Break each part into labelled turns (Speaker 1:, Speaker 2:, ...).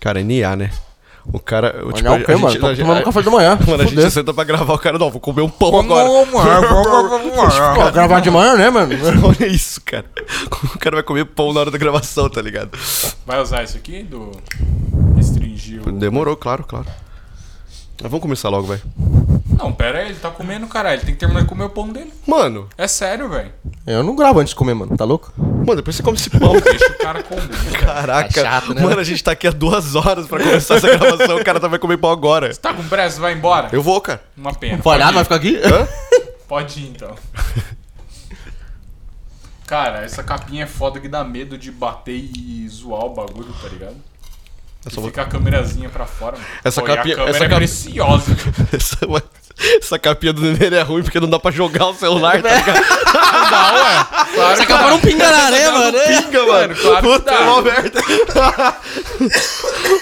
Speaker 1: Cara, NA, né? O tipo, cara. eu,
Speaker 2: Olha o que, mano? Tô tomando um café da manhã.
Speaker 1: é Mano, a
Speaker 2: Fudeu.
Speaker 1: gente senta pra gravar o cara. Não, vou comer um pão agora.
Speaker 2: Pô, Tipo, gravar de manhã, né, mano?
Speaker 1: Tipo, Olha isso, cara. O cara vai comer pão na hora da gravação, tá ligado?
Speaker 3: Vai usar isso aqui do. Restringir o.
Speaker 1: Demorou, claro, claro. Mas vamos começar logo, velho.
Speaker 3: Não, pera aí, ele tá comendo, caralho. Ele tem que terminar de comer o pão dele.
Speaker 1: Mano,
Speaker 3: É sério, velho.
Speaker 2: Eu não gravo antes de comer, mano. Tá louco?
Speaker 1: mano, depois você come esse pão.
Speaker 3: Deixa o cara comer. cara.
Speaker 1: Caraca.
Speaker 2: Tá chato, né,
Speaker 1: mano,
Speaker 2: mano?
Speaker 1: a gente tá aqui há duas horas pra começar essa gravação. o cara tá vai comer pão agora.
Speaker 3: Tá com pressa, vai embora.
Speaker 1: Eu vou, cara.
Speaker 3: Uma pena.
Speaker 2: Vai nada,
Speaker 3: ir.
Speaker 2: vai ficar aqui?
Speaker 3: Pode ir então. Cara, essa capinha é foda que dá medo de bater e zoar o bagulho, tá ligado?
Speaker 1: Eu
Speaker 3: E
Speaker 1: só vou-
Speaker 3: fica a câmerazinha pra fora, mano.
Speaker 1: Essa
Speaker 3: Pô, e
Speaker 1: capinha-
Speaker 3: a câmera
Speaker 1: essa
Speaker 3: é
Speaker 1: cap-
Speaker 3: preciosa.
Speaker 1: Essa, essa capinha do Nenê é ruim porque não dá pra jogar o celular, tá ligado?
Speaker 2: Você acabou não pinga na areia, É, mano.
Speaker 1: Pinga, mano.
Speaker 3: Mano, claro que
Speaker 1: Puta,
Speaker 3: dá.
Speaker 1: é uma merda.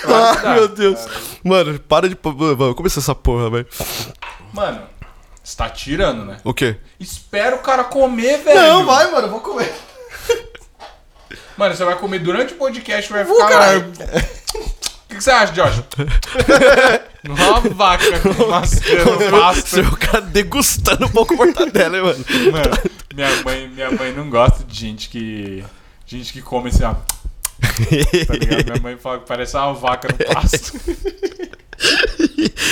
Speaker 3: Claro que dá.
Speaker 1: Meu Deus. Mano, para de. Mano, vamos começar essa porra, velho.
Speaker 3: Mano, você tá tirando, né?
Speaker 1: O quê?
Speaker 3: Espera o cara comer, velho.
Speaker 2: mano, vou comer.
Speaker 3: Mano, você vai comer durante o podcast e vai
Speaker 2: Vou,
Speaker 3: ficar lá.
Speaker 2: cara.
Speaker 3: O que, que você acha, Josh? Uma vaca mascando
Speaker 1: Você
Speaker 3: pasta.
Speaker 1: vê o cara degustando um pouco mortadela, hein, mano.
Speaker 3: Mano, minha mãe, minha mãe não gosta de gente que. Gente que come assim, ó. Tá ligado? Minha mãe fala que parece uma vaca no pasto.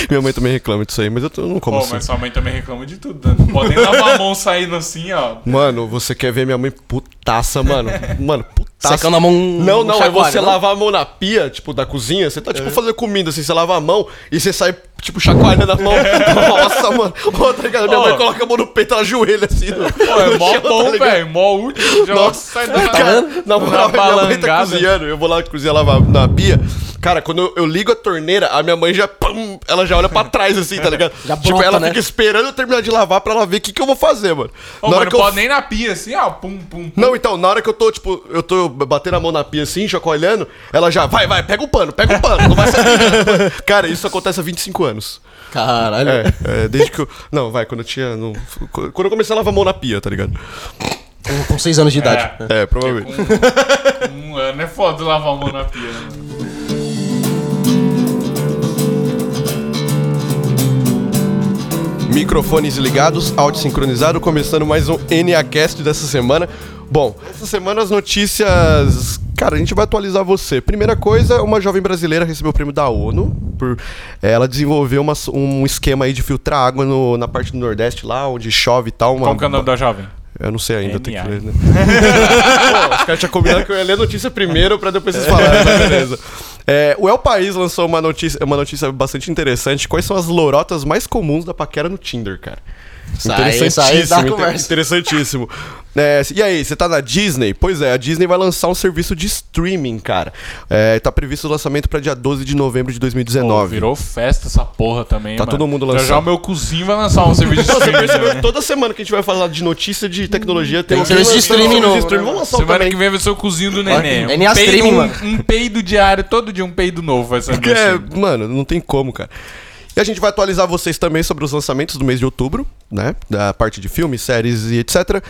Speaker 1: Minha mãe também reclama disso aí, mas eu tô- eu não como
Speaker 3: Pô,
Speaker 1: assim.
Speaker 3: mas sua mãe também reclama de tudo, né? Não pode nem lavar a mão saindo assim, ó.
Speaker 1: Mano, você quer ver minha mãe putaça, mano? Mano, putaça.
Speaker 2: Tá Secando a mão.
Speaker 1: Não, não, é
Speaker 2: chacoalha,
Speaker 1: você
Speaker 2: não?
Speaker 1: lavar a mão na pia, tipo, da cozinha. Você
Speaker 3: É.
Speaker 1: tá, tipo, fazendo comida, assim, você lava a mão e você sai, tipo, chacoalhando a mão. Nossa, mano. Ô, tá ligado? Minha
Speaker 3: Ó.
Speaker 1: mãe coloca a mão no peito, ela ajoelha, assim. No,
Speaker 3: Pô, é
Speaker 1: no
Speaker 3: mó
Speaker 1: chão, tá
Speaker 3: bom,
Speaker 1: ligado?
Speaker 3: velho. Mó útil. Já logo
Speaker 1: Nossa,
Speaker 3: sai
Speaker 2: Tá
Speaker 3: da
Speaker 1: cara, na moral, minha mãe tá
Speaker 3: balangada.
Speaker 1: cozinhando, eu vou lá cozinhar lá na pia. Cara, quando eu, eu ligo a torneira, a minha mãe já, pum, ela já olha pra trás assim, tá ligado?
Speaker 2: Já
Speaker 1: tipo,
Speaker 2: brota,
Speaker 1: ela
Speaker 2: né?
Speaker 1: fica esperando eu terminar de lavar pra ela ver o que, que eu vou fazer, mano.
Speaker 3: Ô,
Speaker 1: Na hora
Speaker 3: mano,
Speaker 1: que eu-
Speaker 3: pode nem na pia assim, ó. Pum, pum, pum.
Speaker 1: Não, então, na hora que eu tô, tipo, eu tô batendo a mão na pia assim, chacoalhando, ela já, vai, vai, pega o pano, pega o pano, não vai sair. Cara, isso acontece há 25 anos.
Speaker 2: Caralho.
Speaker 1: É, é, desde que eu. Não, vai, quando eu tinha. não- quando eu comecei a lavar a mão na pia, tá ligado?
Speaker 2: Com- Com 6 anos de idade.
Speaker 1: É, provavelmente.
Speaker 3: Com Um ano é foda lavar a mão na pia, né, mano?
Speaker 1: Microfones ligados, áudio sincronizado, começando mais um NAcast dessa semana. Bom, essa semana as notícias. Cara, a gente vai atualizar você. Primeira coisa, uma jovem brasileira recebeu o prêmio da ONU. Por... eh, Ela desenvolveu uma- um esquema aí de filtrar água no- na parte do Nordeste, lá onde chove e tal. Uma...
Speaker 3: Qual que é o nome da jovem?
Speaker 1: Eu não sei ainda, tem que
Speaker 3: NA.
Speaker 1: ler, né? Pô, os caras tinham combinado que eu ia ler a notícia primeiro pra depois vocês falarem, mas beleza. É, o El País lançou uma notícia, uma notícia bastante interessante. Quais são as lorotas mais comuns da paquera no Tinder, cara?
Speaker 2: Sai, sai da
Speaker 1: inter-
Speaker 2: conversa.
Speaker 1: Interessantíssimo. É, e aí, você tá na Disney? Pois é, a Disney vai lançar um serviço de streaming, cara. É, tá previsto o lançamento pra dia 12 de novembro de 2019.
Speaker 3: Pô, virou festa essa porra também,
Speaker 1: Tá
Speaker 3: mano.
Speaker 1: todo mundo
Speaker 3: Já já
Speaker 1: lançando.
Speaker 3: o meu cozinho vai lançar um serviço de
Speaker 1: Você
Speaker 3: streaming.
Speaker 1: percebeu que
Speaker 3: né?
Speaker 1: É, toda semana que a gente vai falar de notícia de tecnologia tem,
Speaker 2: um serviço de streaming
Speaker 1: novo.
Speaker 2: novo, né?
Speaker 1: Vamos lançar um
Speaker 3: Semana
Speaker 1: também.
Speaker 3: que vem vai ser o cozinho do neném.
Speaker 2: É NA
Speaker 3: peido,
Speaker 2: streaming,
Speaker 3: um,
Speaker 2: mano.
Speaker 3: um peido diário, todo dia um assim. peido novo vai ser.
Speaker 1: Porque, mano, não tem como, cara. E a gente vai atualizar vocês também sobre os lançamentos do mês de outubro, né? Da parte de filmes, séries e etc.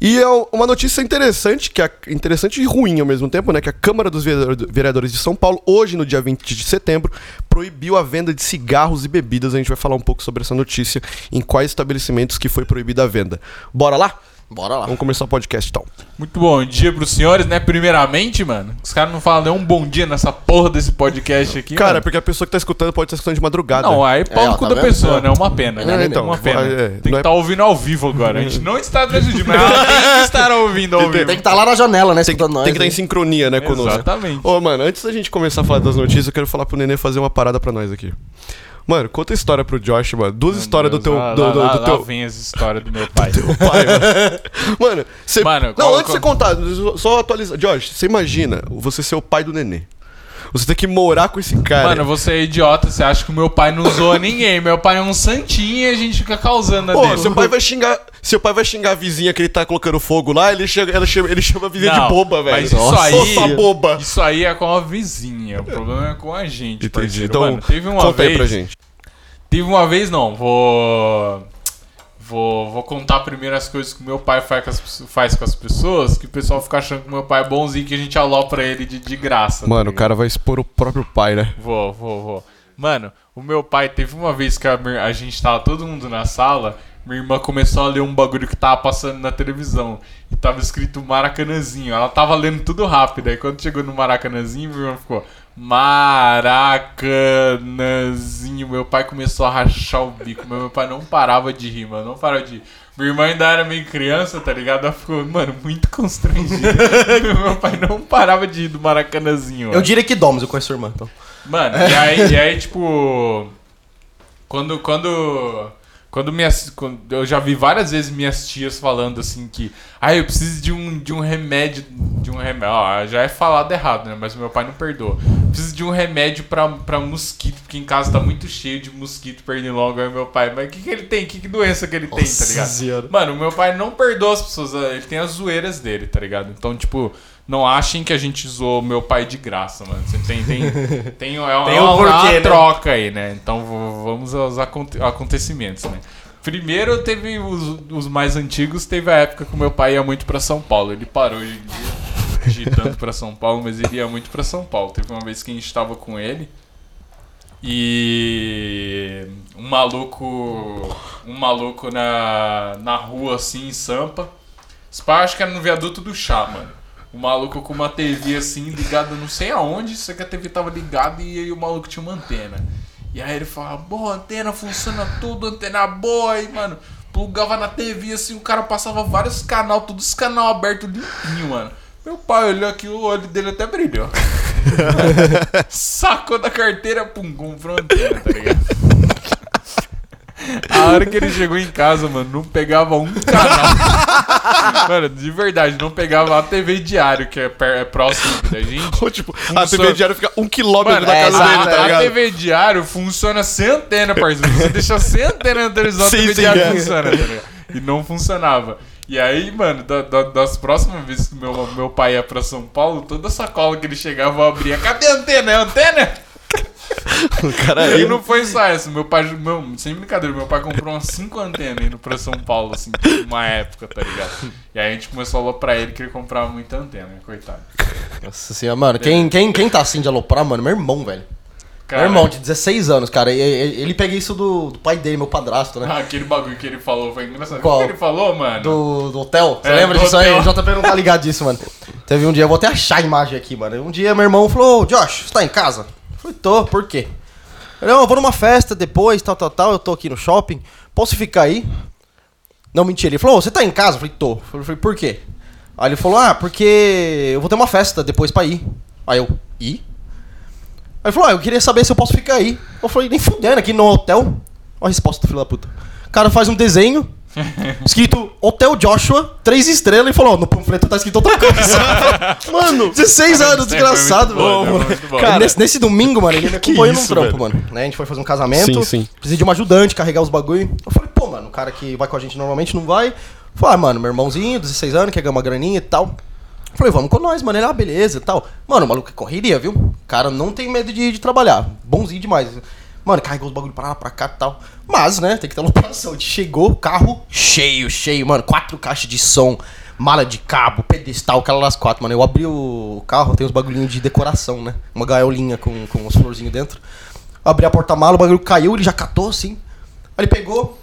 Speaker 1: E é um- uma notícia interessante, que é interessante e ruim ao mesmo tempo, né? Que a Câmara dos Vereador- Vereadores de São Paulo, hoje, no dia 20 de setembro, proibiu a venda de cigarros e bebidas. A gente vai falar um pouco sobre essa notícia, em quais estabelecimentos que foi proibida a venda. Bora lá?
Speaker 2: Bora lá.
Speaker 1: Vamos começar o podcast então.
Speaker 3: Muito bom dia pros senhores, né? Primeiramente, mano. Os caras não falam nem um bom dia nessa porra desse podcast aqui.
Speaker 1: Cara, é
Speaker 3: mano.
Speaker 1: porque a pessoa que tá escutando pode estar escutando de madrugada.
Speaker 3: Não, aí pau
Speaker 2: É, ó,
Speaker 3: no cu
Speaker 2: tá
Speaker 3: da
Speaker 2: vendo?
Speaker 3: pessoa, né? Uma pena, né?
Speaker 1: É, então,
Speaker 3: uma pena.
Speaker 1: é, é,
Speaker 3: Tem que
Speaker 1: não é-
Speaker 3: estar ouvindo ao vivo agora. A gente não está transmitindo, mas alguém estará ouvindo ao vivo.
Speaker 2: Tem que estar lá na janela, né?
Speaker 1: Tem que,
Speaker 2: escutando nós,
Speaker 1: tem que estar
Speaker 2: né?
Speaker 1: em sincronia, né, conosco.
Speaker 3: Exatamente.
Speaker 1: Ô, mano, antes da gente começar a falar das notícias, eu quero falar pro Nenê fazer uma parada pra nós aqui. Mano, conta a história pro Josh, mano. Duas histórias do teu.
Speaker 3: Lá,
Speaker 1: do,
Speaker 3: lá,
Speaker 1: do-
Speaker 3: lá,
Speaker 1: do
Speaker 3: lá
Speaker 1: teu
Speaker 3: vem as histórias do meu pai.
Speaker 1: pai, mano. Mano, você.
Speaker 3: Mano,
Speaker 1: não,
Speaker 3: qual-
Speaker 1: antes de você contar, só atualizar. Josh, você imagina você ser o pai do Nenê. Você tem que morar com esse cara.
Speaker 3: Mano, você é idiota, você acha que o meu pai não zoa ninguém. Meu pai é um santinho e a gente fica causando a
Speaker 1: Pô,
Speaker 3: dele.
Speaker 1: seu pai vai xingar. Seu pai vai xingar a vizinha que ele tá colocando fogo lá, ele chega, ela chama, ele chama a vizinha
Speaker 3: Não,
Speaker 1: de boba, velho.
Speaker 3: Mas isso
Speaker 1: Nossa,
Speaker 3: aí.
Speaker 1: sua boba.
Speaker 3: Isso aí é com a vizinha. O problema é com a gente, parceiro.
Speaker 1: Então,
Speaker 3: Mano, teve uma
Speaker 1: conta
Speaker 3: vez.
Speaker 1: aí pra gente.
Speaker 3: Teve uma vez, não, vou. Vou, vou contar primeiro as coisas que o meu pai faz com, as, pessoas- faz com as pessoas, que o pessoal fica achando que o meu pai é bonzinho, que a gente alopra ele de, de graça. tá
Speaker 1: Mano, o
Speaker 3: ligado?
Speaker 1: cara vai expor o próprio pai, né?
Speaker 3: Vou, vou, vou. Mano, o meu pai teve uma vez que a, minha- a gente tava todo mundo na sala, minha irmã começou a ler um bagulho que tava passando na televisão. E tava escrito Maracanãzinho. Ela tava lendo tudo rápido. Aí quando chegou no Maracanãzinho, minha irmã ficou. Maracanãzinho. Meu pai começou a rachar o bico, mas meu pai não parava de rir, mano. Não parava de rir. Minha irmã ainda era meio criança, tá ligado? Ela ficou, mano, muito constrangida. meu pai não parava de rir do Maracanãzinho.
Speaker 2: Eu
Speaker 3: mano.
Speaker 2: diria que dó, mas eu conheço sua irmã, então.
Speaker 3: Mano, e aí, e aí, tipo. Quando. Quando. Quando, minhas, quando eu já vi várias vezes minhas tias falando assim que. Ah, eu preciso de um, de um remédio. De um remédio. Ó, já é falado errado, né? Mas meu pai não perdoa. Preciso de um remédio pra, pra mosquito, porque em casa tá muito cheio de mosquito pernilongo. Aí meu pai, mas o que, que ele tem? Que, que doença que ele tem, tá
Speaker 2: Nossa
Speaker 3: ligado?
Speaker 2: Senhora.
Speaker 3: Mano, o meu pai não perdoa as pessoas, eh, ele tem as zoeiras dele, tá ligado? Então, tipo, não achem que a gente zoou meu pai de graça, mano. Você tem. Tem, tem, é uma-
Speaker 2: Tem
Speaker 3: é
Speaker 2: um
Speaker 3: uma
Speaker 2: porquê, né?
Speaker 3: troca aí, né? Então v- vamos aos aconte- acontecimentos, né? Primeiro teve os, os mais antigos, teve a época que o meu pai ia muito pra São Paulo. Ele parou de, de, de ir tanto pra São Paulo, mas ele ia muito pra São Paulo. Teve uma vez que a gente tava com ele. E um maluco. Um maluco na, na rua, assim, em Sampa. Spa, acho que era no viaduto do chá, mano. O maluco com uma TV assim, ligada não sei aonde, só que a TV tava ligada e aí o maluco tinha uma antena. E aí ele falava, boa, antena funciona tudo, antena boa, e mano, plugava na TV assim, o cara passava vários canal, todos os canal aberto limpinho, mano. Meu pai olhou aqui, o olho dele até brilhou. Sacou da carteira, pum, comprou a antena, tá ligado? A hora que ele chegou em casa, mano, não pegava um canal. mano, de verdade, não pegava a TV diário, que é, per- é próximo aqui da gente.
Speaker 1: Ou, tipo,
Speaker 3: Um
Speaker 1: a TV
Speaker 3: sor-
Speaker 1: diária fica um quilômetro
Speaker 3: Mano,
Speaker 1: da
Speaker 2: é,
Speaker 1: casa
Speaker 2: exato,
Speaker 1: dele, tá
Speaker 3: a, a
Speaker 1: ligado?
Speaker 3: TV diário funciona sem antena, parceiro. Você deixa sem antena na televisão,
Speaker 1: Sim,
Speaker 3: a TV
Speaker 1: sim,
Speaker 3: diário
Speaker 1: é.
Speaker 3: funciona, tá ligado? E não funcionava. E aí, mano, da- da- das próximas vezes que meu, meu pai ia pra São Paulo, toda sacola que ele chegava, eu abria. Cadê a antena? É a antena?
Speaker 1: O cara
Speaker 3: E
Speaker 1: aí
Speaker 3: não foi só essa. Meu pai, meu, sem brincadeira, meu pai comprou umas 5 antenas indo pra São Paulo, assim, uma época, tá ligado? E aí a gente começou a falar pra ele que ele comprava muita antena, né? coitado.
Speaker 2: Nossa senhora, mano,
Speaker 1: É.
Speaker 2: quem, quem, quem tá assim de aloprar, mano, meu irmão, velho.
Speaker 3: Cara,
Speaker 2: Meu irmão, de 16 anos, cara. e- e- Ele pega isso do, do pai dele, meu padrasto, né?
Speaker 3: ah, aquele bagulho que ele falou foi engraçado.
Speaker 2: Qual?
Speaker 3: O que ele falou, mano?
Speaker 2: Do, do hotel. Você
Speaker 3: É,
Speaker 2: lembra
Speaker 3: do
Speaker 2: disso aí?
Speaker 3: hotel.
Speaker 2: O JP não tá ligado disso, mano. Teve um dia, eu vou até achar a imagem aqui, mano. Um dia meu irmão falou, ô Josh, você tá em casa? Eu falei, tô, por quê? Ele, Não, eu vou numa festa depois, tal, tal, tal, eu tô aqui no shopping. Posso ficar aí? Não, mentira. Ele falou, "Ô, você tá em casa? Eu falei, tô. Eu falei, por quê? Aí ele falou, ah, porque eu vou ter uma festa depois pra ir. Aí eu, ir? Aí ele falou, ah, eu queria saber se eu posso ficar aí. Eu falei, nem fudendo, aqui no hotel. Olha a resposta do filho da puta. O cara faz um desenho, escrito Hotel Joshua, três estrelas, e falou, ó, no panfleto tá escrito outra coisa. mano, 16 anos,
Speaker 3: Sempre foi
Speaker 2: desgraçado,
Speaker 3: muito bom,
Speaker 2: mano.
Speaker 3: né? Muito bom.
Speaker 2: Cara, nesse, nesse domingo, mano, ele me
Speaker 1: Que
Speaker 2: acompanhou num
Speaker 1: isso,
Speaker 2: trampo,
Speaker 1: velho?
Speaker 2: mano. Né, a gente foi fazer um casamento,
Speaker 1: Sim, sim.
Speaker 2: precisa de um ajudante, carregar os bagulho. Eu falei, pô, mano, o cara que vai com a gente normalmente não vai. Eu Falei, ah, mano, meu irmãozinho, 16 anos, quer ganhar uma graninha e tal. Eu Falei, vamos com nós, mano. Ele, ah, beleza e tal. Mano, o maluco é correria, viu? O cara não tem medo de, de trabalhar. Bonzinho demais. Mano, carregou os bagulho pra lá, pra cá e tal. Mas, né, tem que ter uma operação. A gente Chegou, carro cheio, cheio, mano. Quatro caixas de som, mala de cabo, pedestal, aquela das quatro, mano. Eu abri o carro, tem uns bagulhinhos de decoração, né? Uma gaiolinha com, com uns florzinhos dentro. Abri a porta-mala, o bagulho caiu, ele já catou assim. Aí ele pegou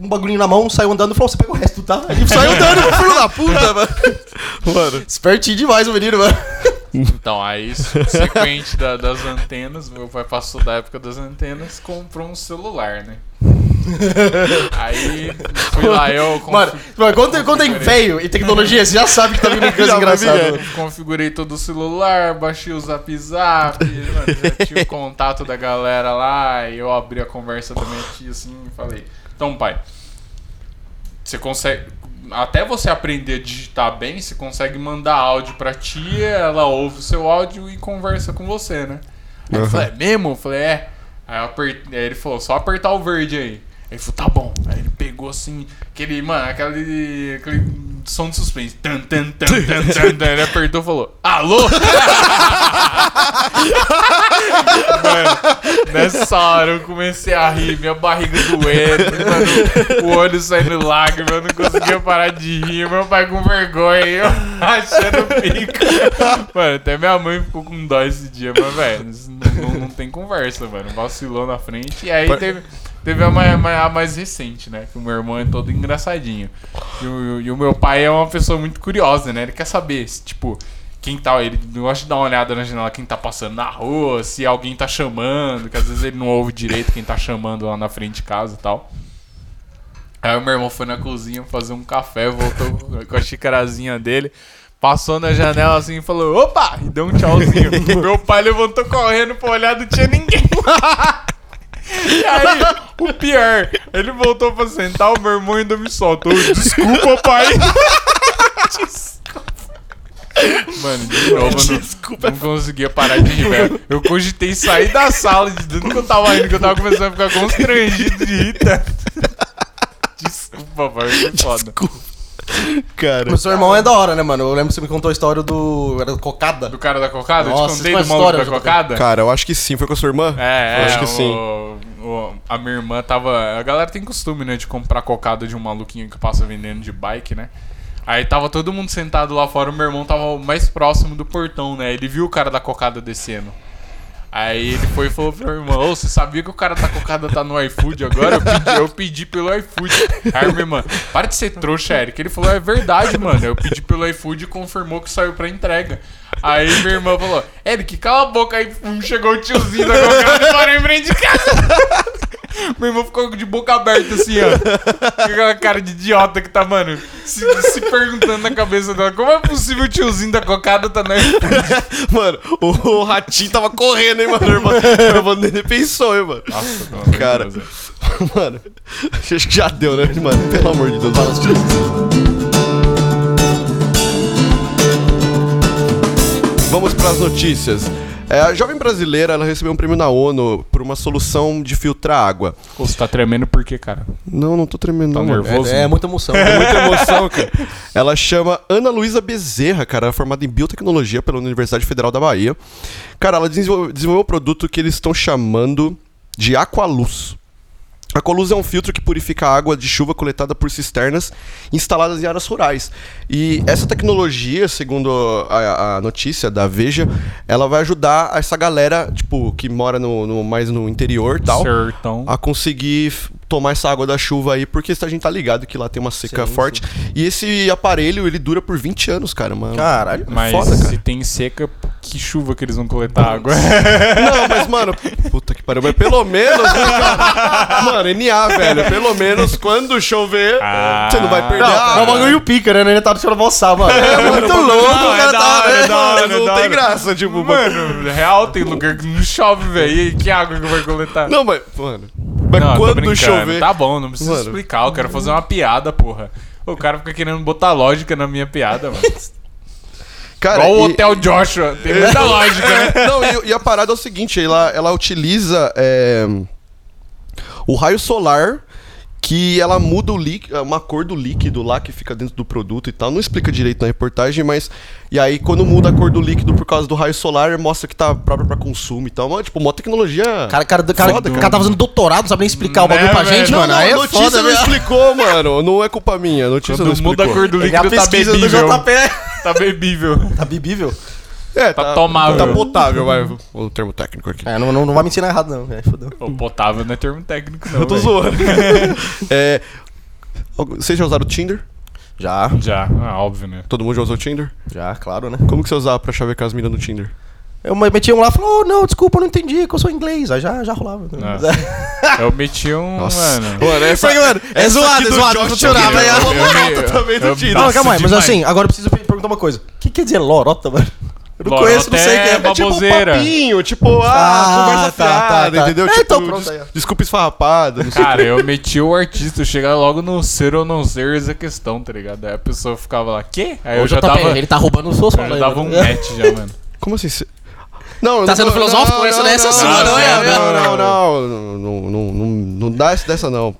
Speaker 2: um bagulhinho na mão, saiu andando e falou: Você pega o resto, tá? Ele saiu andando, meu filho da puta, mano.
Speaker 1: Mano,
Speaker 2: Espertinho demais o menino, mano.
Speaker 3: Então, aí, subsequente da- das antenas, meu pai passou da época das antenas, comprou um celular, né? Aí fui lá eu. confi-
Speaker 2: Mano, mano quando, quando tem veio e tecnologia, você já sabe que tá vindo coisa
Speaker 1: Já vai
Speaker 2: engraçada.
Speaker 1: vir,
Speaker 3: Configurei todo o celular, baixei o zap zap, mano, já tinha o contato da galera lá, e eu abri a conversa da minha tia assim e falei: Então, pai, você consegue. Até você aprender a digitar bem, você consegue mandar áudio pra tia, ela ouve o seu áudio e conversa com você, né? Aí eu
Speaker 1: Aham.
Speaker 3: falei: "É mesmo? Eu falei: É. Aí, eu aper- aí ele falou: Só apertar o verde aí. Aí ele falou: Tá bom. Aí ele pegou assim, aquele, mano, aquele, aquele som de suspense. Tan, tan, tan, tan, tan, tan. Ele apertou e falou: Alô? Mano, nessa passaram, eu comecei a rir, minha barriga doendo, mano, o olho saindo lágrima, eu não conseguia parar de rir, meu pai com vergonha, eu achando o pico. Mano, até minha mãe ficou com dó esse dia, mas, velho, não, não tem conversa, mano. Vacilou na frente. E aí
Speaker 1: Par-
Speaker 3: teve, teve a, mais, a mais recente, né? Que o meu irmão é todo engraçadinho. E o, e o meu pai é uma pessoa muito curiosa, né? Ele quer saber, se, tipo, quem tá. Ele gosta de dar uma olhada na janela, quem tá passando na rua, se alguém tá chamando, que às vezes ele não ouve direito quem tá chamando lá na frente de casa e tal. Aí o meu irmão foi na cozinha fazer um café, voltou com a xicarazinha dele, passou na janela assim e falou: opa! E deu um tchauzinho. meu pai levantou correndo pra olhar, não tinha ninguém lá. E aí, o pior, ele voltou pra sentar, o meu irmão ainda me soltou. Desculpa, pai. Mano, de novo, eu não-
Speaker 1: Desculpa.
Speaker 2: é
Speaker 3: não conseguia parar de rir, velho. Eu cogitei sair da sala de tanto que eu tava indo, que eu tava começando a ficar constrangido de rir tanto. Desculpa, pai, foi foda.
Speaker 1: Cara.
Speaker 2: O seu irmão é da hora, né, mano? Eu lembro que você me contou a história do. Era do Cocada.
Speaker 3: Do cara da cocada?
Speaker 2: Nossa,
Speaker 3: eu te contei
Speaker 2: isso é
Speaker 3: do
Speaker 2: uma
Speaker 3: maluco
Speaker 2: história,
Speaker 3: da
Speaker 2: eu já contei.
Speaker 3: cocada?
Speaker 1: Cara, eu acho que sim. Foi com a sua irmã?
Speaker 3: É,
Speaker 1: Eu
Speaker 3: é,
Speaker 1: acho que
Speaker 3: o-
Speaker 1: sim.
Speaker 3: o- a minha irmã tava. A galera tem costume, né, de comprar cocada de um maluquinho que passa vendendo de bike, né? Aí tava todo mundo sentado lá fora, o meu irmão tava mais próximo do portão, né? Ele viu o cara da cocada descendo. Aí ele foi e falou pro meu irmão: Ô, você sabia que o cara da cocada tá no iFood agora? Eu pedi, eu pedi pelo iFood. Aí minha irmã, para de ser trouxa, Eric. Ele falou: é verdade, mano. Eu pedi pelo iFood e confirmou que saiu pra entrega. Aí minha irmã falou: Eric, cala a boca. Aí pum, chegou o tiozinho da cocada e parou em frente de casa. Meu irmão ficou de boca aberta assim, ó. Com aquela cara de idiota que tá, mano, se, se perguntando na cabeça dela: como é possível o tiozinho da cocada tá no iFood?
Speaker 1: Mano, o, o ratinho tava correndo, hein, mano. irmão? O irmão nem pensou, hein, mano.
Speaker 3: Nossa, pelo amor de
Speaker 1: Cara.
Speaker 3: Deus, velho.
Speaker 1: Mano, acho que já deu, né, mano? Pelo amor de Deus. assim. Vamos para as notícias. É, a jovem brasileira ela recebeu um prêmio na ONU por uma solução de filtrar água.
Speaker 3: Ô, Você tá tremendo por quê, cara?
Speaker 1: Não, não tô tremendo, não, mano.
Speaker 3: nervoso?
Speaker 2: É, é muita emoção.
Speaker 1: Muita emoção, cara. Ela chama Ana Luísa Bezerra, cara, ela é formada em biotecnologia pela Universidade Federal da Bahia. Cara, ela desenvol- desenvolveu um produto que eles estão chamando de Aqualuz. Aqualuz é um filtro que purifica a água de chuva coletada por cisternas instaladas em áreas rurais. E essa tecnologia, segundo a, a notícia da Veja, ela vai ajudar essa galera, tipo, que mora no, no- mais no interior e tal Ah,
Speaker 3: Sertão.
Speaker 1: a conseguir f- tomar essa água da chuva aí, porque a gente tá ligado que lá tem uma seca
Speaker 2: Sim, sim.
Speaker 1: forte. E esse aparelho, ele dura por 20 anos, cara, mano.
Speaker 2: Caralho.
Speaker 3: Mas
Speaker 1: é foda, cara.
Speaker 3: se tem seca, que chuva que eles vão coletar água?
Speaker 1: Não, mas, mano, puta que pariu, mas pelo menos, né, cara? Mano, NA, velho, pelo menos quando chover,
Speaker 3: Ah.
Speaker 1: você não vai perder
Speaker 2: Não,
Speaker 1: a
Speaker 2: é um
Speaker 1: água.
Speaker 2: bagulho pica, né? Ele tá deixando avançar, mano. É muito louco,
Speaker 1: Não,
Speaker 2: o
Speaker 1: é
Speaker 2: cara
Speaker 1: da
Speaker 2: tá.
Speaker 1: hora,
Speaker 2: né?
Speaker 1: é da hora,
Speaker 3: Mano,
Speaker 1: não
Speaker 3: da
Speaker 1: tem
Speaker 3: hora.
Speaker 1: graça, tipo, mano.
Speaker 3: Mano, real tem lugar que não chove, velho. E que água que vai coletar?
Speaker 1: Não, mas, mano, mas
Speaker 3: Não, tô
Speaker 1: quando
Speaker 3: brincando.
Speaker 1: chover...
Speaker 3: Tá bom, não precisa
Speaker 1: Mano.
Speaker 3: explicar. Eu quero fazer uma piada, porra. O cara fica querendo botar lógica na minha piada, mano.
Speaker 1: Cara,
Speaker 3: Igual o
Speaker 1: e-
Speaker 3: Hotel Joshua. Tem muita lógica, né?
Speaker 1: É, Não, e, e a parada é o seguinte, ela, ela utiliza é, o raio solar que ela muda o líquido, uma cor do líquido lá que fica dentro do produto e tal. Não explica direito na reportagem, mas e aí quando muda a cor do líquido por causa do raio solar, mostra que tá próprio pra consumo e tal. Mas, tipo, uma tecnologia
Speaker 2: Cara, cara, cara,
Speaker 1: Foda,
Speaker 2: o cara tá fazendo doutorado, não sabe nem explicar o bagulho
Speaker 3: Né,
Speaker 2: pra
Speaker 3: velho?
Speaker 2: gente,
Speaker 3: Não,
Speaker 2: mano.
Speaker 1: não,
Speaker 2: Aí é
Speaker 1: a notícia
Speaker 2: foda,
Speaker 1: não
Speaker 2: né?
Speaker 1: explicou, mano. Não é culpa minha. A notícia não É
Speaker 3: Quando muda
Speaker 1: explicou.
Speaker 3: a cor do líquido, tá bebível. Tá bebível.
Speaker 2: Tá bebível?
Speaker 1: É,
Speaker 3: Tá tomável.
Speaker 1: Tá potável, vai. O termo técnico aqui.
Speaker 2: É, não, não, não vai me ensinar errado, não. velho. fodeu.
Speaker 3: Pô, potável não é termo técnico, não.
Speaker 1: Eu tô
Speaker 3: velho.
Speaker 1: zoando. é, algu- vocês já usaram o Tinder?
Speaker 2: Já,
Speaker 3: Já, ah, óbvio, né?
Speaker 1: Todo mundo já usou o Tinder?
Speaker 2: já, claro, né?
Speaker 1: Como que você usava pra chavecar as minas no Tinder?
Speaker 2: Eu me- meti um lá e falou, "Oh, não, desculpa, eu não entendi, que eu sou inglês. Aí já, já rolava. né?
Speaker 3: Nossa. Eu meti um, mano.
Speaker 1: Mano, essa,
Speaker 2: Isso aí, mano, é zoado,
Speaker 1: aqui
Speaker 2: é
Speaker 1: do
Speaker 2: zoado,
Speaker 1: Josh
Speaker 2: vou chorar,
Speaker 1: aqui,
Speaker 2: vai,
Speaker 1: eu-
Speaker 2: é
Speaker 1: eu-
Speaker 3: lorota
Speaker 1: eu- também do
Speaker 3: eu-
Speaker 1: Tinder.
Speaker 2: Não,
Speaker 3: Nossa,
Speaker 2: calma aí, mas
Speaker 3: demais.
Speaker 2: assim, agora eu preciso pe- perguntar uma coisa. O que quer dizer lorota, mano? Eu não
Speaker 3: Lorota
Speaker 2: conheço, não sei o que
Speaker 3: é
Speaker 2: é.
Speaker 1: tipo um
Speaker 3: baboseira.
Speaker 1: papinho, tipo, ah,
Speaker 2: Ah,
Speaker 1: conversa
Speaker 2: tá,
Speaker 1: fiada,
Speaker 2: tá, tá.
Speaker 1: entendeu?
Speaker 2: É,
Speaker 1: tipo,
Speaker 2: então pronto, aí, ó.
Speaker 1: desculpa esfarrapada, não sei.
Speaker 3: Cara, eu meti o artista, chegar logo no ser ou não ser essa questão, tá ligado? Aí a pessoa ficava lá, quê? Aí eu já
Speaker 2: JP,
Speaker 3: dava,
Speaker 2: Ele tá roubando os seus
Speaker 3: eu já dava um
Speaker 2: né?
Speaker 3: match já, mano.
Speaker 1: Como assim? cê- Não,
Speaker 2: Tá
Speaker 1: não-
Speaker 2: sendo
Speaker 1: não-
Speaker 2: filosófico? Essa não é essa
Speaker 1: não,
Speaker 3: sua,
Speaker 1: não,
Speaker 3: não é?
Speaker 1: Não, não, não, não, não, não, não, não dá essa dessa não.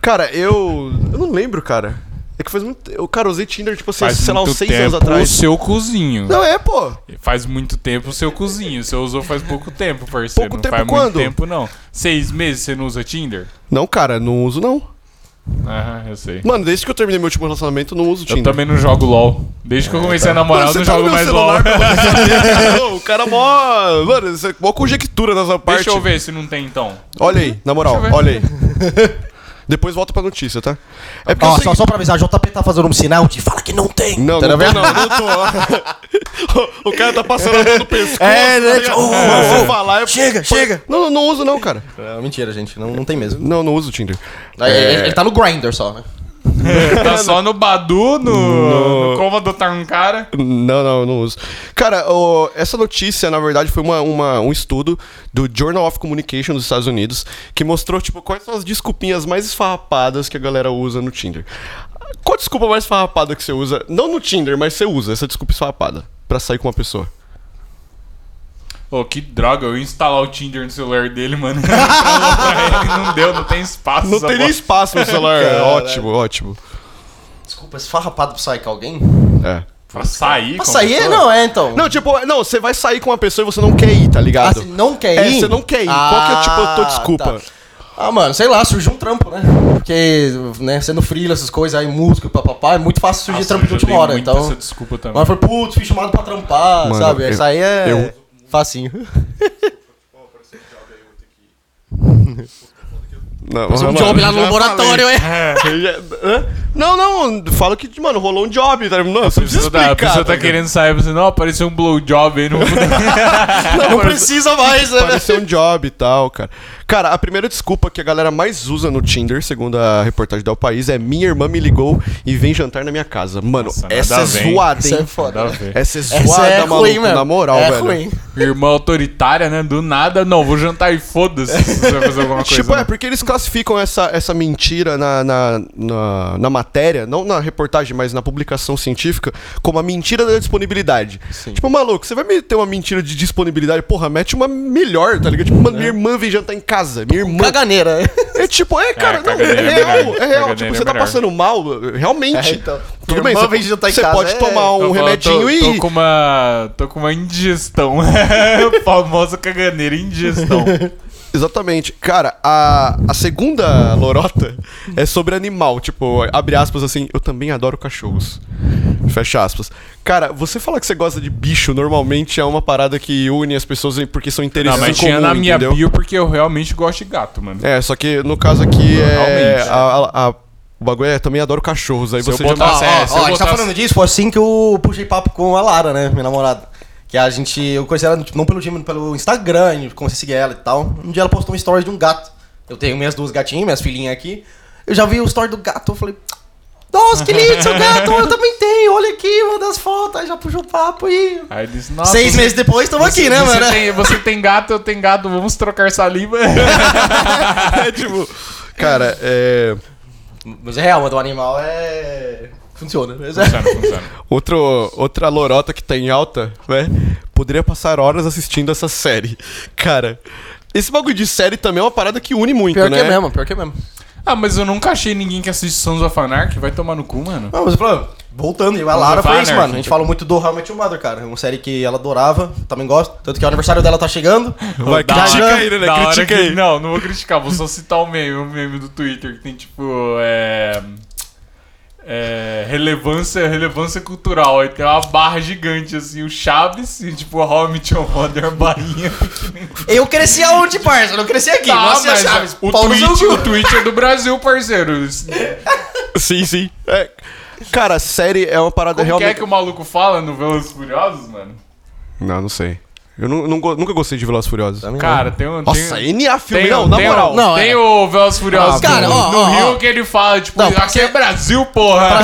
Speaker 1: Cara, eu, eu não lembro, cara. É que faz muito. Eu, cara, eu usei Tinder, tipo assim,
Speaker 3: Faz
Speaker 1: sei lá,
Speaker 3: muito
Speaker 1: uns seis
Speaker 3: tempo
Speaker 1: anos
Speaker 3: o
Speaker 1: atrás.
Speaker 3: seu cozinho.
Speaker 1: Não, é, pô.
Speaker 3: Faz muito tempo o seu cozinho. Você usou faz pouco tempo, parceiro.
Speaker 1: Pouco
Speaker 3: não
Speaker 1: tempo
Speaker 3: faz
Speaker 1: quando?
Speaker 3: muito tempo, não. Seis meses você não usa Tinder?
Speaker 1: Não, cara, não uso não.
Speaker 3: Ah, eu sei.
Speaker 1: Mano, desde que eu terminei meu último relacionamento, eu não uso
Speaker 3: Eu
Speaker 1: Tinder.
Speaker 3: também não jogo LOL. Desde que eu comecei a namorar,
Speaker 1: Mano,
Speaker 3: eu
Speaker 1: você
Speaker 3: não
Speaker 1: tá no meu
Speaker 3: jogo mais
Speaker 1: celular,
Speaker 3: LOL.
Speaker 1: Não, o cara mó. Mano, isso é mó conjectura nessa parte.
Speaker 3: Deixa eu ver se não tem então.
Speaker 1: Olha aí, na moral,
Speaker 3: Deixa eu ver.
Speaker 1: olha aí. Depois volta pra notícia, tá? É porque
Speaker 2: Ó,
Speaker 1: eu sei-
Speaker 2: só, só pra avisar, JP tá fazendo um sinal de fala que não tem.
Speaker 1: Não,
Speaker 2: tá
Speaker 1: não tô,
Speaker 2: vendo?
Speaker 1: não, não tô. o cara tá passando a mão no pescoço.
Speaker 2: É, né?
Speaker 1: tá ligado?
Speaker 2: Ô, ô,
Speaker 1: Você
Speaker 2: ô.
Speaker 1: falar, eu-
Speaker 2: Chega, chega.
Speaker 1: Não, não, não uso não, cara.
Speaker 2: É, mentira, gente. Não, não tem mesmo.
Speaker 1: Não, não uso Tinder. É,
Speaker 2: Aí, Ele, ele tá no grinder só, né?
Speaker 3: Tá só no Badu, no, tá um no coma do Tancara.
Speaker 1: Não, não, eu não uso. Cara, ô, essa notícia, na verdade, foi uma, uma- um estudo do Journal of Communication dos Estados Unidos que mostrou, tipo, quais são as desculpinhas mais esfarrapadas que a galera usa no Tinder. Qual desculpa mais esfarrapada que você usa? Não no Tinder, mas você usa essa desculpa esfarrapada pra sair com uma pessoa.
Speaker 3: Pô, que droga, eu ia instalar o Tinder no celular dele, mano. Ele falou pra ele, não deu, não tem espaço.
Speaker 1: Não
Speaker 3: essa
Speaker 1: tem nem
Speaker 3: bosta.
Speaker 1: espaço no celular.
Speaker 2: Caralho.
Speaker 1: ótimo, ótimo.
Speaker 2: Desculpa, esfarrapado pra sair com alguém?
Speaker 1: É.
Speaker 3: Pra sair,
Speaker 2: Pra
Speaker 3: com
Speaker 2: sair
Speaker 3: pessoa?
Speaker 2: não é, então.
Speaker 1: Não, tipo, não, você vai sair com uma pessoa e você não quer ir, tá
Speaker 2: Ah,
Speaker 1: ligado?
Speaker 2: você não quer
Speaker 1: É,
Speaker 2: ir?
Speaker 1: você não quer ir. Qual que é, tipo, a tua desculpa?
Speaker 2: tá. Ah, mano, sei lá, surgiu um trampo, né? Porque, né, sendo freela, essas coisas aí, músico, papapá, é muito fácil surgir
Speaker 3: Nossa,
Speaker 2: trampo de
Speaker 3: eu já
Speaker 2: última
Speaker 3: dei
Speaker 2: hora,
Speaker 3: muito
Speaker 2: então.
Speaker 3: essa né? desculpa também.
Speaker 2: Mas foi, putz, fui chamado pra trampar,
Speaker 1: Mano,
Speaker 2: sabe?
Speaker 1: eu-
Speaker 2: Isso aí é
Speaker 1: eu-
Speaker 2: facinho.
Speaker 1: Não,
Speaker 2: Um
Speaker 1: mano,
Speaker 2: job lá no
Speaker 1: já
Speaker 2: laboratório, é.
Speaker 1: Eu já- hã? Não, não, fala que, mano, rolou um job, tá? Não, você não precisa
Speaker 3: Pessoa tá-
Speaker 1: explicar.
Speaker 3: a pessoa tá
Speaker 1: ligado?
Speaker 3: querendo sair, você não, apareceu um blowjob aí no
Speaker 1: Não,
Speaker 2: Não
Speaker 1: mano,
Speaker 2: precisa mais, né?
Speaker 1: Pareceu um job e tal, cara. Cara, a primeira desculpa que a galera mais usa no Tinder, segundo a reportagem da O País, é minha irmã me ligou e vem jantar na minha casa. Mano,
Speaker 3: Nossa, nada
Speaker 1: essa
Speaker 3: a
Speaker 1: é
Speaker 3: ver, hein?
Speaker 1: zoada,
Speaker 2: Isso é
Speaker 1: hein?
Speaker 2: foda.
Speaker 3: Nada a
Speaker 2: né?
Speaker 3: ver.
Speaker 1: Essa é
Speaker 2: Essa
Speaker 1: zoada,
Speaker 2: é
Speaker 1: maluco,
Speaker 2: ruim, mano.
Speaker 1: na moral,
Speaker 2: é
Speaker 1: velho.
Speaker 2: ruim.
Speaker 3: Irmã autoritária, né? Do nada, não, vou jantar e foda-se se você vai fazer alguma coisa.
Speaker 1: Tipo, é,
Speaker 3: né?
Speaker 1: porque eles classificam essa, essa mentira na, na, na, na matéria, não na reportagem, mas na publicação científica, como a mentira da disponibilidade. Tipo, maluco, você vai meter uma mentira de disponibilidade, porra, mete uma melhor, tá ligado? Tipo, mano, minha irmã vem jantar em casa, minha irmã.
Speaker 2: Caganeira.
Speaker 1: É tipo, é, cara, não, é
Speaker 3: caganeira É. é
Speaker 1: real,
Speaker 3: melhor.
Speaker 1: é real.
Speaker 3: Caganeira
Speaker 1: Tipo,
Speaker 3: é
Speaker 1: você tá
Speaker 3: melhor.
Speaker 1: passando mal, realmente.
Speaker 2: É, então.
Speaker 1: Tudo
Speaker 2: Minha
Speaker 1: bem,
Speaker 2: irmã
Speaker 1: você,
Speaker 2: vem jantar em
Speaker 1: você
Speaker 2: casa,
Speaker 1: pode
Speaker 2: é.
Speaker 1: tomar
Speaker 3: Eu
Speaker 1: um
Speaker 3: falo,
Speaker 1: remedinho
Speaker 3: tô,
Speaker 1: e.
Speaker 3: Tô com uma, tô com uma indigestão. Famosa caganeira, indigestão.
Speaker 1: Exatamente. Cara, a, a segunda lorota é sobre animal. Tipo, abre aspas assim, eu também adoro cachorros. Fecha aspas. Cara, você falar que você gosta de bicho normalmente é uma parada que une as pessoas porque são interesses
Speaker 3: Não,
Speaker 1: não, em
Speaker 3: mas
Speaker 1: comum,
Speaker 3: tinha na minha
Speaker 1: entendeu?
Speaker 3: bio porque eu realmente gosto de gato, mano.
Speaker 1: É, só que no caso aqui é...
Speaker 3: Realmente.
Speaker 1: A, a- a- o bagulho é, também adoro cachorros. Aí
Speaker 3: Se eu
Speaker 1: você já...
Speaker 3: botar-
Speaker 1: Ah,
Speaker 3: Nossa, é, se eu
Speaker 2: ó, ó, a gente tá
Speaker 3: botasse-
Speaker 2: falando disso, foi assim que eu puxei papo com a Lara, né, minha namorada. Que a gente, eu conheci ela tipo, não pelo time, pelo Instagram, e comecei a seguir ela e tal. Um dia ela postou uma story de um gato. Eu tenho minhas duas gatinhas, minhas filhinhas aqui. Eu já vi o story do gato, eu falei, nossa, que lindo seu gato, eu também tenho, olha aqui, manda as fotos, aí já puxou o papo e.
Speaker 3: Aí eu disse, nossa,
Speaker 2: Seis
Speaker 3: você-
Speaker 2: meses depois, estamos aqui, né,
Speaker 3: você
Speaker 2: mano?
Speaker 3: Tem, você tem gato, eu tenho gato, vamos trocar saliva.
Speaker 1: é, tipo... Cara, é...
Speaker 2: Mas é real, mas do animal é. Funciona, né?
Speaker 3: funciona, funciona.
Speaker 1: Outro, outra lorota que tá em alta, né? Poderia passar horas assistindo essa série. Cara, esse bagulho de série também é uma parada que une muito,
Speaker 2: Pior
Speaker 1: né?
Speaker 2: que é mesmo, pior que é mesmo.
Speaker 3: Ah, mas eu nunca achei ninguém que assiste Sons of Anarchy, vai tomar no cu, mano.
Speaker 2: Não, mas falou, voltando, e a Lara
Speaker 3: Vamos
Speaker 2: foi
Speaker 3: levar,
Speaker 2: isso,
Speaker 3: né,
Speaker 2: mano. A
Speaker 3: gente?
Speaker 2: gente fala muito do How I Met Your Mother, cara. É uma série que ela adorava, também gosto. Tanto que o aniversário dela tá chegando.
Speaker 1: Vai,
Speaker 3: Da
Speaker 1: critica
Speaker 3: hora-
Speaker 1: aí, né?
Speaker 3: da hora
Speaker 1: Critica
Speaker 3: que-
Speaker 1: aí.
Speaker 3: Não, não vou criticar, vou só citar o meme, o meme do Twitter que tem tipo. É, é, relevância, relevância cultural. Aí tem uma barra gigante, assim, o Chaves e tipo a Homit Mother, a barrinha.
Speaker 2: Eu cresci aonde, parça? Eu não cresci aqui.
Speaker 3: Tá,
Speaker 2: Nossa, é
Speaker 3: mas
Speaker 2: Chaves.
Speaker 3: o,
Speaker 2: Paulo
Speaker 3: tweet,
Speaker 2: Zucu.
Speaker 3: o tweet é do Brasil, parceiro. Isso-
Speaker 1: Sim, sim. É. Cara, série é uma parada
Speaker 3: Como que é
Speaker 1: realmente.
Speaker 3: que o maluco fala no Velozes e Furiosos, mano?
Speaker 1: Não, não sei. Eu nu- nu- nunca gostei de Velozes e Furiosos.
Speaker 3: Cara, tem um. tem-
Speaker 1: Nossa, NA filme,
Speaker 3: Tem,
Speaker 1: não,
Speaker 3: o-
Speaker 1: na
Speaker 3: tem um.
Speaker 1: moral.
Speaker 3: O,
Speaker 2: Não,
Speaker 3: tem
Speaker 2: é.
Speaker 3: o Velozes e Furiosos
Speaker 2: Cara,
Speaker 3: no,
Speaker 2: ó,
Speaker 3: no
Speaker 2: ó,
Speaker 3: Rio
Speaker 2: ó.
Speaker 3: que ele fala, tipo,
Speaker 2: Não, pra
Speaker 3: aqui
Speaker 2: ser-
Speaker 3: é Brasil, porra.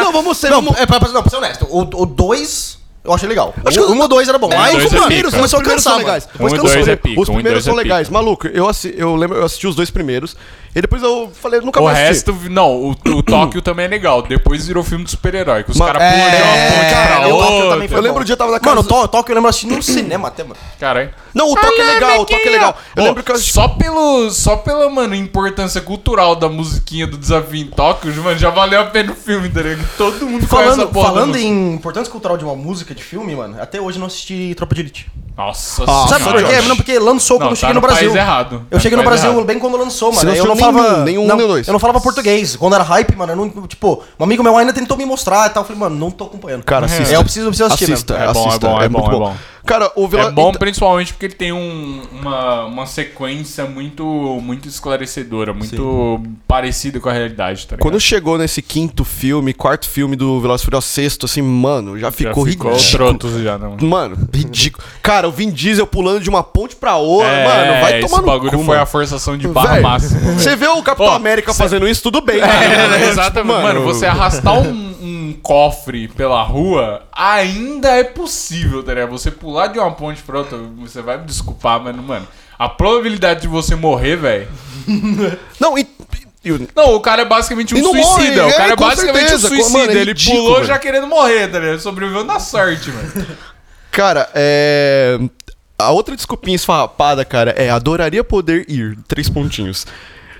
Speaker 1: Não, vamos ser.
Speaker 2: Não,
Speaker 1: vamos-
Speaker 2: é pra, pra- não, pra ser honesto, o 2 eu achei legal.
Speaker 1: Acho
Speaker 2: o
Speaker 1: que-
Speaker 2: um ou dois era bom.
Speaker 3: É,
Speaker 2: Aí
Speaker 3: dois
Speaker 2: os
Speaker 3: é
Speaker 2: primeiros
Speaker 3: pica.
Speaker 2: começou a
Speaker 1: primeiros
Speaker 2: cansar,
Speaker 1: são
Speaker 2: mano.
Speaker 1: legais. Depois
Speaker 3: Um e
Speaker 1: cansou.
Speaker 3: dois é pica,
Speaker 1: Os
Speaker 3: um e
Speaker 1: primeiros
Speaker 3: dois
Speaker 1: são
Speaker 3: é
Speaker 1: legais.
Speaker 3: pica.
Speaker 1: Maluco, eu, assi- eu lembro, eu assisti os dois primeiros. E depois eu falei, nunca
Speaker 3: O
Speaker 1: mais assisti.
Speaker 3: resto, não, o, o Tóquio também é legal. Depois virou filme de super-herói, que os
Speaker 1: Mano,
Speaker 3: caras pulam de
Speaker 1: é,
Speaker 3: uma ponte
Speaker 1: cara,
Speaker 3: pra
Speaker 1: eu-
Speaker 2: eu
Speaker 3: outra.
Speaker 2: também
Speaker 1: Eu lembro o dia eu tava na casa...
Speaker 2: Mano, to- Tóquio eu lembro assistindo no cinema até, mano.
Speaker 3: Caralho.
Speaker 1: Não, o toque é legal, o toque é legal. Eu
Speaker 3: Ô,
Speaker 1: lembro que eu assisti...
Speaker 3: só pelo só pela mano importância cultural da musiquinha do desafio em Tóquio, mano, já valeu a pena o filme, tá ligado? Todo mundo conhece a
Speaker 2: Falando,
Speaker 3: porra da
Speaker 2: falando
Speaker 3: música.
Speaker 2: em importância cultural de uma música de filme, mano, até hoje eu não assisti Tropa de Elite. Sabe
Speaker 3: Nossa,
Speaker 1: Nossa,
Speaker 2: por quê?
Speaker 1: Josh.
Speaker 2: Não, porque lançou quando eu cheguei
Speaker 3: tá
Speaker 2: no Brasil.
Speaker 3: País errado. Tá
Speaker 2: Eu cheguei no
Speaker 3: país
Speaker 2: Brasil
Speaker 3: errado.
Speaker 2: bem quando lançou,
Speaker 1: Você
Speaker 2: mano.
Speaker 1: não
Speaker 2: Eu não
Speaker 1: assistiu
Speaker 2: falava.
Speaker 1: nenhum, nenhum,
Speaker 2: não,
Speaker 1: nem dois.
Speaker 2: Eu não falava português. Quando era hype, mano, eu não. Tipo, um amigo meu ainda tentou me mostrar e tal. Eu falei, mano, não tô acompanhando.
Speaker 1: Cara, assista.
Speaker 2: É, eu preciso, eu preciso assistir,
Speaker 1: Assista,
Speaker 2: mano.
Speaker 3: É bom, é
Speaker 1: assista,
Speaker 3: bom, é
Speaker 1: muito
Speaker 3: bom, é bom.
Speaker 1: Cara, o então, Vila...
Speaker 3: É bom principalmente porque ele tem um- uma, uma sequência muito, muito esclarecedora, muito parecida com a realidade, tá ligado?
Speaker 1: Quando chegou nesse quinto filme, quarto filme do Velozes e Furiosos, sexto, assim, mano, já
Speaker 3: já
Speaker 1: ficou
Speaker 3: ficou
Speaker 1: ridículo.
Speaker 3: trotos já, não.
Speaker 1: Mano, ridículo. Cara, o Vin Diesel pulando de uma ponte pra outra,
Speaker 3: É,
Speaker 1: mano, vai
Speaker 3: esse
Speaker 1: tomar no
Speaker 3: bagulho
Speaker 1: cu,
Speaker 3: foi
Speaker 1: mano.
Speaker 3: a forçação de barra
Speaker 1: Véi,
Speaker 3: máxima. velho.
Speaker 1: Você vê o Capitão
Speaker 3: Ó,
Speaker 1: América fazendo isso, tudo bem.
Speaker 3: É,
Speaker 1: cara, né?
Speaker 3: exatamente.
Speaker 1: Tipo,
Speaker 3: Mano, você arrastar um, um cofre pela rua ainda é possível, tá ligado? Você pular de uma ponte pra outra, você vai me desculpar, mas, mano, a probabilidade de você morrer, velho.
Speaker 1: Não, e... e-
Speaker 3: Não, o cara é basicamente um
Speaker 1: E não
Speaker 3: suicida.
Speaker 1: morre,
Speaker 3: o cara
Speaker 1: é,
Speaker 3: é
Speaker 1: com
Speaker 3: basicamente um
Speaker 1: certeza.
Speaker 3: suicida.
Speaker 1: Mano, é
Speaker 3: ele
Speaker 1: ridículo,
Speaker 3: pulou
Speaker 1: velho.
Speaker 3: já querendo morrer, tá ligado? Sobreviveu na sorte, mano.
Speaker 1: Cara, é... A outra desculpinha esfarrapada, cara, é adoraria poder ir. Três pontinhos.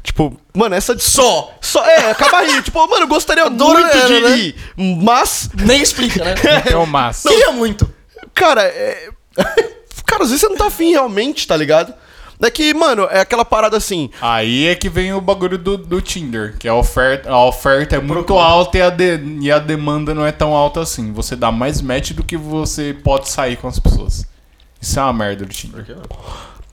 Speaker 1: Tipo, mano, essa de só. Só, é, acaba aí. Tipo, mano, eu gostaria muito de
Speaker 2: Adoraria, né?
Speaker 1: ir. Mas,
Speaker 2: Nem explica, né?
Speaker 3: É o máximo.
Speaker 2: Queria muito.
Speaker 1: cara, é... cara, às vezes você não tá afim realmente, tá ligado? É que, mano, é aquela parada assim.
Speaker 3: Aí é que vem o bagulho do, do Tinder, que a oferta, a oferta é muito alta e a, de- e a demanda não é tão alta assim. Você dá mais match do que você pode sair com as pessoas. Isso é uma merda do Tinder.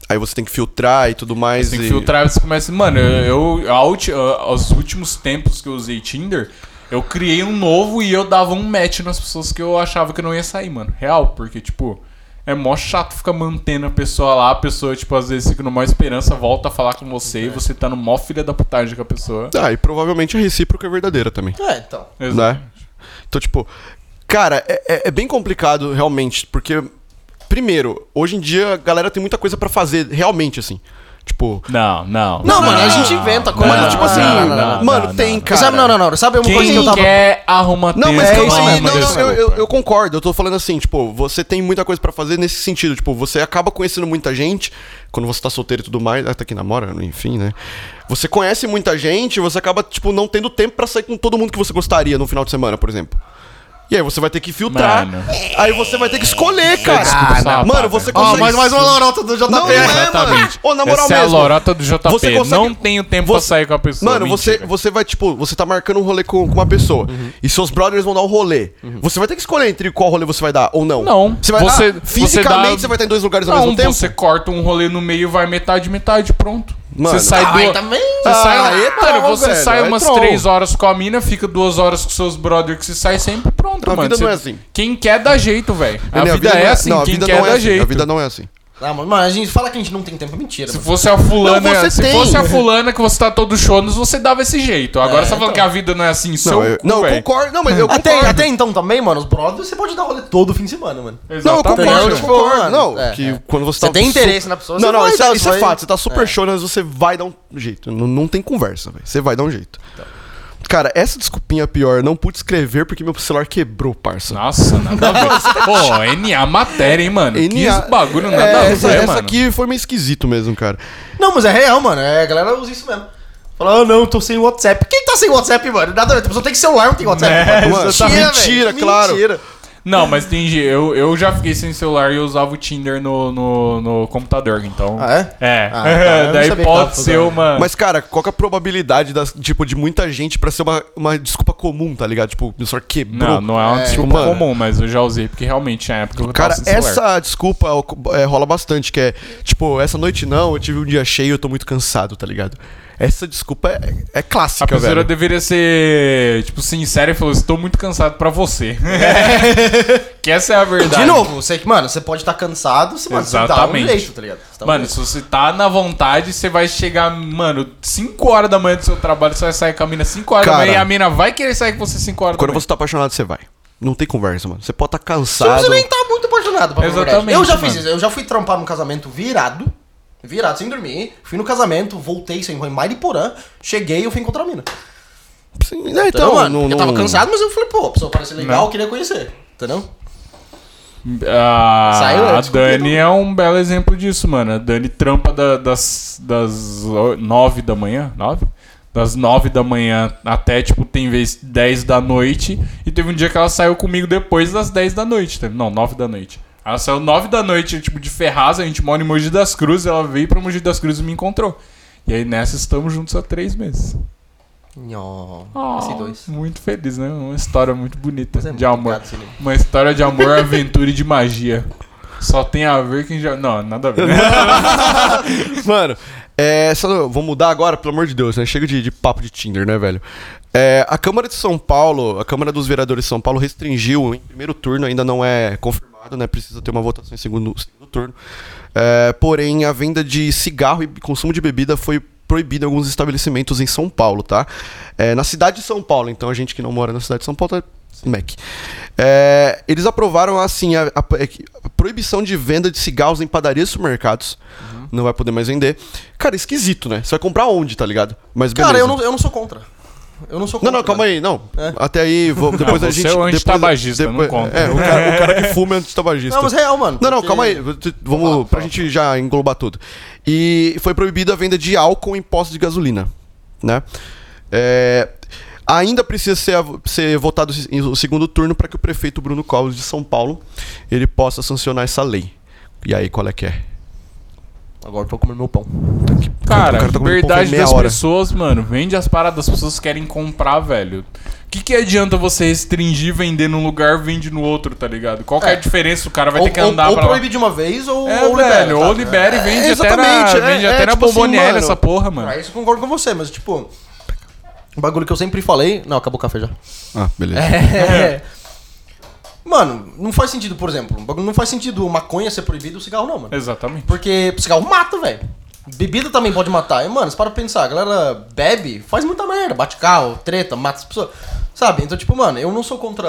Speaker 1: Aí você tem que filtrar e tudo mais.
Speaker 3: Tem
Speaker 1: e...
Speaker 3: que filtrar, você começa. Mano, eu, eu- a ulti- a- os últimos tempos que eu usei Tinder, eu criei um novo e eu dava um match nas pessoas que eu achava que eu não ia sair, mano. Real, porque, tipo, é mó chato ficar mantendo a pessoa lá, a pessoa, tipo, às vezes fica numa esperança, volta a falar com você e você tá no mó filha da putagem com a pessoa.
Speaker 1: Ah, e provavelmente a recíproca é verdadeira também.
Speaker 2: É, então.
Speaker 1: né? Então, tipo, cara, é, é- é bem complicado realmente, porque, primeiro, hoje em dia a galera tem muita coisa pra fazer, realmente, assim. Tipo.
Speaker 3: Não, não.
Speaker 2: Não, mano, a gente inventa coisa.
Speaker 1: mano,
Speaker 2: Ah, não,
Speaker 1: tipo assim,
Speaker 2: não, não,
Speaker 1: mano, tem, cara.
Speaker 2: sabe, não, não, não. Sabe uma coisa que eu
Speaker 3: Quem
Speaker 2: tava.
Speaker 3: quer arruma
Speaker 1: Não, mas
Speaker 3: texto,
Speaker 1: calma
Speaker 3: arruma
Speaker 1: aí, não, não,
Speaker 3: desculpa.
Speaker 1: eu, eu- eu concordo, eu tô falando assim, tipo, você tem muita coisa pra fazer nesse sentido, tipo, você acaba conhecendo muita gente, quando você tá solteiro e tudo mais, até que namora, enfim, né? Você conhece muita gente, você acaba, tipo, não tendo tempo pra sair com todo mundo que você gostaria no final de semana, por exemplo. E aí você vai ter que filtrar,
Speaker 3: Mano.
Speaker 1: aí você vai ter que escolher, cara.
Speaker 3: desculpa,
Speaker 1: Ah,
Speaker 3: safado.
Speaker 1: mano, você
Speaker 2: Ó,
Speaker 1: consegue...
Speaker 2: mais, mais uma lorota do JP.
Speaker 1: Não, não é.
Speaker 3: né? Exatamente.
Speaker 1: Ô, na moral
Speaker 3: Essa é a
Speaker 1: mesmo.
Speaker 3: lorota do JP.
Speaker 1: Você consegue-
Speaker 3: Não tenho tempo pra
Speaker 1: Você-
Speaker 3: sair com a pessoa.
Speaker 1: Mano, você,
Speaker 3: mentira. Uhum.
Speaker 1: você vai, tipo, você tá marcando um rolê com, com uma pessoa. E seus brothers vão dar um rolê. Você vai ter que escolher entre qual rolê você vai dar ou não.
Speaker 3: Não.
Speaker 1: Você vai
Speaker 3: Você-
Speaker 1: dar,
Speaker 3: você
Speaker 1: fisicamente,
Speaker 3: dá-
Speaker 1: você vai estar em dois lugares ao
Speaker 3: Não,
Speaker 1: mesmo tempo.
Speaker 3: você corta um rolê no meio e vai metade, metade, pronto.
Speaker 1: Mano.
Speaker 3: Você sai
Speaker 2: Ah,
Speaker 3: do.
Speaker 2: aí também.
Speaker 3: Você sai,
Speaker 1: Ah, aí é
Speaker 3: Mano,
Speaker 1: troll,
Speaker 3: você
Speaker 1: velho,
Speaker 3: sai
Speaker 1: aí é
Speaker 3: umas
Speaker 1: troll.
Speaker 3: três horas com a mina, fica duas horas com seus brothers que se sai sempre, pronto,
Speaker 1: A
Speaker 3: mano.
Speaker 1: vida
Speaker 3: Você-
Speaker 1: não é assim.
Speaker 3: Quem quer dá jeito, velho. A,
Speaker 1: Entendeu?
Speaker 3: vida é assim,
Speaker 1: não, a
Speaker 3: quem
Speaker 1: vida
Speaker 3: quer
Speaker 1: não é
Speaker 3: dá
Speaker 1: assim. A
Speaker 3: jeito.
Speaker 1: vida não é assim.
Speaker 2: Ah, mano, mano, a gente fala que a gente não tem tempo, é mentira.
Speaker 3: Se
Speaker 2: mano.
Speaker 3: fosse a fulana,
Speaker 1: Não, você
Speaker 3: se
Speaker 1: tem.
Speaker 3: fosse a fulana que você tá todo chonos, você dava esse jeito. Agora
Speaker 2: É,
Speaker 3: você tá falando
Speaker 2: então.
Speaker 3: que a vida não é assim, seu
Speaker 1: Não, eu,
Speaker 3: cu,
Speaker 1: não, eu
Speaker 3: véi.
Speaker 1: concordo. Não, mas eu
Speaker 2: Até,
Speaker 1: concordo.
Speaker 2: até então também, mano, os brothers você pode dar rolê todo fim de semana, mano.
Speaker 1: Não, eu
Speaker 3: Exatamente.
Speaker 1: concordo, eu
Speaker 2: Tipo,
Speaker 1: concordo.
Speaker 2: mano,
Speaker 1: Não,
Speaker 2: é,
Speaker 1: que
Speaker 2: é.
Speaker 1: quando você
Speaker 2: Você
Speaker 1: tá...
Speaker 2: tem interesse na pessoa,
Speaker 1: Não,
Speaker 2: você
Speaker 1: não,
Speaker 2: vai
Speaker 1: isso,
Speaker 2: dar,
Speaker 1: isso
Speaker 2: você
Speaker 1: é
Speaker 2: vai-
Speaker 1: fato. Você tá super show, mas você vai dar um jeito. Não, não tem conversa, velho. Você vai dar um jeito.
Speaker 3: Então.
Speaker 1: Cara, essa desculpinha é pior, não pude escrever porque meu celular quebrou, parça.
Speaker 3: Nossa, nada a ver. Pô, NA matéria, hein, mano? Que
Speaker 1: NA.
Speaker 3: isso bagulho nada a
Speaker 1: É,
Speaker 3: ver,
Speaker 1: essa, essa
Speaker 3: mano.
Speaker 1: aqui foi meio esquisito mesmo, cara.
Speaker 2: Não, mas é real, mano. É, a galera usa isso mesmo. Fala, ah, não, tô sem WhatsApp. Quem tá sem WhatsApp, mano? Nada, a ver, a pessoa tem que celular, não tem WhatsApp.
Speaker 3: É,
Speaker 2: mano.
Speaker 1: mano,
Speaker 2: Mentira,
Speaker 1: mentira, é
Speaker 2: velho.
Speaker 1: claro.
Speaker 2: Mentira.
Speaker 3: Não, mas tem je- eu, eu já fiquei sem celular e eu usava o Tinder no, no, no computador, então.
Speaker 2: Ah, é?
Speaker 3: É.
Speaker 2: Ah, tá. Eu não
Speaker 3: Daí
Speaker 2: sabia que tava
Speaker 3: pode
Speaker 2: usando.
Speaker 3: ser uma.
Speaker 1: Mas, cara, qual que é a probabilidade das, tipo, de muita gente pra ser uma, uma desculpa comum, tá ligado? Tipo, meu celular quebrou.
Speaker 3: Não, não é uma
Speaker 1: É,
Speaker 3: desculpa
Speaker 1: mano.
Speaker 3: comum, mas eu já usei, porque realmente na época eu tava
Speaker 1: Cara,
Speaker 3: sem celular.
Speaker 1: essa desculpa é, rola bastante, que é, tipo, essa noite não, eu tive um dia cheio, eu tô muito cansado, tá ligado? Essa desculpa é, é
Speaker 3: A
Speaker 1: clássica,
Speaker 3: pessoa
Speaker 1: velho.
Speaker 3: deveria ser, tipo, sincera e falou: Estou muito cansado pra você. que essa é a verdade.
Speaker 2: De novo, você que, mano, você pode estar cansado, você, mano, você dá um
Speaker 3: Exatamente.
Speaker 2: jeito, tá ligado? Você dá um
Speaker 3: Mano,
Speaker 2: jeito.
Speaker 3: se você tá na vontade, você vai chegar, mano, 5 horas da manhã do seu trabalho, você vai sair com a mina 5 horas da
Speaker 1: Cara,
Speaker 3: manhã e a mina vai querer sair com você 5 horas
Speaker 1: Quando
Speaker 3: da manhã.
Speaker 1: você tá apaixonado, você vai. Não tem conversa, mano. Você pode estar
Speaker 2: Você não
Speaker 1: cansado.
Speaker 2: precisa nem estar muito apaixonado, pra falar a verdade.
Speaker 3: Exatamente,
Speaker 2: Eu já fiz
Speaker 3: mano.
Speaker 2: isso, eu já fui trampar num casamento virado. Virado, sem dormir. Fui no casamento, voltei sem ruim, Mariporã. Cheguei, eu fui encontrar a mina.
Speaker 1: Sim, né, então,
Speaker 2: mano,
Speaker 1: não-
Speaker 2: eu tava
Speaker 1: não-
Speaker 2: cansado, mas eu falei, pô, a pessoa parece legal,
Speaker 3: Não.
Speaker 2: eu queria conhecer. Entendeu?
Speaker 3: Ah,
Speaker 2: Saiu
Speaker 3: a
Speaker 2: antes,
Speaker 3: Dani
Speaker 2: completou.
Speaker 3: é um belo exemplo disso, mano. A Dani trampa da- das, das o- nove da manhã, nove? Das nove da manhã até, tipo, tem vez 10 da noite. E teve um dia que ela saiu comigo depois das 10 da noite. tá? Não, 9 da noite. Ela saiu 9 da noite, tipo, de Ferraz. A gente mora em Mogi das Cruzes. Ela veio pra Mogi das Cruzes e me encontrou. E aí nessa estamos juntos há três meses.
Speaker 2: Não.
Speaker 3: Muito feliz, né? Uma história muito bonita
Speaker 2: Mas é
Speaker 3: de
Speaker 2: muito
Speaker 3: amor.
Speaker 2: gato, Cine.
Speaker 3: Uma história de amor, aventura e de magia. Só tem a ver quem já. Não, nada a ver.
Speaker 1: Mano, é, só- vou mudar agora, pelo amor de Deus, né? Chega de, de papo de Tinder, né, velho? É, a Câmara de São Paulo, a Câmara dos Vereadores de São Paulo restringiu em primeiro turno, ainda não é confirmado, né? Precisa ter uma votação em segundo, segundo turno. É, porém, a venda de cigarro e consumo de bebida foi proibida em alguns estabelecimentos em São Paulo, tá? É, na cidade de São Paulo, então a gente que não mora na cidade de São Paulo tá Mac. É, eles aprovaram assim a, a- é que- a proibição de venda de cigarros em padarias e supermercados. Não vai poder mais vender. Cara, esquisito, né? Você vai comprar onde, tá ligado? Mas beleza.
Speaker 2: Cara, eu não, eu não sou contra. Eu não sou
Speaker 1: Não,
Speaker 2: contra.
Speaker 1: não, calma aí, não.
Speaker 2: É.
Speaker 1: Até aí, vou- depois
Speaker 3: Ah,
Speaker 1: a
Speaker 3: você
Speaker 1: gente.
Speaker 3: é o
Speaker 1: depois-
Speaker 3: antitabagista, não conta.
Speaker 1: É, o cara, o cara que fuma é antitabagista.
Speaker 2: Não, mas real, mano.
Speaker 1: Não, não,
Speaker 2: porque-
Speaker 1: calma aí. Tu- Vamos
Speaker 2: Fala,
Speaker 1: pra
Speaker 2: fala.
Speaker 1: gente já englobar tudo. E foi proibida a venda de álcool em postos de gasolina, né? É, ainda precisa ser, av- ser votado se- em- o segundo turno para que o prefeito Bruno Covas de São Paulo ele possa sancionar essa lei. E aí, qual é que é?
Speaker 2: Agora eu tô comendo meu pão.
Speaker 1: O cara tá
Speaker 3: Cara,
Speaker 1: comendo pão
Speaker 3: liberdade
Speaker 1: por meia
Speaker 3: das
Speaker 1: hora.
Speaker 3: pessoas, mano. Vende as paradas, as pessoas querem comprar, velho. O que, que adianta você restringir, vender num lugar, vende no outro, tá ligado? Qual que é a
Speaker 2: É.
Speaker 3: diferença? O cara vai
Speaker 2: Ou,
Speaker 3: ter que andar
Speaker 2: ou, ou
Speaker 3: pra lá.
Speaker 2: proíbe de uma vez ou,
Speaker 3: É,
Speaker 2: ou libera.
Speaker 3: velho,
Speaker 2: sabe?
Speaker 3: ou libera e vende
Speaker 1: É,
Speaker 3: até na,
Speaker 1: exatamente, é,
Speaker 3: vende
Speaker 1: é,
Speaker 3: até na
Speaker 1: tipo assim,
Speaker 3: bomboniera
Speaker 1: mano.
Speaker 3: essa porra, mano.
Speaker 2: Pra É. Ah, isso eu concordo com você, mas tipo. O bagulho que eu sempre falei. Não, acabou o café já.
Speaker 1: Ah, beleza.
Speaker 2: É. Mano, não faz sentido, por exemplo. o bagulho Não faz sentido maconha ser proibido o cigarro, não, mano.
Speaker 3: Exatamente.
Speaker 2: Porque cigarro mata, velho. Bebida também pode matar. E, mano, você para pra pensar, a galera bebe, faz muita merda, bate carro, treta, mata as pessoas. Sabe? Então, tipo, mano, eu não sou contra.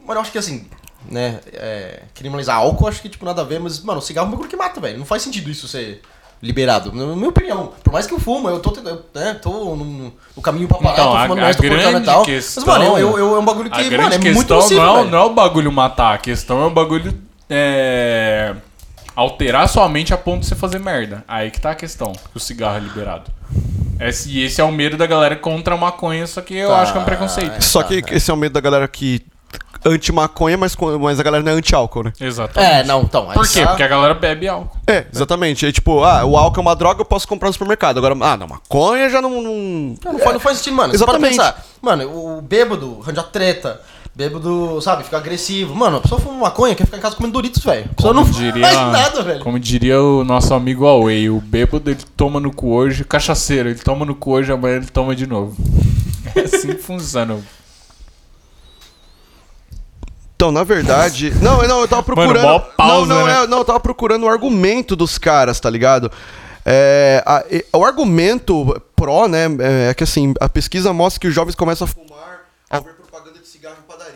Speaker 2: Mano, eu acho que assim, né? É, criminalizar álcool, acho que, tipo, nada a ver, mas, mano, cigarro é um bagulho que mata, velho. Não faz sentido isso ser liberado. Na minha opinião. Por mais que eu fumo, eu tô, tentando- eu, né, tô no, no caminho pra parar,
Speaker 3: Então,
Speaker 2: tô
Speaker 3: a-
Speaker 2: fumando
Speaker 3: a
Speaker 2: mais, tô
Speaker 3: grande
Speaker 2: cortando e tal.
Speaker 3: questão-
Speaker 2: mas, mano, eu, eu, eu- é um bagulho
Speaker 3: a
Speaker 2: que,
Speaker 3: grande
Speaker 2: mano, é
Speaker 3: questão
Speaker 2: muito nocivo,
Speaker 3: não, é-
Speaker 2: velho.
Speaker 3: não é o bagulho matar, a questão é o bagulho é, alterar sua mente a ponto de você fazer merda. Aí que tá a questão, que o cigarro é liberado. Esse, e esse é o medo da galera contra a maconha, só que eu
Speaker 2: Tá,
Speaker 3: acho que é um preconceito.
Speaker 1: Só que esse é o medo da galera que anti-maconha, mas, co- mas a galera não é anti-álcool, né?
Speaker 3: Exatamente.
Speaker 2: É, não, então. aí
Speaker 3: Por quê?
Speaker 2: tá-
Speaker 3: Porque a galera bebe álcool.
Speaker 1: É, exatamente. É tipo, ah, o álcool é uma droga, eu posso comprar no supermercado. Agora, ah, não, maconha já não- não...
Speaker 3: É.
Speaker 2: Não, não, faz, não faz sentido, mano.
Speaker 1: Exatamente.
Speaker 2: Você pode pensar, mano, o bêbado arranja treta. Bêbado, sabe, fica agressivo. Mano, a pessoa fuma maconha, quer ficar em casa comendo Doritos, velho. A pessoa não faz nada, velho.
Speaker 3: Como diria o nosso amigo Away, o bêbado ele toma no cu hoje, cachaceiro, ele toma no cu hoje, amanhã ele toma de novo. É assim que funciona.
Speaker 1: Então, na verdade. Não, não, eu tava procurando.
Speaker 3: mó pausa,
Speaker 1: não, não,
Speaker 3: né?
Speaker 1: é, não, eu tava procurando o argumento dos caras, tá ligado? É, a- e- o argumento pró, né, é que assim, a pesquisa mostra que os jovens começam a fumar ao ver propaganda de cigarro em padaria.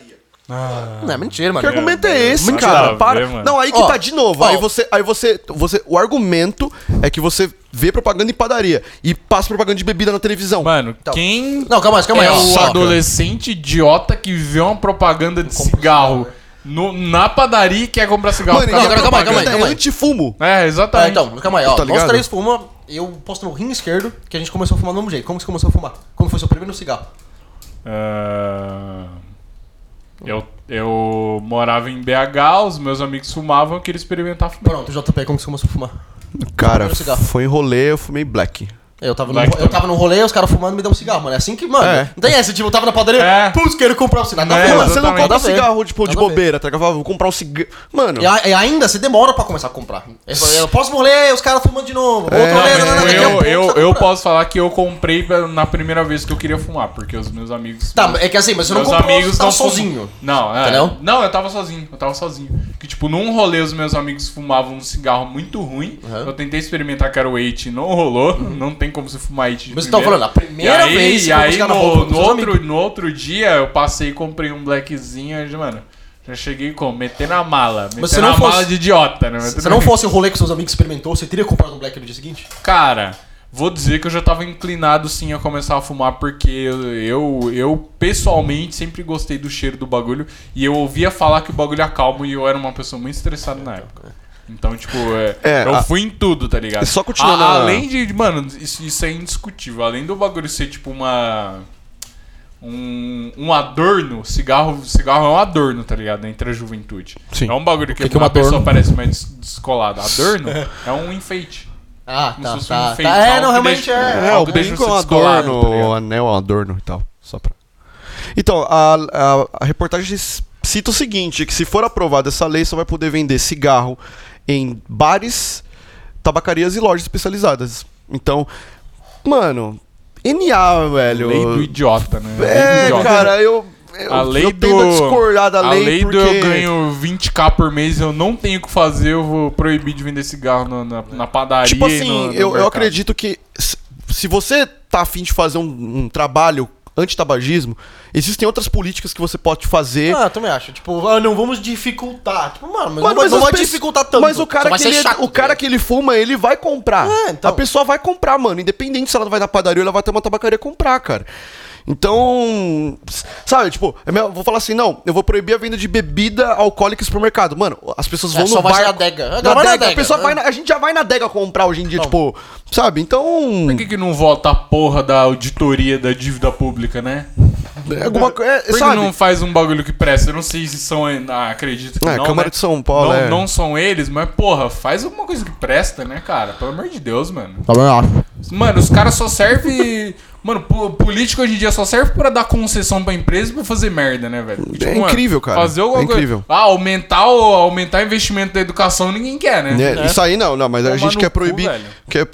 Speaker 2: Não, é mentira,
Speaker 1: Que
Speaker 2: mano.
Speaker 1: argumento é esse,
Speaker 3: Nada a
Speaker 1: cara?
Speaker 3: ver,
Speaker 1: Para.
Speaker 3: mano.
Speaker 1: não, aí que
Speaker 2: Ó,
Speaker 1: tá de novo.
Speaker 2: ó.
Speaker 1: Aí você, aí você, você, o argumento é que você vê propaganda em padaria e passa propaganda de bebida na televisão.
Speaker 3: Mano, quem
Speaker 2: Então, Não, calma aí, calma aí.
Speaker 3: é
Speaker 2: ó,
Speaker 3: o
Speaker 2: ó.
Speaker 3: adolescente idiota que vê uma propaganda de cigarro no- na padaria e quer comprar cigarro.
Speaker 1: Mano,
Speaker 3: por causa
Speaker 2: não,
Speaker 1: e a
Speaker 3: da
Speaker 2: calma aí, calma aí,
Speaker 1: propaganda
Speaker 2: calma aí.
Speaker 1: é antifumo.
Speaker 3: É,
Speaker 2: Tá,
Speaker 3: exatamente.
Speaker 2: então, calma aí, ó.
Speaker 1: Tá
Speaker 2: nós
Speaker 1: ligado?
Speaker 2: três fuma, eu posto no rim esquerdo, que a gente começou a fumar do mesmo jeito. Como você começou a fumar? Como foi seu primeiro cigarro?
Speaker 3: Ah, eu, eu morava em BH, os meus amigos fumavam, eu queria experimentar fumar.
Speaker 2: Pronto, JP, como você começou a fumar?
Speaker 1: Cara,
Speaker 2: Primeiro cigarro.
Speaker 1: foi em rolê, eu fumei black.
Speaker 2: Eu tava, no,
Speaker 3: Black
Speaker 2: eu
Speaker 3: também.
Speaker 2: tava no rolê, os caras fumando me deu um cigarro, mano. É assim que, mano.
Speaker 1: É.
Speaker 2: Não tem essa, tipo, eu tava na padaria,
Speaker 3: É.
Speaker 2: putz, quero comprar um cigarro. Tá
Speaker 3: É,
Speaker 1: Mano,
Speaker 2: fumando.
Speaker 1: você assim não
Speaker 3: exatamente.
Speaker 1: compra
Speaker 2: Nada a ver.
Speaker 1: cigarro, tipo, de
Speaker 2: Nada a ver.
Speaker 1: bobeira, tá ligado? Fala, Vou comprar um cigarro. Mano,
Speaker 2: E, a- e ainda você demora pra começar a comprar. É, só- é, o próximo rolê, os caras fumando de novo. Outro
Speaker 1: É,
Speaker 2: rolê,
Speaker 1: mas
Speaker 2: nanana, daqui a
Speaker 3: eu,
Speaker 2: pouco
Speaker 3: eu,
Speaker 2: você tá
Speaker 3: eu
Speaker 2: comprando.
Speaker 3: posso falar que eu comprei pra- na primeira vez que eu queria fumar, porque os meus amigos.
Speaker 2: Tá, mas é que assim, mas você não
Speaker 3: meus
Speaker 2: comprou, você tava
Speaker 3: não fumam.
Speaker 2: sozinho.
Speaker 3: Não, é.
Speaker 2: Entendeu?
Speaker 3: Não, eu tava sozinho. Eu tava sozinho. Que, tipo, num rolê os meus amigos fumavam um cigarro muito ruim.
Speaker 2: Uhum.
Speaker 3: Eu tentei experimentar que era o Eight, não rolou. Não tem como você fumar Eight de
Speaker 2: Mas você tava
Speaker 3: primeira.
Speaker 2: falando, a primeira
Speaker 3: e aí,
Speaker 2: vez
Speaker 3: E
Speaker 2: eu vou
Speaker 3: aí,
Speaker 2: buscar
Speaker 3: no,
Speaker 2: na roupa dos
Speaker 3: no
Speaker 2: seus amigos.
Speaker 3: outro, no outro dia, eu passei e comprei um blackzinho. e, Mano, Já cheguei como? Metendo a mala. Metendo
Speaker 2: se não
Speaker 3: a mala
Speaker 2: fosse-
Speaker 3: de idiota, né? Mas
Speaker 2: Se
Speaker 3: tudo
Speaker 2: não
Speaker 3: bem.
Speaker 2: fosse o rolê que seus amigos experimentou, você teria comprado um Black no dia seguinte?
Speaker 3: Cara, vou dizer que eu já tava inclinado sim a começar a fumar, porque eu, eu, eu, pessoalmente sempre gostei do cheiro do bagulho e eu ouvia falar que o bagulho acalma e eu era uma pessoa muito estressada na época. Então, tipo, é,
Speaker 1: É,
Speaker 3: eu
Speaker 1: a-
Speaker 3: fui em tudo, tá ligado?
Speaker 1: Só continuando
Speaker 3: A-
Speaker 1: a-
Speaker 3: Além de, mano, isso, isso é indiscutível. Além do bagulho ser, tipo, uma. Um, um adorno, cigarro, cigarro é um adorno, tá ligado? Entre a juventude.
Speaker 1: Sim.
Speaker 3: É um bagulho que,
Speaker 2: que que é um
Speaker 3: uma pessoa
Speaker 2: adorno?
Speaker 3: parece mais des- descolada. Adorno é um enfeite.
Speaker 2: Ah,
Speaker 3: Como se
Speaker 2: tá,
Speaker 3: fosse um
Speaker 2: tá,
Speaker 3: enfeite,
Speaker 2: tá. É,
Speaker 3: algo
Speaker 2: não,
Speaker 3: que
Speaker 2: realmente
Speaker 3: deixa-
Speaker 2: é.
Speaker 1: É,
Speaker 3: Algo
Speaker 1: o brinco
Speaker 3: deixa
Speaker 1: é um
Speaker 3: você descolado,
Speaker 1: adorno,
Speaker 3: tá ligado?
Speaker 1: o anel é um adorno e tal. Só pra... Então, a, a, a reportagem s- cita o seguinte, que se for aprovada essa lei, só vai poder vender cigarro em bares, tabacarias e lojas especializadas. Então, mano, NA, velho.
Speaker 3: Lei do idiota, né? Lei do
Speaker 1: É,
Speaker 3: idiota.
Speaker 1: cara, eu... eu
Speaker 3: A lei
Speaker 1: eu
Speaker 3: do
Speaker 1: tendo a discordar da
Speaker 3: a
Speaker 1: lei,
Speaker 3: lei
Speaker 1: porque...
Speaker 3: do eu ganho 20k por mês, eu não tenho o que fazer, eu vou proibir de vender cigarro na, na, na padaria.
Speaker 1: Tipo
Speaker 3: e
Speaker 1: assim,
Speaker 3: no- no
Speaker 1: eu, eu
Speaker 3: mercado.
Speaker 1: acredito que se- se você tá afim de fazer um, um trabalho anti-tabagismo, existem outras políticas que você pode fazer.
Speaker 2: Ah, também acho. Tipo, ah, não, vamos dificultar. Tipo, mano, mas,
Speaker 1: Mano,
Speaker 2: não, vai- não
Speaker 1: as
Speaker 2: vai
Speaker 1: pessoas-
Speaker 2: dificultar tanto.
Speaker 1: Mas o
Speaker 2: Só
Speaker 1: cara,
Speaker 2: vai
Speaker 1: que
Speaker 2: ser
Speaker 1: ele, é
Speaker 2: chato, tá né?
Speaker 1: o cara que ele fuma, ele vai comprar.
Speaker 2: É, então.
Speaker 1: A pessoa vai comprar, mano. Independente se ela vai na padaria ou ela vai ter uma tabacaria comprar, cara. Então, s- sabe, tipo, é mesmo- vou falar assim, não, eu vou proibir a venda de bebida alcoólica em supermercado. Mano, as pessoas
Speaker 2: É,
Speaker 1: vão
Speaker 2: só
Speaker 1: no
Speaker 2: vai
Speaker 1: bar...
Speaker 2: na adega.
Speaker 1: Na
Speaker 2: Agora vai na
Speaker 1: adega, A,
Speaker 2: adega,
Speaker 1: pessoa
Speaker 2: né?
Speaker 1: vai na- a gente já vai na adega comprar hoje em dia, tipo, sabe? Então...
Speaker 3: Por que, que não volta a porra da auditoria da dívida pública, né?
Speaker 1: É Alguma coisa. É,
Speaker 3: Por que
Speaker 1: sabe?
Speaker 3: não faz um bagulho que presta? Eu não sei se são. Ah, acredito que
Speaker 1: É,
Speaker 3: não.
Speaker 1: Câmara
Speaker 3: né?
Speaker 1: de São Paulo,
Speaker 3: Não,
Speaker 1: é.
Speaker 3: não são eles, mas porra, faz alguma coisa que presta, né, cara? Pelo amor de Deus, mano.
Speaker 2: Também acho.
Speaker 3: Mano, os caras só servem. Mano, po- político hoje em dia só serve pra dar concessão pra empresa e pra fazer merda, né, velho?
Speaker 1: É incrível, cara.
Speaker 3: Fazer alguma
Speaker 1: É
Speaker 3: coisa-
Speaker 1: incrível.
Speaker 3: Ah, aumentar o, aumentar o investimento da educação ninguém quer, né?
Speaker 1: Né? Isso aí não, não, mas a
Speaker 3: Tomar
Speaker 1: gente
Speaker 3: no
Speaker 1: quer
Speaker 3: cu,
Speaker 1: proibir.
Speaker 3: velho.
Speaker 1: quer-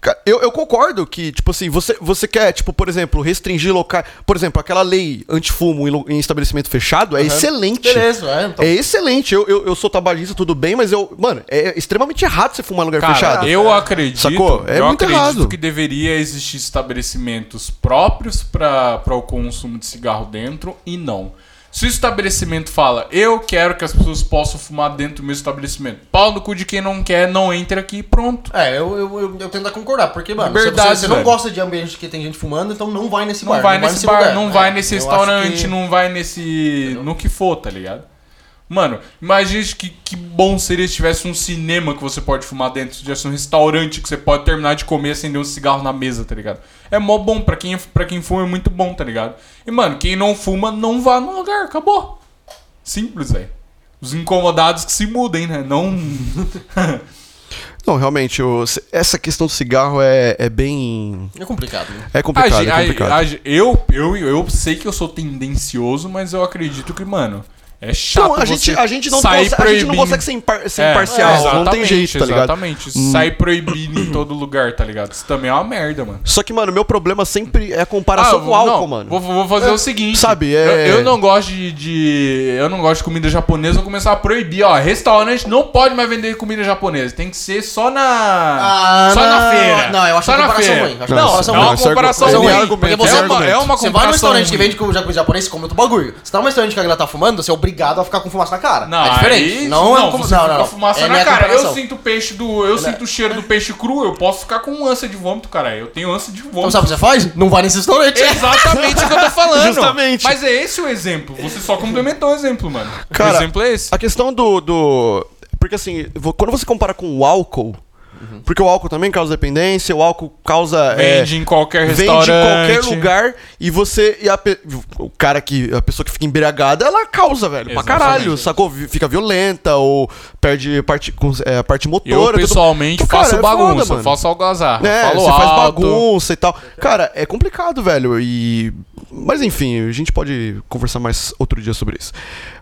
Speaker 1: Ca- Eu, eu concordo que, tipo assim, você, você quer, tipo, por exemplo, restringir locais. Por exemplo, aquela lei antifumo em, lo- em estabelecimento fechado é excelente.
Speaker 2: Beleza, é, então.
Speaker 1: É excelente. Eu, eu, eu sou tabagista, tudo bem, mas eu. Mano, é extremamente errado você fumar em lugar
Speaker 3: Cara,
Speaker 1: fechado.
Speaker 3: eu acredito.
Speaker 1: Sacou? É
Speaker 3: eu
Speaker 1: muito
Speaker 3: acredito
Speaker 1: errado.
Speaker 3: que deveria existir estabelecimentos próprios para o consumo de cigarro dentro e não. Se o estabelecimento fala, eu quero que as pessoas possam fumar dentro do meu estabelecimento, pau no cu de quem não quer, não entra aqui, pronto.
Speaker 2: É, eu, eu, eu, eu tento concordar, porque, mano,
Speaker 3: Verdade,
Speaker 2: você, você não
Speaker 3: velho.
Speaker 2: gosta de ambiente que tem gente fumando, então não vai nesse
Speaker 3: Não
Speaker 2: bar.
Speaker 3: vai nesse bar,
Speaker 2: lugar.
Speaker 3: não
Speaker 2: É,
Speaker 3: vai nesse
Speaker 2: eu acho
Speaker 3: restaurante,
Speaker 2: que-
Speaker 3: não vai nesse. no que for, tá ligado? Mano, imagina que, que bom seria se tivesse um cinema que você pode fumar dentro, se tivesse um restaurante que você pode terminar de comer e acender um cigarro na mesa, tá ligado? É mó bom, pra quem, pra quem fuma é muito bom, tá ligado? E, mano, quem não fuma, não vá no lugar, acabou. Simples, velho. Os incomodados que se mudem, né? Não.
Speaker 1: Não, realmente, o- se- essa questão do cigarro é, é bem.
Speaker 2: É complicado, né?
Speaker 1: É
Speaker 3: A
Speaker 1: complicado,
Speaker 3: gen-
Speaker 1: é
Speaker 3: a-
Speaker 1: complicado.
Speaker 3: a gen- eu, eu, eu sei que eu sou tendencioso, mas eu acredito que, mano, é chato.
Speaker 1: Não, a
Speaker 3: você
Speaker 1: gente, a, gente não
Speaker 3: sair
Speaker 1: consegue, a gente não
Speaker 3: proibindo.
Speaker 1: consegue ser, impar, ser
Speaker 3: É,
Speaker 1: imparcial, não tem
Speaker 3: exatamente,
Speaker 1: jeito, tá ligado?
Speaker 3: Exatamente. Sai proibindo em todo lugar, tá ligado? Isso também é uma merda, mano.
Speaker 1: Só que, mano, meu problema sempre é a comparação
Speaker 3: Ah,
Speaker 1: com
Speaker 3: vou-
Speaker 1: o álcool,
Speaker 3: não,
Speaker 1: mano.
Speaker 3: Vou, vou fazer o seguinte.
Speaker 1: sabe, é-
Speaker 3: eu, eu não gosto de, de- Eu não gosto de comida japonesa, vou começar a proibir, ó. Restaurante não pode mais vender comida japonesa. Tem que ser só na.
Speaker 2: Ah,
Speaker 3: só na
Speaker 2: não.
Speaker 3: feira.
Speaker 2: Não, eu acho
Speaker 3: só
Speaker 2: a
Speaker 3: na
Speaker 2: comparação
Speaker 3: feira.
Speaker 2: ruim, acho a
Speaker 3: Não,
Speaker 2: comparação
Speaker 3: é
Speaker 1: ruim.
Speaker 3: uma
Speaker 1: Isso é
Speaker 3: comparação
Speaker 1: argumento,
Speaker 3: ruim.
Speaker 1: é argumento,
Speaker 3: Porque
Speaker 2: é
Speaker 3: é, uma, é uma comparação
Speaker 2: Você vai num restaurante que
Speaker 3: ruim.
Speaker 2: vende com japonês japonês e come outro bagulho. Você tá num restaurante que a galera tá fumando, você é obrigado a ficar com fumaça na cara.
Speaker 3: Não,
Speaker 2: é diferente.
Speaker 3: aí-
Speaker 2: não, é
Speaker 3: não,
Speaker 2: com
Speaker 3: você fica com fumaça
Speaker 2: É
Speaker 3: na
Speaker 2: minha
Speaker 3: cara. Eu
Speaker 2: comparação. É
Speaker 3: sinto o peixe do. Eu sinto o cheiro do peixe cru, eu posso ficar com ânsia de vômito, cara. Eu tenho ânsia de
Speaker 2: Então
Speaker 3: vômito.
Speaker 2: sabe o que você faz? Não vai nesse restaurante.
Speaker 3: Exatamente o que eu tô falando.
Speaker 1: Justamente.
Speaker 3: Mas é esse o exemplo. Você só complementou o exemplo, mano.
Speaker 1: Cara,
Speaker 3: o exemplo é esse.
Speaker 1: A questão do. do... Porque assim, vo- quando você compara com o álcool, porque o álcool também causa dependência, o álcool causa. é,
Speaker 3: Uhum. Vende em qualquer
Speaker 1: vende em
Speaker 3: restaurante.
Speaker 1: qualquer lugar e você. E a pe- O cara que. A pessoa que fica embriagada, ela causa, velho, pra
Speaker 3: Exatamente.
Speaker 1: caralho, sacou? Vi- Fica violenta ou perde parte, com- é, a parte motora.
Speaker 3: Eu
Speaker 1: tudo-
Speaker 3: pessoalmente
Speaker 1: Então, cara,
Speaker 3: faço
Speaker 1: é foda,
Speaker 3: bagunça,
Speaker 1: mano.
Speaker 3: faço algazarra.
Speaker 1: É,
Speaker 3: falo
Speaker 1: você faz
Speaker 3: alto.
Speaker 1: bagunça e tal. Cara, é complicado, velho. E. Mas enfim, a gente pode conversar mais outro dia sobre isso.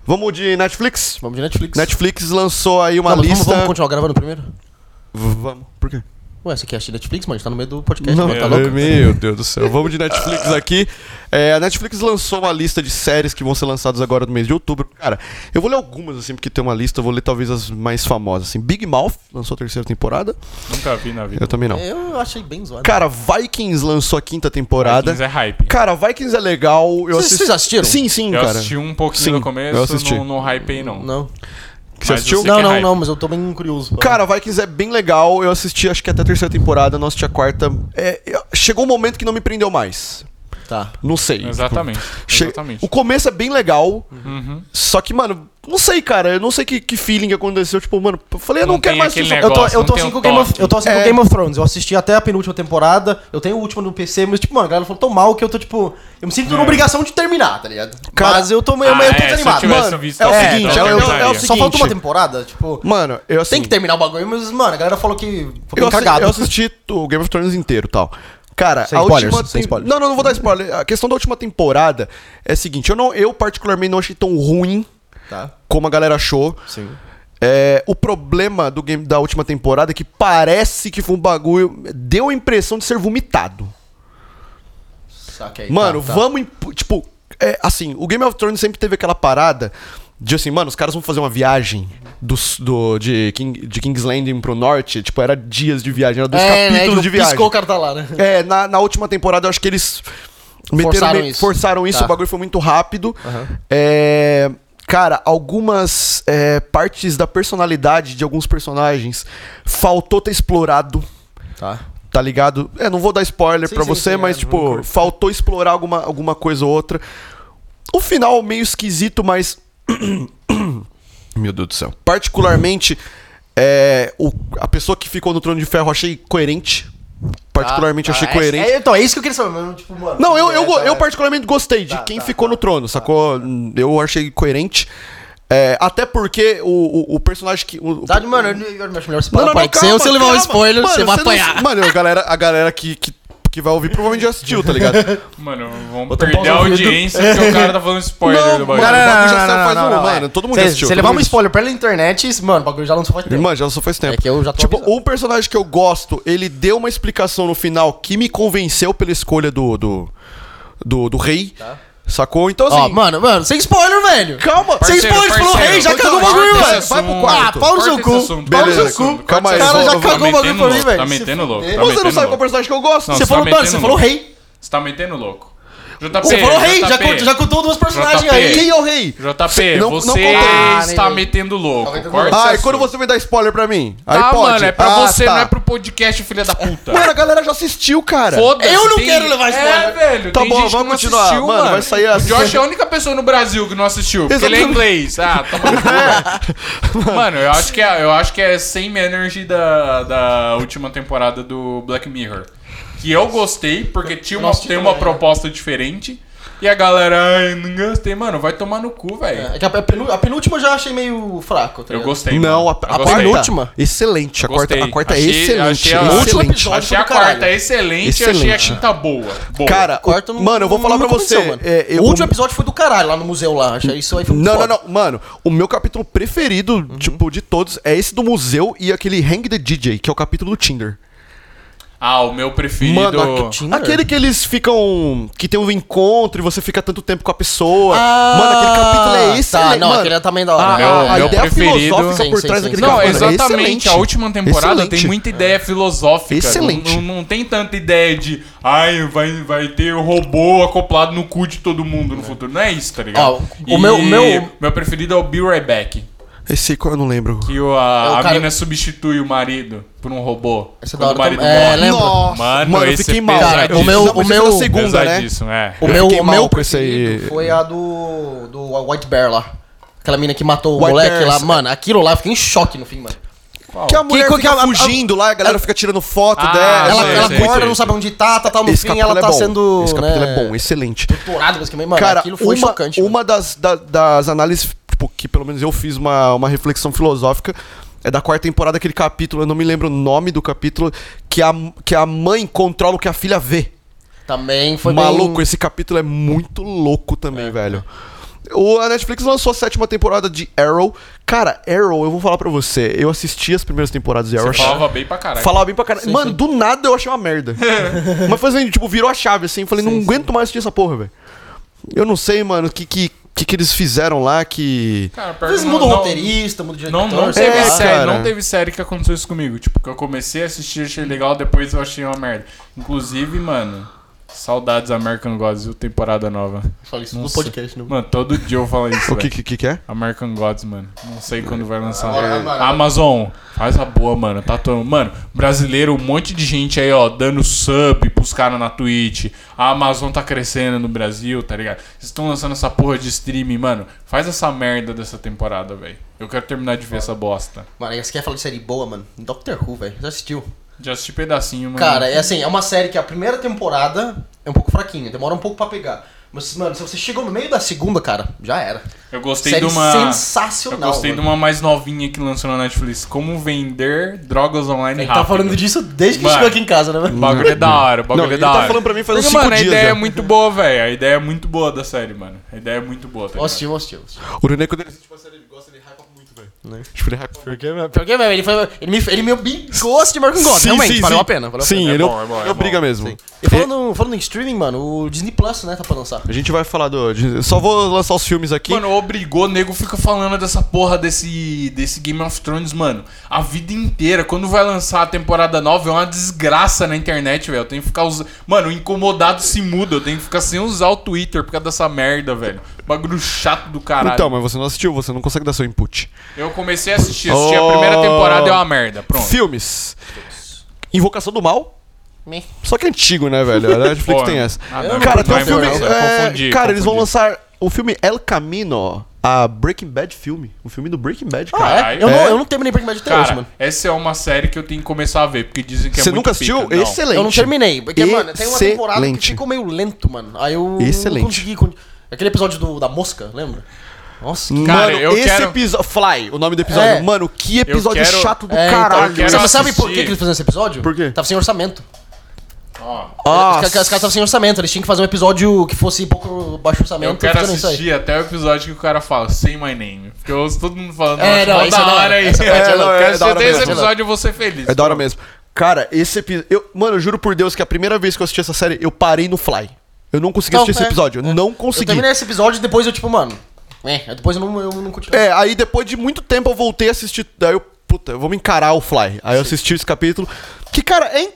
Speaker 1: Vamos de Netflix?
Speaker 2: Vamos de Netflix.
Speaker 1: Netflix lançou aí uma
Speaker 2: Não, mas vamos-
Speaker 1: lista.
Speaker 2: Vamos, continuar gravando primeiro?
Speaker 1: V- Vamos. Por quê?
Speaker 2: Ué, você quer assistir Netflix, mano? A gente tá no meio do podcast, mano. Tá
Speaker 1: meu,
Speaker 2: louco?
Speaker 1: meu Deus do céu. Vamos de Netflix aqui. É, a Netflix lançou uma lista de séries que vão ser lançadas agora no mês de outubro. Cara, eu vou ler algumas, assim, porque tem uma lista. Eu vou ler talvez as mais famosas. Assim. Big Mouth lançou a terceira temporada.
Speaker 3: Nunca vi na vida.
Speaker 1: Eu também não.
Speaker 2: Eu achei bem zoado.
Speaker 1: Cara, Vikings lançou a quinta temporada.
Speaker 3: Vikings é hype.
Speaker 1: Cara, Vikings é legal. Eu
Speaker 2: Vocês-
Speaker 1: assisti-
Speaker 2: vocês assistiram?
Speaker 1: Sim, sim,
Speaker 3: eu
Speaker 1: cara.
Speaker 3: assisti um pouquinho
Speaker 1: Sim,
Speaker 3: no
Speaker 1: eu
Speaker 3: começo,
Speaker 1: assisti.
Speaker 3: não, não hypei não.
Speaker 2: Não.
Speaker 1: Que você
Speaker 3: Mas
Speaker 1: assistiu?
Speaker 3: eu sei
Speaker 2: Não,
Speaker 3: que é
Speaker 2: não,
Speaker 3: hype.
Speaker 2: não, mas eu tô bem curioso. pra-
Speaker 1: Cara, Vikings é bem legal. Eu assisti acho que até a terceira temporada, não assisti a quarta. É, eu- chegou um momento que não me prendeu mais.
Speaker 2: Tá.
Speaker 1: Não sei. Tipo,
Speaker 3: Exatamente.
Speaker 1: Che-
Speaker 3: Exatamente.
Speaker 1: O começo é bem legal.
Speaker 3: Uhum.
Speaker 1: Só que, mano, não sei, cara. Eu não sei que, que feeling que aconteceu. Tipo, mano, eu falei, eu não,
Speaker 3: Não
Speaker 1: quero
Speaker 3: tem
Speaker 1: mais
Speaker 3: aquele
Speaker 1: assistir.
Speaker 2: Eu tô,
Speaker 3: Negócio,
Speaker 2: eu,
Speaker 3: não
Speaker 2: tô
Speaker 3: tem
Speaker 2: assim
Speaker 3: o
Speaker 2: com Game of,
Speaker 3: toque.
Speaker 2: eu tô assim
Speaker 1: É.
Speaker 2: com Game of Thrones. Eu assisti até a penúltima temporada. Eu tenho o último no PC, mas, tipo, mano, a galera falou tão mal que eu tô, tipo. Eu me sinto na obrigação de terminar, tá ligado?
Speaker 1: Cara-
Speaker 2: mas eu tô meio, meio
Speaker 3: É. Ah,
Speaker 2: eu tô
Speaker 3: é, se eu
Speaker 2: desanimado.
Speaker 3: tivesse
Speaker 2: Mano,
Speaker 3: visto
Speaker 2: é o
Speaker 3: a
Speaker 2: seguinte, é,
Speaker 1: outra,
Speaker 2: o-
Speaker 1: eu
Speaker 2: é o- é o
Speaker 1: tentaria.
Speaker 2: seguinte. Só falta uma
Speaker 1: Seguinte.
Speaker 2: temporada, tipo.
Speaker 1: Mano, eu assim,
Speaker 2: Tem que terminar o bagulho, mas, mano, a galera falou que foi
Speaker 1: eu,
Speaker 2: bem
Speaker 1: assi-
Speaker 2: cagado.
Speaker 1: eu assisti o Game of Thrones inteiro tal. Cara,
Speaker 2: Sem
Speaker 1: a
Speaker 2: spoilers,
Speaker 1: última.
Speaker 2: sem spoilers.
Speaker 1: Não, não, não vou dar spoiler. A questão da última temporada é a seguinte: eu, não, eu particularmente não achei tão ruim
Speaker 2: Tá,
Speaker 1: como a galera achou.
Speaker 2: sim.
Speaker 1: É, o problema do game da última temporada é que parece que foi um bagulho. Deu a impressão de ser vomitado.
Speaker 2: Saquei.
Speaker 1: Mano,
Speaker 2: tá, tá.
Speaker 1: vamos. imp- Tipo, é, assim, o Game of Thrones sempre teve aquela parada de assim, mano, os caras vão fazer uma viagem do, s- do, de, King, de King's Landing pro norte. Tipo, era dias de viagem, era dois
Speaker 2: É, né,
Speaker 1: capítulos
Speaker 2: tipo,
Speaker 1: de viagem.
Speaker 2: piscou o cara tá lá, né?
Speaker 1: É, na, na última temporada eu acho que eles
Speaker 2: Forçaram
Speaker 1: meio-
Speaker 2: isso.
Speaker 1: forçaram isso,
Speaker 2: Tá.
Speaker 1: o bagulho foi muito rápido.
Speaker 2: Aham.
Speaker 1: É, cara, algumas é, partes da personalidade de alguns personagens faltou ter explorado.
Speaker 2: Tá.
Speaker 1: Tá ligado? É, não vou dar spoiler
Speaker 2: Sim,
Speaker 1: pra
Speaker 2: sim,
Speaker 1: você,
Speaker 2: sim,
Speaker 1: mas,
Speaker 2: é, não
Speaker 1: tipo,
Speaker 2: curto.
Speaker 1: faltou explorar alguma, alguma coisa ou outra. O final meio esquisito, mas. Meu Deus do céu. Particularmente, é, o- a pessoa que ficou no Trono de Ferro eu achei coerente. Particularmente
Speaker 2: Tá,
Speaker 1: achei
Speaker 2: é-
Speaker 1: coerente.
Speaker 2: é- então, é isso que eu queria saber, mano. Tipo, mano.
Speaker 1: Não, eu, eu,
Speaker 2: é,
Speaker 1: go-
Speaker 2: tá,
Speaker 1: eu
Speaker 2: é.
Speaker 1: particularmente gostei de
Speaker 2: Tá,
Speaker 1: quem
Speaker 2: tá,
Speaker 1: ficou no trono, sacou? Eu achei coerente. É, até porque o, o, o personagem que. O, o-
Speaker 2: Sabe, mano, eu, eu acho melhor se parar pra
Speaker 1: calma,
Speaker 4: se eu levar um spoiler, você vai
Speaker 1: não-
Speaker 4: apanhar.
Speaker 1: mano, a galera, a galera que, que, que vai ouvir provavelmente já assistiu, tá ligado?
Speaker 3: Mano, vamos
Speaker 2: Botão
Speaker 3: perder a
Speaker 2: pausa no vídeo.
Speaker 3: audiência porque o cara tá falando spoiler
Speaker 1: Não, mano,
Speaker 3: do bagulho.
Speaker 1: o bagulho já
Speaker 2: não,
Speaker 1: saiu
Speaker 2: não,
Speaker 1: faz
Speaker 2: não,
Speaker 1: um-
Speaker 2: não,
Speaker 1: mano,
Speaker 2: é.
Speaker 1: todo mundo
Speaker 2: Cê-
Speaker 1: assistiu,
Speaker 2: Se
Speaker 1: todo
Speaker 2: levar
Speaker 1: mundo
Speaker 2: um spoiler pela internet, isso- mano, o bagulho já lançou faz tempo.
Speaker 1: Irmã, já só faz tempo.
Speaker 2: É que eu já tô
Speaker 1: tipo,
Speaker 2: avisando.
Speaker 1: o personagem que eu gosto, ele deu uma explicação no final que me convenceu pela escolha do. do, do, do rei.
Speaker 2: Tá.
Speaker 1: Sacou? Então assim.
Speaker 4: Ó, mano, mano, sem spoiler, velho.
Speaker 1: calma!
Speaker 4: Sem spoiler, falou rei, já
Speaker 1: parceiro,
Speaker 4: cagou o bagulho,
Speaker 1: parceiro,
Speaker 4: velho.
Speaker 1: vai pro quarto.
Speaker 4: Ah, pau no seu cu.
Speaker 1: pau no
Speaker 3: Beleza.
Speaker 1: seu cu. Calma aí,
Speaker 4: O cara já cagou o bagulho pra mim, velho.
Speaker 3: Tá
Speaker 4: Se
Speaker 3: metendo louco.
Speaker 4: fuder.
Speaker 3: tá
Speaker 1: Você não
Speaker 3: metendo
Speaker 1: sabe qual é
Speaker 3: louco.
Speaker 1: personagem que eu gosto?
Speaker 3: Não,
Speaker 4: Você
Speaker 3: tá
Speaker 4: falou, mano,
Speaker 3: metendo
Speaker 4: você falou
Speaker 3: louco.
Speaker 4: rei.
Speaker 3: Você tá metendo louco. JP,
Speaker 4: Você falou rei, já
Speaker 3: JP,
Speaker 4: contou- já contou duas personagens
Speaker 3: JP.
Speaker 4: aí.
Speaker 1: Quem é o rei?
Speaker 3: JP,
Speaker 1: Não- não
Speaker 3: você
Speaker 1: contei.
Speaker 2: Ah,
Speaker 3: está
Speaker 2: nem-
Speaker 3: metendo louco.
Speaker 2: metendo
Speaker 3: Corta
Speaker 1: Ah, e
Speaker 3: esse
Speaker 1: quando
Speaker 3: assunto.
Speaker 1: você me dá spoiler pra mim? Aí
Speaker 3: Tá,
Speaker 1: pode.
Speaker 3: mano, é pra
Speaker 1: Ah,
Speaker 3: você,
Speaker 1: tá.
Speaker 3: não é pro podcast, filha da puta.
Speaker 1: Mano, a galera já assistiu, cara.
Speaker 3: Foda-se,
Speaker 4: eu não quero levar
Speaker 3: É,
Speaker 4: spoiler.
Speaker 3: velho.
Speaker 1: Tá
Speaker 3: tem
Speaker 1: bom,
Speaker 3: gente que
Speaker 1: vamos
Speaker 3: não
Speaker 1: continuar.
Speaker 3: Assistiu,
Speaker 1: Mano, vai sair
Speaker 3: O
Speaker 1: assim.
Speaker 3: Josh é a única pessoa no Brasil que não assistiu. Porque ele é
Speaker 1: Exatamente.
Speaker 3: inglês. Ah, tá
Speaker 1: É.
Speaker 3: bom. Mano, eu acho que é, eu acho que é same energy da, da última temporada do Black Mirror. Que eu gostei, porque tinha uma, tem
Speaker 1: né?
Speaker 3: uma proposta diferente. E a galera, ai, não gostei. Mano, vai tomar no cu, velho.
Speaker 2: É que a, a penú- a penúltima eu já achei meio fraco, tá
Speaker 3: Eu
Speaker 2: ligado?
Speaker 3: gostei.
Speaker 1: Não,
Speaker 3: mano.
Speaker 1: a,
Speaker 3: Eu
Speaker 1: a
Speaker 3: gostei.
Speaker 1: penúltima. Excelente. A quarta,
Speaker 3: Gostei.
Speaker 1: a quarta é
Speaker 3: Achei-
Speaker 1: excelente.
Speaker 3: achei a-
Speaker 1: excelente.
Speaker 2: Ótimo
Speaker 3: Achei a
Speaker 2: do caralho.
Speaker 3: quarta excelente, e achei a
Speaker 1: Excelente.
Speaker 3: quinta boa. boa.
Speaker 1: Cara,
Speaker 2: Quarto
Speaker 1: o-
Speaker 2: não-
Speaker 1: mano, eu vou
Speaker 2: não
Speaker 1: falar
Speaker 2: me
Speaker 1: pra você.
Speaker 2: convenceu, mano.
Speaker 1: é, eu-
Speaker 2: o último episódio foi do caralho lá no museu lá. Achei isso aí foi muito
Speaker 1: Não, não,
Speaker 2: foda.
Speaker 1: não. Mano, o meu capítulo preferido,
Speaker 3: Uhum.
Speaker 1: tipo, de todos é esse do museu e aquele Hang the DJ, que é o capítulo do Tinder.
Speaker 3: Ah, o meu preferido.
Speaker 1: Mano, aque-
Speaker 2: Tinder?
Speaker 1: aquele que eles ficam. que tem um encontro e você fica tanto tempo com a pessoa.
Speaker 2: Ah,
Speaker 1: mano, aquele capítulo é excelente.
Speaker 2: Tá, não,
Speaker 1: mano.
Speaker 2: aquele é também da hora.
Speaker 1: A,
Speaker 3: Meu-
Speaker 1: a
Speaker 3: meu
Speaker 1: ideia
Speaker 3: preferido-
Speaker 1: filosófica
Speaker 2: Sim,
Speaker 1: por
Speaker 2: sim,
Speaker 1: trás
Speaker 2: sim,
Speaker 1: daquele
Speaker 2: sim.
Speaker 3: Não,
Speaker 1: capítulo. é
Speaker 3: exatamente.
Speaker 1: Excelente.
Speaker 3: A última temporada
Speaker 1: Excelente.
Speaker 3: tem muita ideia filosófica.
Speaker 1: Excelente.
Speaker 3: Não, não- não tem tanta ideia de, ai, vai, vai ter o robô acoplado no cu de todo mundo no futuro. Não é isso, tá ligado?
Speaker 2: Ó, o meu- o meu-
Speaker 3: meu preferido é o Bill Right Back.
Speaker 1: Esse qual eu não lembro.
Speaker 3: Que o, a,
Speaker 2: É, o
Speaker 3: a
Speaker 2: cara-
Speaker 3: mina substitui o marido por um robô.
Speaker 2: Essa é da
Speaker 3: quando o
Speaker 2: hora
Speaker 3: marido
Speaker 2: também. É,
Speaker 3: morre.
Speaker 2: lembro.
Speaker 3: Mano,
Speaker 1: eu
Speaker 3: esse
Speaker 1: fiquei
Speaker 3: é
Speaker 1: mal.
Speaker 3: pesadíssimo.
Speaker 1: o meu,
Speaker 2: Cara,
Speaker 1: o
Speaker 2: o
Speaker 1: meu
Speaker 2: meu-
Speaker 1: segunda, né?
Speaker 3: Pesadíssimo, é.
Speaker 2: O
Speaker 1: Eu
Speaker 2: meu,
Speaker 1: fiquei
Speaker 2: o
Speaker 1: mal
Speaker 2: meu
Speaker 1: com esse
Speaker 2: preferido
Speaker 1: aí.
Speaker 2: foi a do do White Bear lá. Aquela mina que matou o
Speaker 1: White
Speaker 2: moleque
Speaker 1: Bear,
Speaker 2: lá,
Speaker 1: sim.
Speaker 2: mano, aquilo lá eu fiquei em choque no fim, mano.
Speaker 1: Que a mulher
Speaker 2: Que- que
Speaker 1: fica
Speaker 2: a- a-
Speaker 1: fugindo lá, a galera fica tirando foto
Speaker 3: Ah,
Speaker 1: dela. né?
Speaker 2: Ela,
Speaker 3: sei,
Speaker 2: ela
Speaker 3: sei,
Speaker 2: acorda,
Speaker 3: sei,
Speaker 2: não
Speaker 3: sei.
Speaker 2: sabe onde tá, tá, tá no
Speaker 1: Esse
Speaker 2: fim, ela
Speaker 1: capítulo
Speaker 2: tá
Speaker 1: é bom.
Speaker 2: sendo.
Speaker 1: Esse capítulo
Speaker 2: né,
Speaker 1: é bom, excelente.
Speaker 2: Torturada, mas que, mano,
Speaker 1: Cara,
Speaker 2: aquilo foi
Speaker 1: uma,
Speaker 2: chocante. mano.
Speaker 1: uma das, da- das análises, tipo, que pelo menos eu fiz uma, uma reflexão filosófica, é da quarta temporada, aquele capítulo, eu não me lembro o nome do capítulo, que a, que a mãe controla o que a filha vê.
Speaker 2: Também foi bem-
Speaker 1: Maluco, esse capítulo é muito louco também, velho. O, a Netflix lançou a sétima temporada de Arrow. Cara, Arrow, eu vou falar pra você. Eu assisti as primeiras temporadas de Arrow.
Speaker 3: Você falava bem pra caralho.
Speaker 1: Falava bem pra caralho. Mano,
Speaker 2: sim.
Speaker 1: do nada eu achei uma merda. Mas fazendo, tipo, virou a chave assim. Falei, não aguento mais assistir essa porra, velho. Eu não sei, mano, o que que, que que eles fizeram lá que.
Speaker 3: Cara, pior
Speaker 2: Às vezes
Speaker 3: que não-
Speaker 2: muda o
Speaker 3: não-
Speaker 2: roteirista, muda o diretor.
Speaker 3: Não, não
Speaker 2: sei
Speaker 3: teve
Speaker 1: É,
Speaker 2: lá.
Speaker 3: série,
Speaker 1: cara.
Speaker 3: não teve série que aconteceu isso comigo. Tipo, que eu comecei a assistir, achei legal, depois eu achei uma merda. Inclusive, mano, saudades American Gods, viu? Temporada nova.
Speaker 2: Fala isso no
Speaker 3: Nossa.
Speaker 2: podcast, não.
Speaker 3: Mano, todo dia eu falo isso,
Speaker 1: O que
Speaker 3: velho.
Speaker 1: que, que que é?
Speaker 3: American Gods, mano. Não sei quando vai lançar.
Speaker 2: Agora, mano.
Speaker 3: Amazon, faz a boa, mano. Tá todo Mano, brasileiro, um monte de gente aí, ó, dando sub pros caras na Twitch. A Amazon tá crescendo no Brasil, tá ligado? Vocês estão lançando essa porra de streaming, mano. Faz essa merda dessa temporada, velho. Eu quero terminar de ver essa bosta.
Speaker 2: Mano, você quer falar de série boa, mano? Doctor Who, velho. Já assistiu?
Speaker 3: Já assisti pedacinho, mano.
Speaker 2: Cara, é assim, é uma série que a primeira temporada é um pouco fraquinha, demora um pouco pra pegar. Mas, mano, se você chegou no meio da segunda, cara, já era.
Speaker 3: eu gostei
Speaker 2: série
Speaker 3: de uma. Eu
Speaker 2: sensacional.
Speaker 3: gostei de
Speaker 2: mano.
Speaker 3: uma mais novinha que lançou na Netflix. Como vender drogas online
Speaker 2: Ele
Speaker 3: rápido.
Speaker 2: tá falando disso desde que ele
Speaker 3: Mano.
Speaker 2: chegou aqui em casa, né, velho?
Speaker 3: O bagulho é da hora, o bagulho
Speaker 1: Não,
Speaker 3: é
Speaker 1: ele
Speaker 3: da
Speaker 1: tá
Speaker 3: hora.
Speaker 1: falando pra mim faz uns
Speaker 3: Porque,
Speaker 1: cinco
Speaker 3: mano,
Speaker 1: dias
Speaker 3: a ideia
Speaker 1: já.
Speaker 3: é muito boa, velho. A ideia é muito boa da série, mano. A ideia é muito boa, tá
Speaker 2: Ó,
Speaker 3: ligado?
Speaker 2: Assistiu, ó, assistiu. ó, assistiu.
Speaker 1: O René, quando ele assiste uma série, ele gosta, ele hypa muito, velho. Tipo, ele hypa
Speaker 2: Porque, velho, ele, foi, ele, me, ele me obrigou a assistir American God. Realmente, valeu a pena. Valeu a
Speaker 1: sim,
Speaker 2: pena.
Speaker 1: ele
Speaker 3: É bom, é bom, é
Speaker 1: ele obriga
Speaker 3: bom.
Speaker 1: mesmo.
Speaker 2: Sim. E falando, falando em streaming, mano, o Disney Plus, né, tá pra lançar.
Speaker 1: A gente vai falar do. de- Só vou lançar os filmes aqui.
Speaker 3: Mano, obrigou, o nego fica falando dessa porra desse, desse Game of Thrones, mano. A vida inteira. Quando vai lançar a temporada nova, é uma desgraça na internet, velho. Eu tenho que ficar usando. Mano, o incomodado se muda. Eu tenho que ficar sem usar o Twitter por causa dessa merda, velho. Bagulho chato do caralho.
Speaker 1: então, mas você não assistiu, você não consegue dar seu input.
Speaker 3: Eu comecei a assistir. Assisti
Speaker 1: Oh.
Speaker 3: a primeira temporada, é uma merda. Pronto.
Speaker 1: Filmes. Invocação do Mal.
Speaker 2: Me.
Speaker 1: Só que é antigo, né, velho? A Netflix
Speaker 3: Pô,
Speaker 1: tem essa.
Speaker 3: ah, não,
Speaker 1: cara,
Speaker 3: não,
Speaker 1: tem um
Speaker 3: não,
Speaker 1: filme.
Speaker 3: não, não,
Speaker 1: é,
Speaker 3: confundi,
Speaker 1: cara, eles vão
Speaker 3: confundi.
Speaker 1: lançar o filme El Camino, a Breaking Bad filme. O filme do Breaking Bad,
Speaker 2: Ah,
Speaker 1: cara.
Speaker 3: Caralho.
Speaker 2: é? Eu, Não,
Speaker 1: É.
Speaker 2: eu não terminei Breaking Bad até hoje,
Speaker 3: Cara,
Speaker 2: mano.
Speaker 3: essa é uma série que eu tenho que começar a ver, porque dizem que é
Speaker 1: Você
Speaker 3: muito
Speaker 1: nunca assistiu?
Speaker 3: pica. Não.
Speaker 1: Excelente.
Speaker 2: Eu não terminei, porque, mano, tem uma temporada que
Speaker 1: Excelente.
Speaker 2: ficou meio lento, mano. Aí eu
Speaker 1: Excelente.
Speaker 2: não consegui... con- Aquele episódio do, da mosca, lembra? Nossa, que...
Speaker 1: Mano,
Speaker 3: Cara, eu
Speaker 1: esse
Speaker 3: quero-
Speaker 1: episódio. Fly, o nome do episódio.
Speaker 2: É.
Speaker 1: Mano, que episódio
Speaker 3: quero-
Speaker 1: chato do
Speaker 2: É, então,
Speaker 1: caralho.
Speaker 3: eu quero-
Speaker 2: Sabe, sabe por
Speaker 3: assistir.
Speaker 2: que que eles fizeram esse episódio?
Speaker 1: Por quê?
Speaker 2: Tava sem orçamento.
Speaker 3: Ó,
Speaker 1: Ah,
Speaker 2: Os, ca- os caras estavam sem orçamento, eles tinham que fazer um episódio que fosse pouco baixo orçamento.
Speaker 3: eu quero
Speaker 2: fazendo Então, isso aí.
Speaker 3: assistir até o episódio que o cara fala Say My Name. Porque eu ouço todo mundo falando,
Speaker 2: É,
Speaker 3: "Nossa,
Speaker 2: não,
Speaker 3: mó
Speaker 2: isso é da hora,
Speaker 3: aí.
Speaker 2: essa parte
Speaker 1: é louca, é
Speaker 3: Eu quero
Speaker 1: da hora
Speaker 3: assistir esse
Speaker 1: mesmo.
Speaker 3: episódio e vou ser feliz.
Speaker 1: É da hora mesmo. Cara, esse episódio. Eu... Mano, eu juro por Deus que a primeira vez que eu assisti essa série, eu parei no Fly. Eu não consegui
Speaker 2: Não,
Speaker 1: assistir
Speaker 2: é,
Speaker 1: esse episódio. Eu não consegui.
Speaker 2: Eu terminei esse episódio e depois eu, tipo, mano. É, aí depois eu não, eu não continuei.
Speaker 1: É, aí depois de muito tempo eu voltei a assistir. Aí eu, puta, eu vou me encarar o Fly. Aí eu assisti esse capítulo. Que, cara, é. in-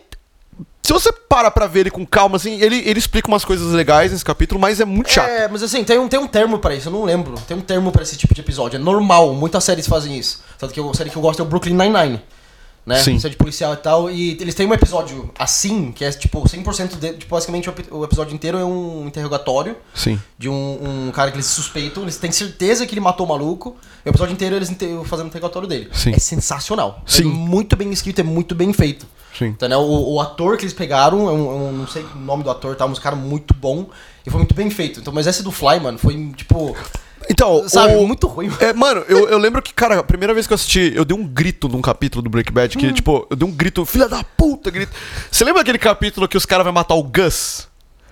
Speaker 1: Se você para pra ver ele com calma, assim, ele, ele explica umas coisas legais nesse capítulo, mas é muito chato.
Speaker 2: É, mas assim, tem um, tem um termo pra isso, eu não lembro. Tem um termo pra esse tipo de episódio. É normal, muitas séries fazem isso. Tanto que a série que eu gosto é o Brooklyn Nine-Nine. Né?
Speaker 1: Sim.
Speaker 2: Série de policial e tal. E eles têm um episódio assim, que é tipo 100% de, tipo, basicamente o epi- o episódio inteiro é um interrogatório.
Speaker 1: Sim.
Speaker 2: De um, um cara que eles suspeitam, eles têm certeza que ele matou o maluco. E o episódio inteiro eles inte- fazendo o interrogatório dele.
Speaker 1: Sim.
Speaker 2: É sensacional.
Speaker 1: Sim.
Speaker 2: É muito bem escrito, é muito bem feito.
Speaker 1: Sim.
Speaker 2: Entendeu? O, o ator que eles pegaram, é eu, eu um, não sei o nome do ator, tá? Mas um cara muito bom. E foi muito bem feito. Então, mas esse do Fly, mano, foi tipo.
Speaker 1: Então,
Speaker 2: Sabe,
Speaker 1: o-
Speaker 2: muito ruim. mano.
Speaker 1: É, mano, eu, eu lembro que, cara, a primeira vez que eu assisti, eu dei um grito num capítulo do Breaking Bad,
Speaker 2: Hum.
Speaker 1: que, tipo, eu dei um grito, filha da puta, grito. Você lembra aquele capítulo que os caras vão matar o Gus?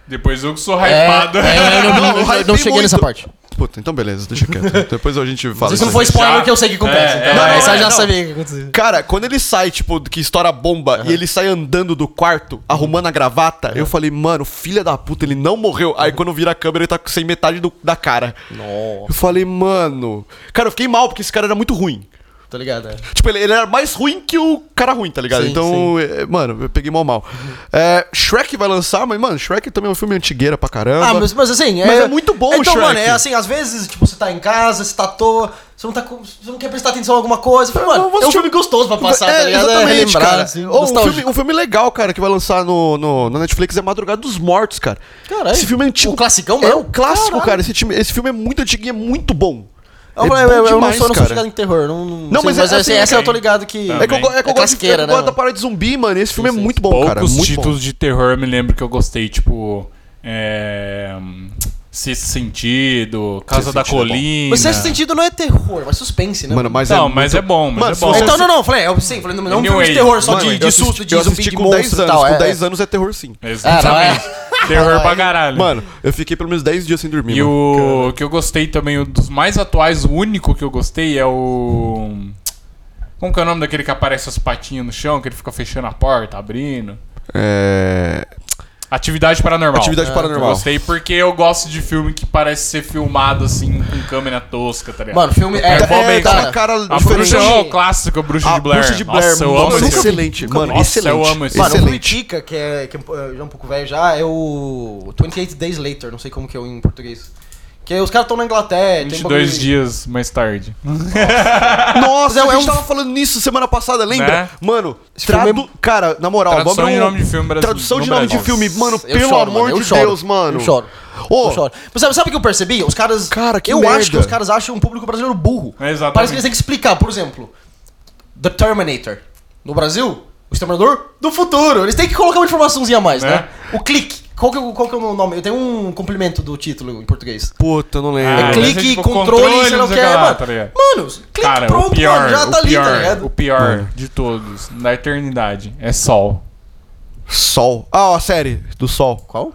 Speaker 3: Depois eu que sou hypado.
Speaker 2: é, eu não,
Speaker 1: Não,
Speaker 2: não-
Speaker 1: eu
Speaker 2: não
Speaker 1: hypei
Speaker 2: cheguei
Speaker 1: muito.
Speaker 2: nessa parte.
Speaker 1: Puta, então beleza, deixa quieto. Depois a gente fala.
Speaker 2: Isso não
Speaker 1: aí.
Speaker 2: foi spoiler
Speaker 3: Já-
Speaker 2: que eu sei que acontece.
Speaker 3: É,
Speaker 2: então,
Speaker 3: é,
Speaker 2: essa
Speaker 3: não,
Speaker 2: eu já
Speaker 1: não.
Speaker 2: sabia o que aconteceu.
Speaker 1: Cara, quando ele sai, tipo, que estoura a bomba e ele sai andando do quarto, arrumando a gravata, eu falei, mano, filha da puta, ele não morreu. Aí quando vira a câmera, ele tá sem metade do- da cara.
Speaker 2: Nossa,
Speaker 1: Eu falei, mano. Cara, eu fiquei mal porque esse cara era muito ruim.
Speaker 2: tá ligado? é.
Speaker 1: Tipo, ele, ele era mais ruim que o cara ruim, tá ligado?
Speaker 2: Sim,
Speaker 1: então, é, mano, eu peguei mal mal. É, Shrek vai lançar, mas, mano, Shrek também é um filme antigueira pra caramba.
Speaker 2: Ah, mas, mas assim,
Speaker 1: Mas é muito bom o
Speaker 2: Então,
Speaker 1: Shrek.
Speaker 2: mano, é assim, às vezes, tipo, você tá em casa, você tá à toa, você não, tá, com- você não quer prestar atenção em alguma coisa. Fala,
Speaker 1: Eu
Speaker 2: mano,
Speaker 1: vou
Speaker 2: é um
Speaker 1: assistir
Speaker 2: filme gostoso pra passar,
Speaker 1: é,
Speaker 2: tá ligado? É
Speaker 1: Exatamente,
Speaker 2: relembrar,
Speaker 1: cara.
Speaker 2: assim,
Speaker 1: Ou um,
Speaker 2: nostálgico.
Speaker 1: filme, um filme legal, cara, que vai lançar no, no, na Netflix é Madrugada dos Mortos, cara.
Speaker 2: Caralho.
Speaker 1: Esse filme é antigo.
Speaker 2: Um classicão
Speaker 1: É
Speaker 2: mesmo?
Speaker 1: um clássico,
Speaker 2: Caralho.
Speaker 1: cara. Esse, time- esse filme é muito antigo e é muito bom.
Speaker 2: Eu,
Speaker 1: é
Speaker 2: falei, eu, eu não sou, não sou
Speaker 1: cara.
Speaker 2: chegado em terror, não, não, sei,
Speaker 1: mas
Speaker 2: mas,
Speaker 1: é assim,
Speaker 2: essa, essa
Speaker 1: é-
Speaker 2: eu tô ligado que...
Speaker 1: É que eu, go- é que eu gosto, de,
Speaker 2: É
Speaker 1: eu
Speaker 2: classiqueira, né,
Speaker 1: gosto da
Speaker 2: mano?
Speaker 1: parada de zumbi, mano. e Esse filme
Speaker 2: Sim,
Speaker 1: é
Speaker 2: sim.
Speaker 1: muito bom,
Speaker 3: Poucos
Speaker 1: cara. Muito
Speaker 3: títulos
Speaker 1: bom.
Speaker 3: de terror eu me lembro que eu gostei, tipo. É. hum, Sexto Sentido, Casa
Speaker 1: Sexto
Speaker 3: da
Speaker 1: Sentido é bom.
Speaker 3: Colina.
Speaker 2: Mas sexto sentido não é terror, mas suspense, né?
Speaker 1: Mano, mas
Speaker 3: Não,
Speaker 1: é
Speaker 3: mas é bom, mas
Speaker 1: Mano,
Speaker 3: é
Speaker 1: se
Speaker 3: bom.
Speaker 1: você-
Speaker 2: Então, não, não, falei, eu, sim, falei, não, não é um
Speaker 3: New
Speaker 2: filme de
Speaker 3: Age.
Speaker 2: terror só
Speaker 1: Mano,
Speaker 2: de,
Speaker 1: eu
Speaker 2: de
Speaker 1: assisti-
Speaker 2: susto, de
Speaker 1: eu
Speaker 2: zumbi,
Speaker 1: assisti
Speaker 2: de
Speaker 1: com 10
Speaker 2: monstro e tal.
Speaker 1: anos.
Speaker 2: é,
Speaker 1: Com
Speaker 2: é.
Speaker 1: 10 anos é terror sim.
Speaker 2: É, não
Speaker 3: Exatamente.
Speaker 2: é?
Speaker 3: Terror pra caralho.
Speaker 1: Mano, eu fiquei pelo menos 10 dias sem dormir.
Speaker 3: E
Speaker 1: mano.
Speaker 3: o que eu gostei também, um dos mais atuais, o único que eu gostei é o. Como que é o nome daquele que aparece as patinhas no chão, que ele fica fechando a porta, abrindo?
Speaker 1: É.
Speaker 3: Atividade Paranormal. É,
Speaker 1: Atividade Paranormal.
Speaker 3: Eu gostei porque eu gosto de filme que parece ser filmado assim, com câmera tosca, tá ligado?
Speaker 2: Mano, filme é,
Speaker 3: É
Speaker 2: da-
Speaker 3: bom
Speaker 2: é,
Speaker 3: bem,
Speaker 1: dá uma
Speaker 2: da-
Speaker 1: cara
Speaker 3: A
Speaker 1: diferente.
Speaker 3: bruxa, ó, o clássico, Bruxa
Speaker 1: A
Speaker 3: de Blair.
Speaker 1: Bruxa de Blair,
Speaker 3: Nossa, eu
Speaker 1: mano,
Speaker 3: amo esse filme.
Speaker 1: excelente, mano,
Speaker 3: Nossa, eu
Speaker 1: excelente.
Speaker 3: amo esse
Speaker 2: Mano,
Speaker 3: filme.
Speaker 2: o
Speaker 1: Excelente.
Speaker 2: Critica, que é, que é um- já é um pouco velho já, é o 28 Days Later, não sei como que é em português. Que os caras estão na Inglaterra, tem
Speaker 3: 22
Speaker 2: bagulho-
Speaker 3: dias mais tarde.
Speaker 1: Nossa,
Speaker 2: Não,
Speaker 1: a
Speaker 2: é
Speaker 1: gente
Speaker 2: um-
Speaker 1: tava falando nisso semana passada, lembra?
Speaker 3: Né?
Speaker 1: Mano,
Speaker 2: Esse
Speaker 1: tradu...
Speaker 2: filme é
Speaker 1: Cara, na moral,
Speaker 3: Tradução
Speaker 1: bagulho-
Speaker 3: de nome de filme brasileiro.
Speaker 1: Tradução de
Speaker 3: no
Speaker 1: nome de
Speaker 3: Brasil.
Speaker 1: filme, mano,
Speaker 2: Eu
Speaker 1: pelo
Speaker 2: choro,
Speaker 1: amor
Speaker 2: mano, eu
Speaker 1: de
Speaker 2: choro,
Speaker 1: Deus, mano.
Speaker 2: Eu choro.
Speaker 1: Ô,
Speaker 2: Eu choro. Mas sabe, sabe o que eu percebi? Os caras.
Speaker 1: Cara, que
Speaker 2: Eu
Speaker 1: merda.
Speaker 2: acho que os caras acham o público brasileiro burro.
Speaker 3: É, Exatamente.
Speaker 2: Parece que eles têm que explicar, por exemplo, The Terminator. No Brasil, o Exterminador do Futuro. Eles têm que colocar uma informaçãozinha a mais, né?
Speaker 3: Né?
Speaker 2: O clique. Qual que, é o- qual que é o nome? Eu tenho um complemento do título em português.
Speaker 1: Puta, eu não
Speaker 3: Ah,
Speaker 1: lembro.
Speaker 2: É
Speaker 3: deve
Speaker 2: clique,
Speaker 3: ser tipo
Speaker 2: controle,
Speaker 3: controle,
Speaker 2: sei lá o
Speaker 3: não
Speaker 2: que
Speaker 3: sei o
Speaker 2: é,
Speaker 3: que lá,
Speaker 2: mano.
Speaker 3: tá ligado?
Speaker 2: mano, clique
Speaker 3: Cara,
Speaker 2: pronto,
Speaker 3: o pior,
Speaker 2: mano, já tá
Speaker 3: o
Speaker 2: ali,
Speaker 3: pior,
Speaker 2: tá ligado?
Speaker 3: o pior de todos, da eternidade, é Sol.
Speaker 1: Sol. Ah, a série do Sol.
Speaker 2: Qual?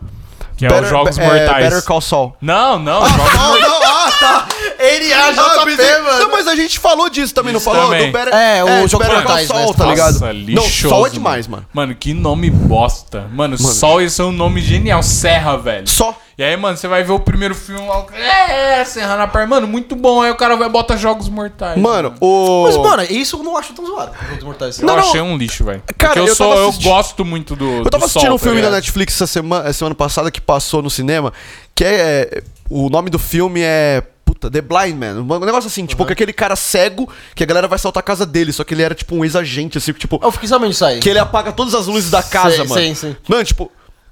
Speaker 3: Que é
Speaker 1: Better-
Speaker 3: os Jogos
Speaker 1: é,
Speaker 3: Mortais.
Speaker 1: Better Call Sol.
Speaker 3: Não, não, Jogos
Speaker 1: Não, não, ah, tá.
Speaker 2: Ele
Speaker 1: Ah, mas- Não, mas a gente falou disso também, não
Speaker 3: Isso
Speaker 1: falou?
Speaker 3: também.
Speaker 1: Do Better...
Speaker 2: É, o
Speaker 1: do Better
Speaker 2: Jogos
Speaker 1: Call
Speaker 2: Mortais,
Speaker 1: Sol,
Speaker 2: né?
Speaker 1: tá ligado?
Speaker 3: Nossa,
Speaker 1: não,
Speaker 3: lixoso,
Speaker 1: Sol é demais, mano.
Speaker 3: Mano, que nome bosta. Mano, Sol, esse é um nome genial. Serra, velho.
Speaker 1: Só.
Speaker 3: E aí, mano, você vai ver o primeiro filme lá. o- É, é, Serra na Par. Mano, muito bom. Aí o cara vai botar Jogos Mortais.
Speaker 1: Mano, o...
Speaker 2: Mas, mano, isso eu não acho tão zoado. Jogos Mortais.
Speaker 3: Eu
Speaker 1: não, não.
Speaker 3: achei um lixo, velho.
Speaker 1: Cara,
Speaker 3: Porque eu,
Speaker 1: eu
Speaker 3: sou,
Speaker 1: tava
Speaker 3: eu
Speaker 1: assistindo-
Speaker 3: gosto muito do. tá
Speaker 1: Eu tava assistindo um filme da
Speaker 3: da
Speaker 1: Netflix essa semana, semana passada que passou no cinema, que é. O nome do filme é. Puta, The Blind Man. Um negócio assim, tipo, que aquele cara cego que a galera vai saltar a casa dele, só que ele era tipo um ex-agente, assim, que, tipo.
Speaker 2: Eu fiquei sabendo disso aí.
Speaker 1: Que ele apaga todas as luzes da casa,
Speaker 2: Sei,
Speaker 1: mano.
Speaker 2: sei, sei.
Speaker 1: Mano, tipo,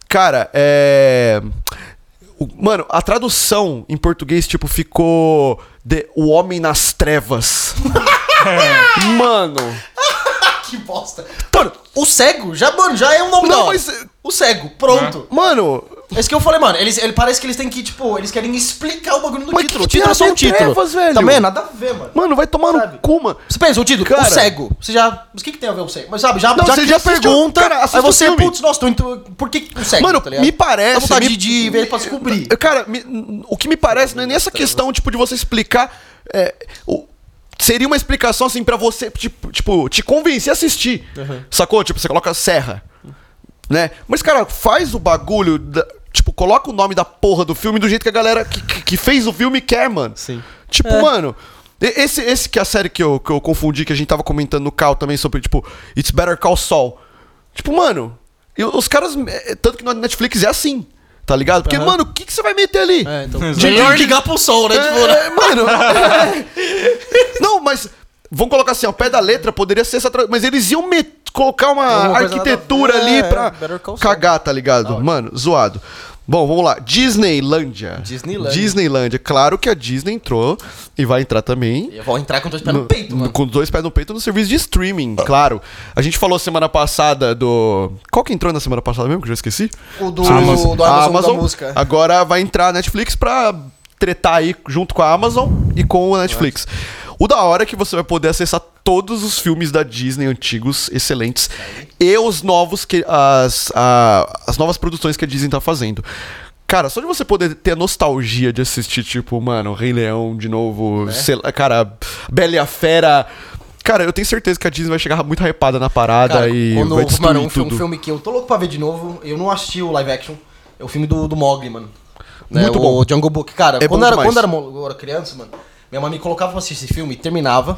Speaker 1: cara, é. o- Mano, a tradução em português, tipo, ficou. The... O Homem nas Trevas. mano.
Speaker 2: Ah, Que bosta. Mano, o cego já, mano, já é um nome
Speaker 1: Não,
Speaker 2: da hora.
Speaker 1: mas-
Speaker 2: O cego, pronto.
Speaker 1: Mano.
Speaker 2: É isso que eu falei, mano. Eles, ele parece que eles têm que, tipo, eles querem explicar o bagulho no
Speaker 1: Mas
Speaker 2: título.
Speaker 1: que que
Speaker 2: o título é só
Speaker 1: tem a
Speaker 2: o
Speaker 1: ver
Speaker 2: título.
Speaker 1: trevas, velho?
Speaker 2: Também é nada a ver, mano.
Speaker 1: Mano, vai tomar
Speaker 2: Sabe?
Speaker 1: no cu, mano.
Speaker 2: Você pensa, o título,
Speaker 1: Cara.
Speaker 2: o cego. Você já. Mas o que, que tem a ver o cego? Mas sabe, já,
Speaker 1: Não, você
Speaker 2: que
Speaker 1: já
Speaker 2: assiste
Speaker 1: pergunta,
Speaker 2: o-
Speaker 1: cara, assiste
Speaker 2: aí você,
Speaker 1: o filme.
Speaker 2: putz, nossa, tô intu... por que o cego?
Speaker 1: Mano,
Speaker 2: tá ligado?
Speaker 1: me parece.
Speaker 2: Dá vontade
Speaker 1: me-
Speaker 2: de ver pra Tá descobrir.
Speaker 1: Cara, me- o que me parece não é nem essa questão tipo, de você explicar. é, o- seria uma explicação assim pra você, tipo, tipo, te convencer a assistir. Sacou? Tipo, você coloca serra. Né? Mas, cara, faz o bagulho. da- tipo, coloca o nome da porra do filme do jeito que a galera que, que- que fez o filme quer, mano.
Speaker 2: Sim.
Speaker 1: Tipo, mano. e- Esse, esse que é a série que eu, que eu confundi, que a gente tava comentando no Cal também sobre, tipo, It's Better Call Saul. Tipo, mano, e os caras. é, Tanto que na Netflix é assim, tá ligado? Porque, mano, o que, que você vai meter ali?
Speaker 2: É, então.
Speaker 3: Exato.
Speaker 2: Melhor ligar pro sol, né? Tipo, né?
Speaker 1: É, é, mano. é. Não, mas. Vamos colocar assim, ao pé da letra, poderia ser essa. tra- Mas eles iam me- colocar uma
Speaker 2: Alguma coisa
Speaker 1: arquitetura
Speaker 2: nada a ver,
Speaker 1: ali
Speaker 2: é,
Speaker 1: pra
Speaker 2: Better Call Saul.
Speaker 1: cagar, tá ligado? Mano, zoado. Bom, vamos lá. Disneylândia.
Speaker 2: Disneylândia.
Speaker 1: Disneylândia. Claro que a Disney entrou e vai entrar também.
Speaker 2: Eu vou entrar com dois pés no peito, mano.
Speaker 1: Com dois pés no peito no serviço de streaming, claro. A gente falou semana passada do. Qual que entrou na semana passada mesmo? Que eu já esqueci?
Speaker 2: O do,
Speaker 3: Amazon.
Speaker 2: do
Speaker 1: A
Speaker 2: Amazon, da música.
Speaker 1: Agora vai entrar a Netflix pra tretar aí junto com a Amazon e com a Netflix. O da hora é que você vai poder acessar todos os filmes da Disney antigos, excelentes, e os novos que as, a- as novas produções que a Disney tá fazendo. Cara, só de você poder ter a nostalgia de assistir, tipo, mano, Rei Leão de novo,
Speaker 2: É?
Speaker 1: sei lá, cara, Bela e a Fera. Cara, eu tenho certeza que a Disney vai chegar muito hypada na parada
Speaker 2: Cara,
Speaker 1: e
Speaker 2: quando-
Speaker 1: vai destruir
Speaker 2: mano, um, fi- um
Speaker 1: tudo. Ah,
Speaker 2: filme que eu tô louco pra ver de novo, eu não assisti o live action, é o filme do, do Mogli, mano. Né,
Speaker 1: Muito
Speaker 2: o
Speaker 1: bom.
Speaker 2: Jungle Book. Cara,
Speaker 1: É bom
Speaker 2: quando, era,
Speaker 1: demais.
Speaker 2: quando era, mo- eu era criança, mano, minha mãe me colocava pra assistir esse filme e terminava.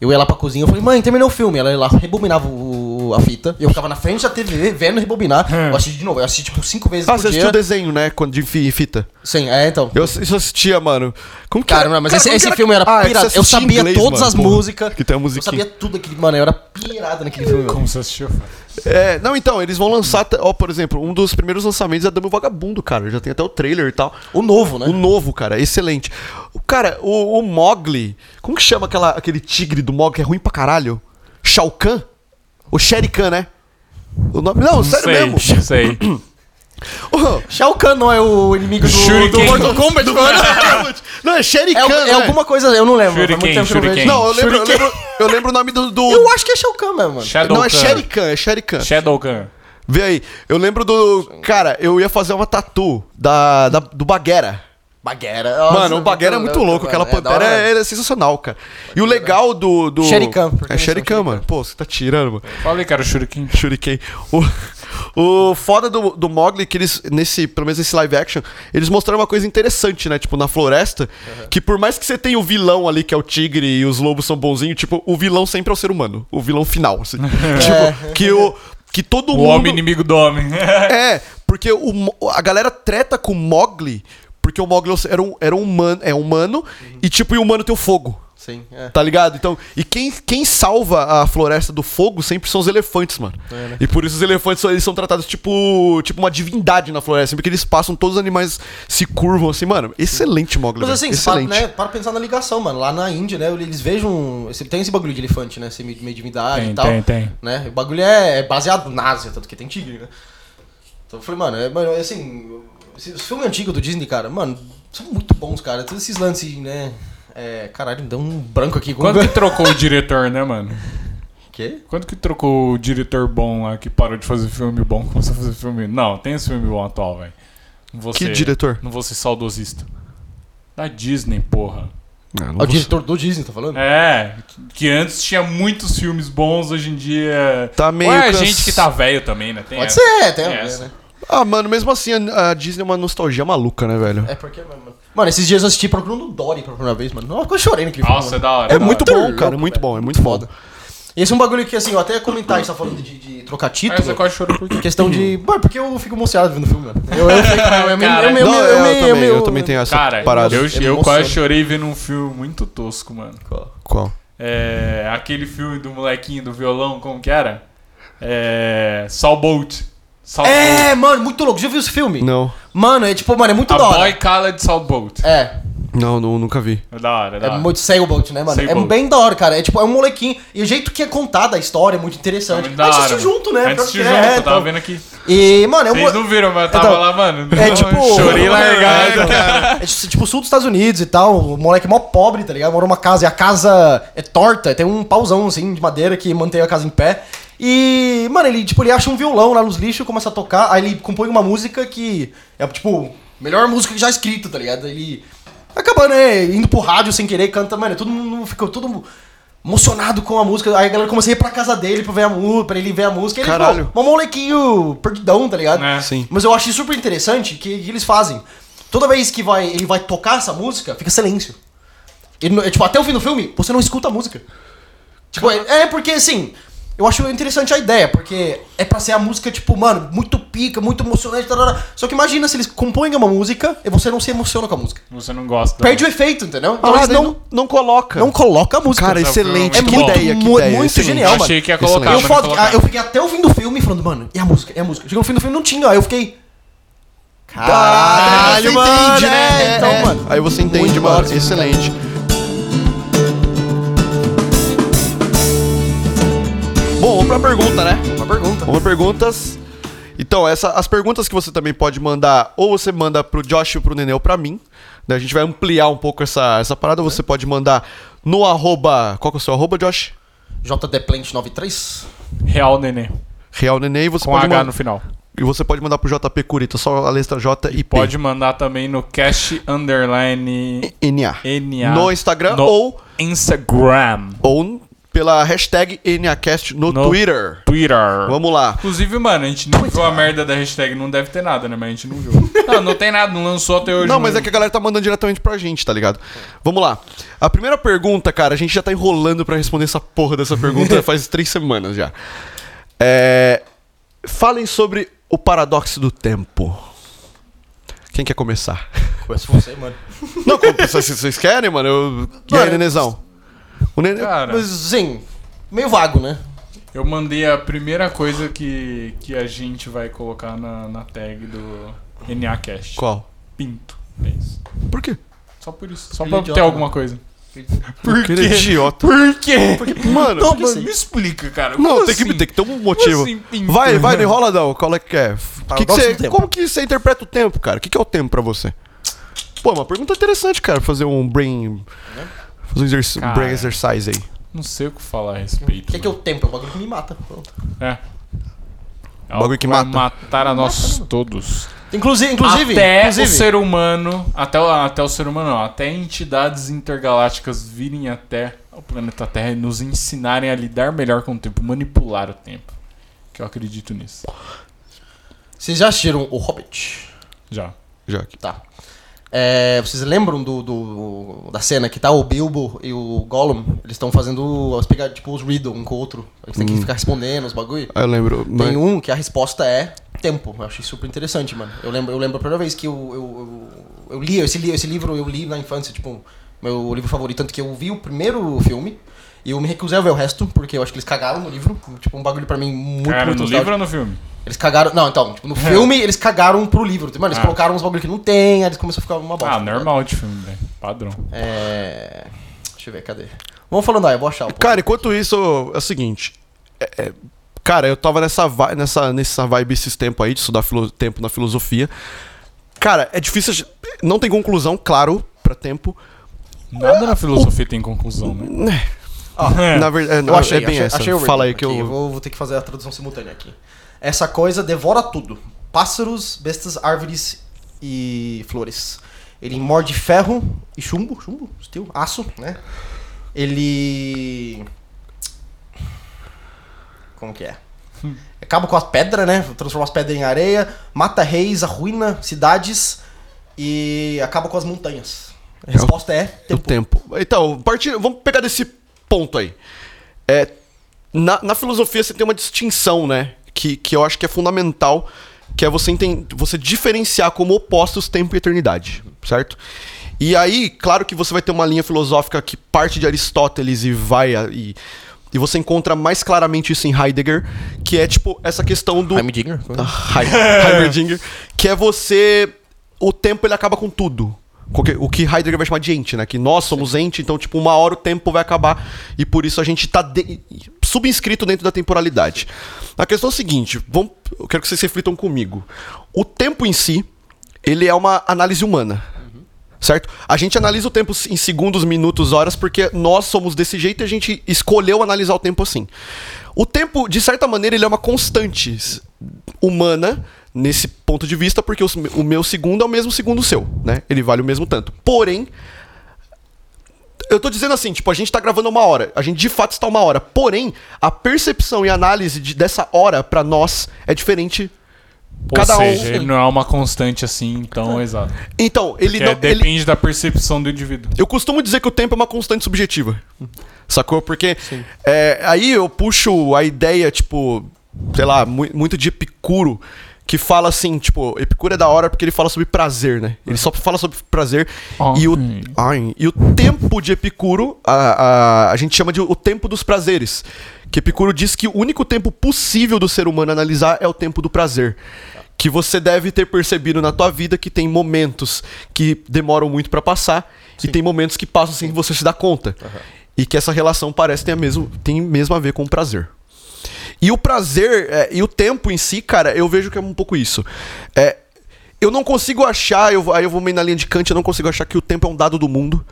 Speaker 2: Eu ia lá pra cozinha, eu falei, mãe, terminou o filme. Ela ia lá, rebobinava o- a fita. E eu ficava na frente da TV vendo rebobinar. Eu assisti de novo, eu assisti tipo cinco vezes
Speaker 1: É. Ah,
Speaker 2: por
Speaker 1: você
Speaker 2: dia.
Speaker 1: assistiu o desenho, né? Quando de fi- fita.
Speaker 2: Sim, é, então.
Speaker 1: Eu ass- isso eu assistia, mano. Como que é?
Speaker 2: Cara, não, mas esse,
Speaker 1: como
Speaker 2: esse
Speaker 1: que
Speaker 2: filme era
Speaker 1: Ah, é que
Speaker 2: pirata.
Speaker 1: você
Speaker 2: Eu
Speaker 1: assistia em
Speaker 2: sabia
Speaker 1: inglês,
Speaker 2: todas
Speaker 1: mano,
Speaker 2: as
Speaker 1: porra.
Speaker 2: músicas.
Speaker 1: Que tem a
Speaker 2: Eu sabia
Speaker 1: musiquinha.
Speaker 2: tudo aquele. Mano, eu era pirado naquele filme. mano.
Speaker 3: Como você assistiu?
Speaker 1: É, não, então, eles vão lançar, t- ó, por exemplo, um dos primeiros lançamentos é Dama e o Vagabundo, cara. Já tem até o trailer e tal.
Speaker 2: O novo, né?
Speaker 1: O novo, cara, excelente. O cara, o, o Mogli, como que chama aquela, aquele tigre do Mogli que é ruim pra caralho? Shao Kahn? O Shere Khan, né? O nome... Não, sério
Speaker 3: sei,
Speaker 1: mesmo.
Speaker 3: Sei.
Speaker 1: Oh,
Speaker 2: Shao Kahn não é o inimigo do,
Speaker 3: Shuriken.
Speaker 2: do Mortal Kombat, mano.
Speaker 1: não, é Shere
Speaker 2: É,
Speaker 1: Khan,
Speaker 2: al- é
Speaker 1: né?
Speaker 2: alguma coisa, eu não lembro. faz muito
Speaker 3: Shuriken,
Speaker 2: tempo que eu não vejo.
Speaker 3: Shuriken.
Speaker 1: Não, eu lembro, eu
Speaker 2: Shuriken.
Speaker 1: lembro, eu lembro o nome do... do-
Speaker 2: Eu acho que é Shao Kahn mesmo, mano.
Speaker 3: Shadow
Speaker 1: Não, é
Speaker 3: Khan.
Speaker 1: Shere Khan, é Shere Khan.
Speaker 3: Shadow Khan.
Speaker 1: Vê aí. Eu lembro do. Cara, eu ia fazer uma tatu da, da- do Baguera.
Speaker 2: Baguera.
Speaker 1: Mano, o Baguera é muito louco. Aquela pantera é, é sensacional, cara. E o legal do. do...
Speaker 2: Shuriken, porque
Speaker 1: É
Speaker 2: eles são
Speaker 1: Sherikan, mano. Pô, você tá tirando, mano.
Speaker 3: Falei, cara, Shuriken.
Speaker 1: Shuriken. O, o foda do, do Mogli, que eles, nesse, pelo menos nesse live action, eles mostraram uma coisa interessante, né? Tipo, na floresta, que por mais que você tenha o vilão ali, que é o tigre, e os lobos são bonzinhos, tipo, o vilão sempre é o ser humano. O vilão final, assim. tipo, que o... Que todo
Speaker 3: O
Speaker 1: mundo...
Speaker 3: homem inimigo do homem.
Speaker 1: É, porque o, Mo- a galera treta com o Mogli, porque o Mogli era um, era um humano, é um humano, e tipo, e o humano tem o fogo.
Speaker 2: Sim, é.
Speaker 1: Tá ligado? Então, e quem, quem salva a floresta do fogo sempre são os elefantes, mano. E por isso os elefantes são- eles são tratados tipo, tipo uma divindade na floresta, porque eles passam, todos os animais se curvam assim, mano. Excelente, Mogli.
Speaker 2: Mas
Speaker 1: velho,
Speaker 2: assim, para,
Speaker 1: excelente.
Speaker 2: né, para pensar na ligação, mano. Lá na Índia, né, eles vejam... Esse, tem esse bagulho de elefante, né? Esse meio meio de
Speaker 1: Ah,
Speaker 2: divindade
Speaker 3: Tem,
Speaker 1: então.
Speaker 2: e tal.
Speaker 3: tem, tem.
Speaker 2: Né? O bagulho é baseado na Ásia, tanto que tem tigre, né? Então eu falei, mano, é, mano, assim... esse- Os filmes antigos do Disney, cara, mano, são muito bons, cara. Todos esses lances, né... É, caralho, me deu um branco aqui. Como-
Speaker 3: Quando que trocou o diretor, né, mano?
Speaker 2: Quê?
Speaker 3: Quando que trocou o diretor bom lá que parou de fazer filme bom, começou a fazer filme. Não, tem esse filme bom atual, velho. Não vou
Speaker 1: Que
Speaker 3: ser-
Speaker 1: diretor?
Speaker 3: Não vou ser saudosista. Da Disney, porra.
Speaker 1: Ah, não
Speaker 2: Ah, o
Speaker 1: vou-
Speaker 2: diretor do Disney, tá falando?
Speaker 3: É, que- que antes tinha muitos filmes bons, hoje em dia.
Speaker 1: Tá meio
Speaker 3: Ou é a
Speaker 1: cans-
Speaker 3: gente que tá velho também, né? Tem
Speaker 2: Pode
Speaker 3: essa.
Speaker 2: ser, tem a
Speaker 3: Tem
Speaker 2: ver,
Speaker 3: essa.
Speaker 2: né?
Speaker 1: Ah, mano, mesmo assim, a, a Disney é uma nostalgia maluca, né, velho?
Speaker 2: É porque, mano. Mano, esses dias eu assisti procurando o Dory pela primeira vez, mano. Nossa, eu chorei naquele filme.
Speaker 3: Nossa, é
Speaker 2: mano.
Speaker 3: da hora.
Speaker 1: É,
Speaker 3: da
Speaker 1: muito
Speaker 3: hora.
Speaker 1: bom, cara. É muito bom, é muito foda.
Speaker 2: Esse é um bagulho que, assim, eu até ia comentar, a gente tá falando de, de trocar
Speaker 3: Aí É, você
Speaker 2: título.
Speaker 3: quase chorou por quê?
Speaker 2: Questão de. Mano, porque eu fico emocionado vendo o filme, mano. Eu, eu, fico- eu, eu, me-
Speaker 3: Cara,
Speaker 2: eu, me- eu,
Speaker 1: Não, é,
Speaker 2: me-
Speaker 1: eu,
Speaker 2: eu, me- eu,
Speaker 1: também,
Speaker 2: me-
Speaker 1: eu, também tenho essa
Speaker 3: Cara,
Speaker 1: parada.
Speaker 3: eu,
Speaker 2: Ele
Speaker 3: eu
Speaker 2: emociona.
Speaker 3: quase chorei vendo um filme muito tosco, mano.
Speaker 1: Qual?
Speaker 3: É, aquele filme do molequinho do violão, como que era? É, Saul Bolt. Saul
Speaker 2: É, mano, muito louco. Já viu esse filme?
Speaker 1: Não,
Speaker 2: Mano, é tipo, mano, é muito
Speaker 3: Bolt.
Speaker 2: da
Speaker 3: A
Speaker 2: hora.
Speaker 3: Boy Cala de Saul Bolt.
Speaker 2: É.
Speaker 1: não, não, nunca vi.
Speaker 3: É da hora, é da
Speaker 2: É
Speaker 3: hora.
Speaker 2: muito sailboat, né, mano? É
Speaker 3: Sailboat.
Speaker 2: bem da hora, cara. É tipo, é um molequinho. E o jeito que é contada a história é muito
Speaker 3: É
Speaker 2: interessante.
Speaker 3: muito
Speaker 2: a
Speaker 3: da
Speaker 2: gente
Speaker 3: hora,
Speaker 2: assistiu
Speaker 3: mano.
Speaker 2: junto, né?
Speaker 3: A gente assistiu
Speaker 2: É,
Speaker 3: junto, eu tava
Speaker 2: então.
Speaker 3: vendo aqui.
Speaker 2: E, mano, é um.
Speaker 3: Vocês não viram, mas eu tava
Speaker 2: Então,
Speaker 3: lá, mano.
Speaker 2: é tipo-
Speaker 3: Chorei largado.
Speaker 2: É tipo o sul dos Estados Unidos e tal. O moleque mó pobre, tá ligado? Mora numa casa e a casa é torta, tem um pauzão assim de madeira que mantém a casa em pé. E, mano, ele tipo, ele acha um violão lá nos lixos, começa a tocar, aí ele compõe uma música que é tipo, melhor música que já escrita, tá ligado? Ele acaba, né, indo pro rádio sem querer, canta, mano, todo mundo ficou todo emocionado com a música. Aí a galera começou a ir pra casa dele pra ver a música, pra ele ver a música. Ele,
Speaker 1: Caralho.
Speaker 2: pô, um molequinho perdidão, tá ligado?
Speaker 3: É.
Speaker 1: Sim.
Speaker 2: Mas eu achei super interessante que, que eles fazem. Toda vez que vai, ele vai tocar essa música, fica silêncio. Ele não- é, tipo, até o fim do filme, você não escuta a música. Tipo, é, é porque assim, eu acho interessante a ideia, porque é pra ser a música, tipo, mano, muito pica, muito emocionante, tarará. Só que imagina se eles compõem uma música e você não se emociona com a música.
Speaker 3: Você não gosta.
Speaker 2: Perde o efeito, entendeu? Então
Speaker 1: Ah,
Speaker 2: eles
Speaker 1: daí
Speaker 2: não,
Speaker 1: não coloca.
Speaker 2: não colocam a música.
Speaker 1: Cara,
Speaker 3: Essa
Speaker 1: excelente.
Speaker 3: foi
Speaker 1: que
Speaker 3: muito
Speaker 1: ideia, que
Speaker 2: mu-
Speaker 1: ideia.
Speaker 2: muito
Speaker 1: excelente.
Speaker 2: genial, mano.
Speaker 3: Achei que ia colocar,
Speaker 2: eu,
Speaker 3: mas não
Speaker 2: foda-
Speaker 3: colocaram.
Speaker 2: ah, eu fiquei até o fim do filme falando, mano, e a música? E a música? Chegou no fim do filme não tinha. Aí eu fiquei.
Speaker 1: Caralho,
Speaker 2: Caralho, mano,
Speaker 1: entende, né?
Speaker 2: é, então, mano.
Speaker 1: Aí você entende,
Speaker 2: Muito
Speaker 1: mano.
Speaker 2: ótimo,
Speaker 1: excelente. Bom, vamos pra pergunta, né?
Speaker 2: Uma pergunta.
Speaker 1: Vamos pra perguntas. Então, essa, as perguntas que você também pode mandar, ou você manda pro Josh ou pro Nenê ou pra mim. né? A gente vai ampliar um pouco essa, essa parada. Você pode mandar no arroba. Qual que é o seu arroba, Josh?
Speaker 2: JDPlant93.
Speaker 3: Real Nenê.
Speaker 1: Real Nenê. E você,
Speaker 3: Com
Speaker 1: pode,
Speaker 3: H
Speaker 1: man-
Speaker 3: no final.
Speaker 1: e você pode mandar pro JP Curita, só a letra J e P.
Speaker 3: Pode mandar também no cash underline
Speaker 1: NA.
Speaker 3: NA.
Speaker 1: No Instagram
Speaker 3: No
Speaker 1: ou,
Speaker 3: Instagram.
Speaker 1: ou pela hashtag NACast no,
Speaker 3: No
Speaker 1: Twitter.
Speaker 3: Twitter.
Speaker 1: Vamos lá.
Speaker 3: Inclusive, mano, a gente não viu a merda da hashtag, não deve ter nada, né? Mas a gente não viu. Não, não tem nada, não lançou até hoje.
Speaker 1: Não, mas é que a galera tá mandando diretamente pra gente, tá ligado? Vamos lá. A primeira pergunta, cara, a gente já tá enrolando pra responder essa porra dessa pergunta faz três semanas já. É... Falem sobre o paradoxo do tempo. Quem quer começar?
Speaker 2: Começa você, mano.
Speaker 1: Não, como- vocês, vocês querem, mano? Eu... E aí,
Speaker 2: Mano,
Speaker 1: nenezão? O nenê...
Speaker 3: Cara,
Speaker 2: Mas, sim, meio vago, né?
Speaker 3: eu mandei a primeira coisa que, que a gente vai colocar na, na tag do NACast.
Speaker 1: Qual?
Speaker 3: Pinto. É isso.
Speaker 1: Por quê?
Speaker 3: Só por isso. Só
Speaker 2: Ele
Speaker 3: pra
Speaker 2: é
Speaker 3: ter
Speaker 2: idiota,
Speaker 3: alguma
Speaker 2: né?
Speaker 3: coisa.
Speaker 1: Por quê? é idiota.
Speaker 3: Por quê?
Speaker 1: Mano,
Speaker 3: Não,
Speaker 2: Por que
Speaker 3: mano,
Speaker 2: sim?
Speaker 3: me explica, cara.
Speaker 1: Não,
Speaker 3: Como
Speaker 1: tem, que,
Speaker 3: assim?
Speaker 1: tem que ter um motivo.
Speaker 3: assim, pinto?
Speaker 1: vai, vai, não enrola não. Qual é que é? Que que
Speaker 2: Paradoxo
Speaker 1: cê-
Speaker 2: Tá, do tempo.
Speaker 1: como que você interpreta o tempo, cara? O que, que é o tempo pra você? Pô, é uma pergunta interessante, cara. Fazer um brain... Fazer um exerc-
Speaker 3: Cara.
Speaker 1: brain exercise aí.
Speaker 3: Não sei o que falar
Speaker 2: O
Speaker 3: a respeito.
Speaker 2: que é, que é o tempo? É um bagulho que me mata. Pronto.
Speaker 3: É. É algo
Speaker 1: bagulho que
Speaker 3: vai
Speaker 1: mata.
Speaker 3: matar a nós todos.
Speaker 2: Inclusive, inclusive,
Speaker 3: até
Speaker 2: inclusive
Speaker 3: o ser humano, até o, até o ser humano não, até entidades intergalácticas virem até o planeta Terra e nos ensinarem a lidar melhor com o tempo, manipular o tempo. Que eu acredito nisso.
Speaker 2: vocês já assistiram O Hobbit?
Speaker 3: Já.
Speaker 1: Já que-
Speaker 2: Tá. É, vocês lembram do, do- da cena que tá o Bilbo e o Gollum? Eles estão fazendo as pegadas, tipo, os riddle um com o outro. Eles têm que ficar respondendo os bagulho.
Speaker 1: Ah, Eu lembro.
Speaker 2: Tem
Speaker 1: mas-
Speaker 2: um que a resposta é tempo. Eu achei super interessante, mano. Eu lembro, eu lembro a primeira vez que eu, eu, eu, eu li esse, li esse livro, eu li na infância, tipo, meu livro favorito. Tanto que eu vi o primeiro filme e eu me recusei a ver o resto, porque eu acho que eles cagaram no livro. Tipo, um bagulho pra mim muito,
Speaker 3: Cara,
Speaker 2: muito
Speaker 3: no
Speaker 2: nostálgico.
Speaker 3: livro ou no filme?
Speaker 2: Eles cagaram. Não, então, tipo, no filme eles cagaram pro livro. Mano, eles
Speaker 3: Ah.
Speaker 2: colocaram uns bagulho que não tem, aí eles começaram a ficar uma bosta.
Speaker 3: Ah, normal de filme, velho. Padrão.
Speaker 2: É. Deixa eu ver, cadê? Vamos falando aí, eu vou achar. um pouco.
Speaker 1: Cara, enquanto isso, é o seguinte. é- é- cara, eu tava nessa, vi- nessa, nessa vibe esses tempos aí, de estudar filo- tempo na filosofia. Cara, é difícil. a gente- Não tem conclusão, claro, pra tempo.
Speaker 3: Nada na filosofia tem conclusão, né?
Speaker 1: Na verdade,
Speaker 2: eu achei,
Speaker 1: é bem
Speaker 2: achei,
Speaker 1: essa.
Speaker 2: achei o
Speaker 1: Fala aí
Speaker 2: Riddle
Speaker 1: que
Speaker 2: aqui,
Speaker 1: eu.
Speaker 2: Vou, vou ter que fazer a tradução simultânea aqui. Essa coisa devora tudo: pássaros, bestas, árvores e flores. Ele morde ferro e chumbo, chumbo, steel, aço, né? Ele. Como que é?
Speaker 1: Hum.
Speaker 2: Acaba com as pedras, né? Transforma as pedras em areia, mata reis, arruína cidades e acaba com as montanhas. A resposta é
Speaker 1: O
Speaker 2: tempo.
Speaker 1: tempo. Então, partindo, vamos pegar desse ponto aí. É, na, na filosofia você tem uma distinção, né? Que, que eu acho que é fundamental, que é você, enten- você diferenciar como opostos tempo e eternidade, certo? E aí, claro que você vai ter uma linha filosófica que parte de Aristóteles e vai. a- E, e você encontra mais claramente isso em Heidegger, que é tipo essa questão do.
Speaker 2: Heimdinger?
Speaker 1: Hei- Ah, Heimerdinger, que é você. O tempo ele acaba com tudo. Qualquer- O que Heidegger vai chamar de ente, né? Que nós somos ente, então, tipo, uma hora o tempo vai acabar e por isso a gente tá de- subinscrito dentro da temporalidade. A questão é o seguinte: vamos... eu quero que vocês reflitam comigo. O tempo em si, ele é uma análise humana. Certo? A gente analisa o tempo em segundos, minutos, horas, porque nós somos desse jeito e a gente escolheu analisar o tempo assim. O tempo, de certa maneira, ele é uma constante s- humana nesse ponto de vista, porque os- o meu segundo é o mesmo segundo seu, né? Ele vale o mesmo tanto. Porém, eu tô dizendo assim, tipo, a gente tá gravando uma hora. A gente de fato está uma hora. Porém, a percepção e análise de- dessa hora pra nós é diferente. Cada
Speaker 3: Ou
Speaker 1: um-
Speaker 3: seja, ele não é uma constante assim, então, exato.
Speaker 1: Então, ele
Speaker 3: Que
Speaker 1: não.
Speaker 3: é,
Speaker 1: ele-
Speaker 3: depende da percepção do indivíduo.
Speaker 1: Eu costumo dizer que o tempo é uma constante subjetiva. Sacou? Porque é, aí eu puxo a ideia, tipo, sei lá, mu- muito de Epicuro, que fala assim, tipo, Epicuro é da hora porque ele fala sobre prazer, né? Ele só fala sobre prazer. E, o,
Speaker 3: Ai.
Speaker 1: ai, e o tempo de Epicuro, a, a, a gente chama de o tempo dos prazeres. Que Epicuro diz que o único tempo possível do ser humano analisar é o tempo do prazer. Que você deve ter percebido na tua vida que tem momentos que demoram muito pra passar e tem momentos que passam sem você se dar conta. E que essa relação parece ter a mesmo, tem mesmo a ver com o prazer. E o prazer é, e o tempo em si, cara, eu vejo que é um pouco isso. É, eu não consigo achar, eu, vou- aí eu vou meio na linha de Kant, eu não consigo achar que o tempo é um dado do mundo,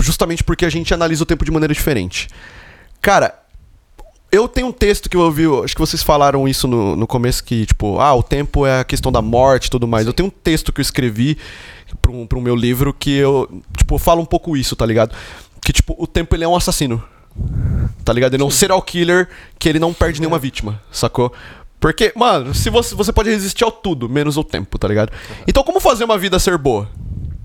Speaker 1: justamente porque a gente analisa o tempo de maneira diferente. Cara, eu tenho um texto que eu ouvi, eu acho que vocês falaram isso no, no começo, que tipo, ah, o tempo é a questão da morte e tudo mais. Eu tenho um texto que eu escrevi para um, pra um meu livro que eu, tipo, eu falo um pouco isso, tá ligado? Que tipo, o tempo ele é um assassino. Tá ligado? Ele é um serial killer que ele não perde
Speaker 2: É.
Speaker 1: nenhuma vítima, sacou? Porque, mano, se você, você pode resistir ao tudo, menos ao tempo, tá ligado?
Speaker 2: Uhum.
Speaker 1: Então, como fazer uma vida ser boa?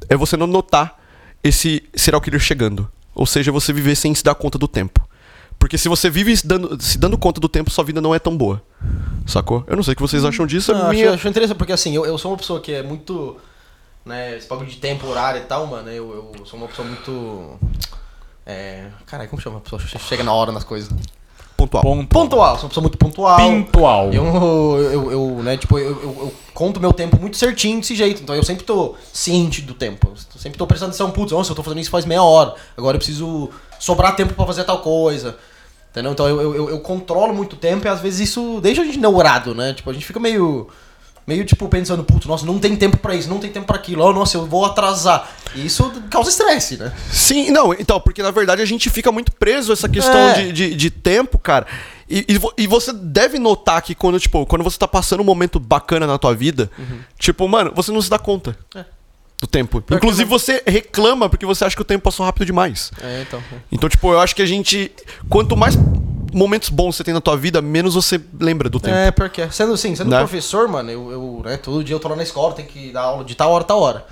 Speaker 1: É você não notar esse serial killer chegando. Ou seja, você viver sem se dar conta do tempo. Porque se você vive se dando, se dando conta do tempo, sua vida não é tão boa. Sacou? Eu não sei o que vocês acham disso.
Speaker 2: Uhum. Não,
Speaker 1: é
Speaker 2: acho-
Speaker 1: minha...
Speaker 2: acho, interessante, porque assim, eu, eu sou uma pessoa que é muito. Né, esse bagulho de tempo, horário e tal, mano. Eu, eu sou uma pessoa muito. É. Caralho, como chama? A pessoa che- chega na hora nas coisas.
Speaker 1: Pontual.
Speaker 3: Ponto.
Speaker 2: Pontual, sou uma pessoa muito pontual.
Speaker 3: Pintual.
Speaker 2: Eu, eu, eu, né, tipo, eu, eu, eu conto meu tempo muito certinho desse jeito. Então eu sempre tô ciente do tempo. Eu sempre tô prestando atenção, putz, nossa, eu tô fazendo isso faz meia hora. Agora eu preciso sobrar tempo pra fazer tal coisa. Entendeu? Então eu, eu, eu- eu controlo muito o tempo e às vezes isso deixa a gente neurado, né? Tipo, a gente fica meio. Meio tipo pensando, putz, nossa, não tem tempo pra isso, não tem tempo pra aquilo, oh, nossa, eu vou atrasar. E isso causa estresse, né?
Speaker 1: Sim, não, então, porque na verdade a gente fica muito preso a essa questão
Speaker 2: É.
Speaker 1: de, de, de tempo, cara. E, e vo- e você deve notar que quando, tipo, quando você tá passando um momento bacana na tua vida,
Speaker 2: Uhum.
Speaker 1: tipo, mano, você não se dá conta
Speaker 2: É.
Speaker 1: do tempo. Inclusive, você reclama porque você acha que o tempo passou rápido demais.
Speaker 2: É, então.
Speaker 1: Então, tipo, eu acho que a gente. Quanto mais momentos bons você tem na tua vida, menos você lembra do tempo.
Speaker 2: É, porque, sendo assim, sendo
Speaker 1: Né?
Speaker 2: professor, mano, eu, eu, né, todo dia eu tô lá na escola, tem que dar aula de tal hora, tal hora.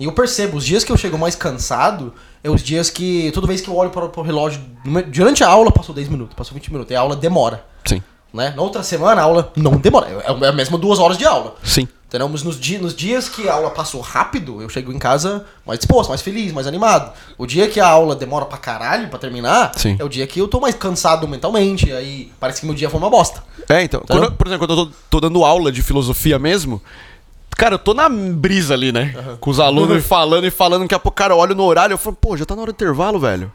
Speaker 2: E eu percebo, os dias que eu chego mais cansado, é os dias que, toda vez que eu olho para o relógio, durante a aula passou 10 minutos, passou 20 minutos, e a aula demora,
Speaker 1: Sim.
Speaker 2: né? Na outra semana a aula não demora, é é a mesma duas horas de aula.
Speaker 1: Sim.
Speaker 2: Entendeu? Mas nos, di- nos dias que a aula passou rápido, eu chego em casa mais disposto, mais feliz, mais animado. O dia que a aula demora pra caralho pra terminar,
Speaker 1: Sim.
Speaker 2: é o dia que eu tô mais cansado mentalmente, aí parece que meu dia foi uma bosta.
Speaker 1: É, então. quando eu- por exemplo, quando eu tô, tô dando aula de filosofia mesmo, cara, eu tô na brisa ali, né? Com os alunos e falando e falando, que a pouco, cara, eu olho no horário, eu falo, pô, já tá na hora do intervalo, velho.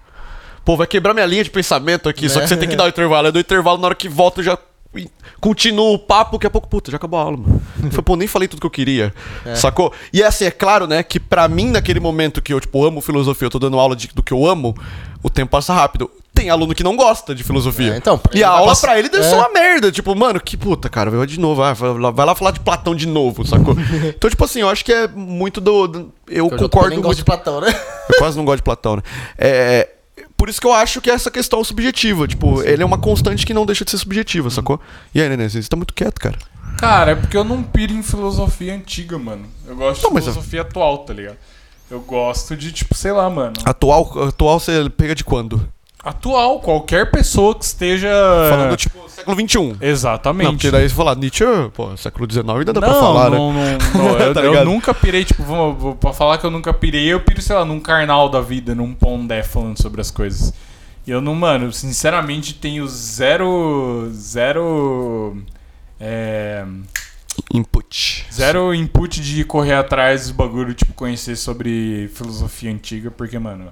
Speaker 1: Pô, vai quebrar minha linha de pensamento aqui, só que você tem que dar o intervalo. Eu dou o intervalo, na hora que volta eu já e- continuo o papo, daqui a pouco, puta, já acabou a aula, mano. Eu falei, pô, nem falei tudo que eu queria, sacou? E assim, é claro, né, que pra mim, naquele momento que eu, tipo, amo filosofia, eu tô dando aula de- do que eu amo, o tempo passa rápido. Tem aluno que não gosta de filosofia.
Speaker 2: É, então, pra
Speaker 1: e
Speaker 2: ele
Speaker 1: a
Speaker 2: vai
Speaker 1: aula
Speaker 2: passar-
Speaker 1: pra ele deve
Speaker 2: É.
Speaker 1: ser uma merda. Tipo, mano, que puta, cara, vai de novo. ah, vai lá- vai lá falar de Platão de novo, sacou? então, tipo assim, eu acho que é muito do. do- eu
Speaker 2: Eu já
Speaker 1: concordo
Speaker 2: também
Speaker 1: muito.
Speaker 2: gosto de Platão, né?
Speaker 1: Eu quase não gosto de Platão, né? É, por isso que eu acho que essa questão é subjetiva. Tipo, ele é uma constante que não deixa de ser subjetiva, sacou? E aí, Nenê, você tá muito quieto, cara.
Speaker 3: Cara, é porque eu não piro em filosofia antiga, mano. Eu gosto
Speaker 1: Não,
Speaker 3: de
Speaker 1: mas-
Speaker 3: filosofia atual, tá ligado? Eu gosto de, tipo, sei lá, mano.
Speaker 1: Atual, atual você pega de quando?
Speaker 3: Atual, qualquer pessoa que esteja.
Speaker 1: Falando, tipo, século XXI. Não,
Speaker 3: Exatamente.
Speaker 1: porque daí você fala, Nietzsche, pô, século XIX ainda dá
Speaker 3: não,
Speaker 1: pra falar, né?
Speaker 3: não, não, não. Eu,
Speaker 1: Tá
Speaker 3: eu
Speaker 1: ligado?
Speaker 3: nunca pirei, tipo, vou, vou- pra falar que eu nunca pirei, eu piro, sei lá, num carnal da vida, num pondé falando sobre as coisas. E eu não, mano, sinceramente tenho zero. Zero. É,
Speaker 1: Input.
Speaker 3: zero input de correr atrás dos bagulho, tipo, conhecer sobre filosofia antiga, porque, mano.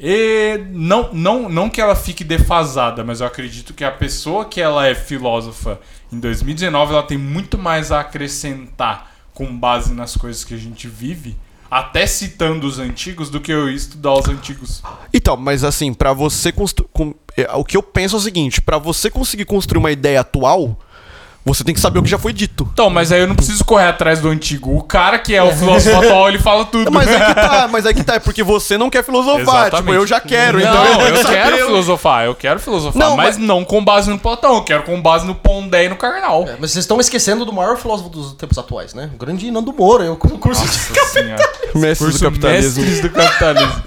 Speaker 3: E não, não, não que ela fique defasada, mas eu acredito que a pessoa que ela é filósofa em 2019, ela tem muito mais a acrescentar com base nas coisas que a gente vive, até citando os antigos, do que eu estudar os antigos.
Speaker 1: Então, mas assim, pra você constru... com- é, o que eu penso é o seguinte, pra você conseguir construir uma ideia atual, você tem que saber o que já foi dito.
Speaker 3: Então, mas aí eu não preciso correr atrás do antigo. O cara que é o filósofo atual, ele fala tudo.
Speaker 1: Mas aí que tá, mas aí que tá, é porque você não quer filosofar,
Speaker 3: Exatamente.
Speaker 1: tipo, eu já quero, então
Speaker 3: Não,
Speaker 1: tenho que
Speaker 3: eu
Speaker 1: saber
Speaker 3: quero
Speaker 1: o-
Speaker 3: filosofar, eu quero filosofar,
Speaker 1: Não,
Speaker 3: mas,
Speaker 1: mas-
Speaker 3: não com base no Platão, eu quero com base no Pondé e no Karnal.
Speaker 2: É, mas vocês estão esquecendo do maior filósofo dos tempos atuais, né? O grande Nando Moura, eu com o curso de...
Speaker 3: Nossa senhora.
Speaker 1: Mestres do
Speaker 3: Curso
Speaker 1: capitalismo.
Speaker 3: Mestres do Capitalismo.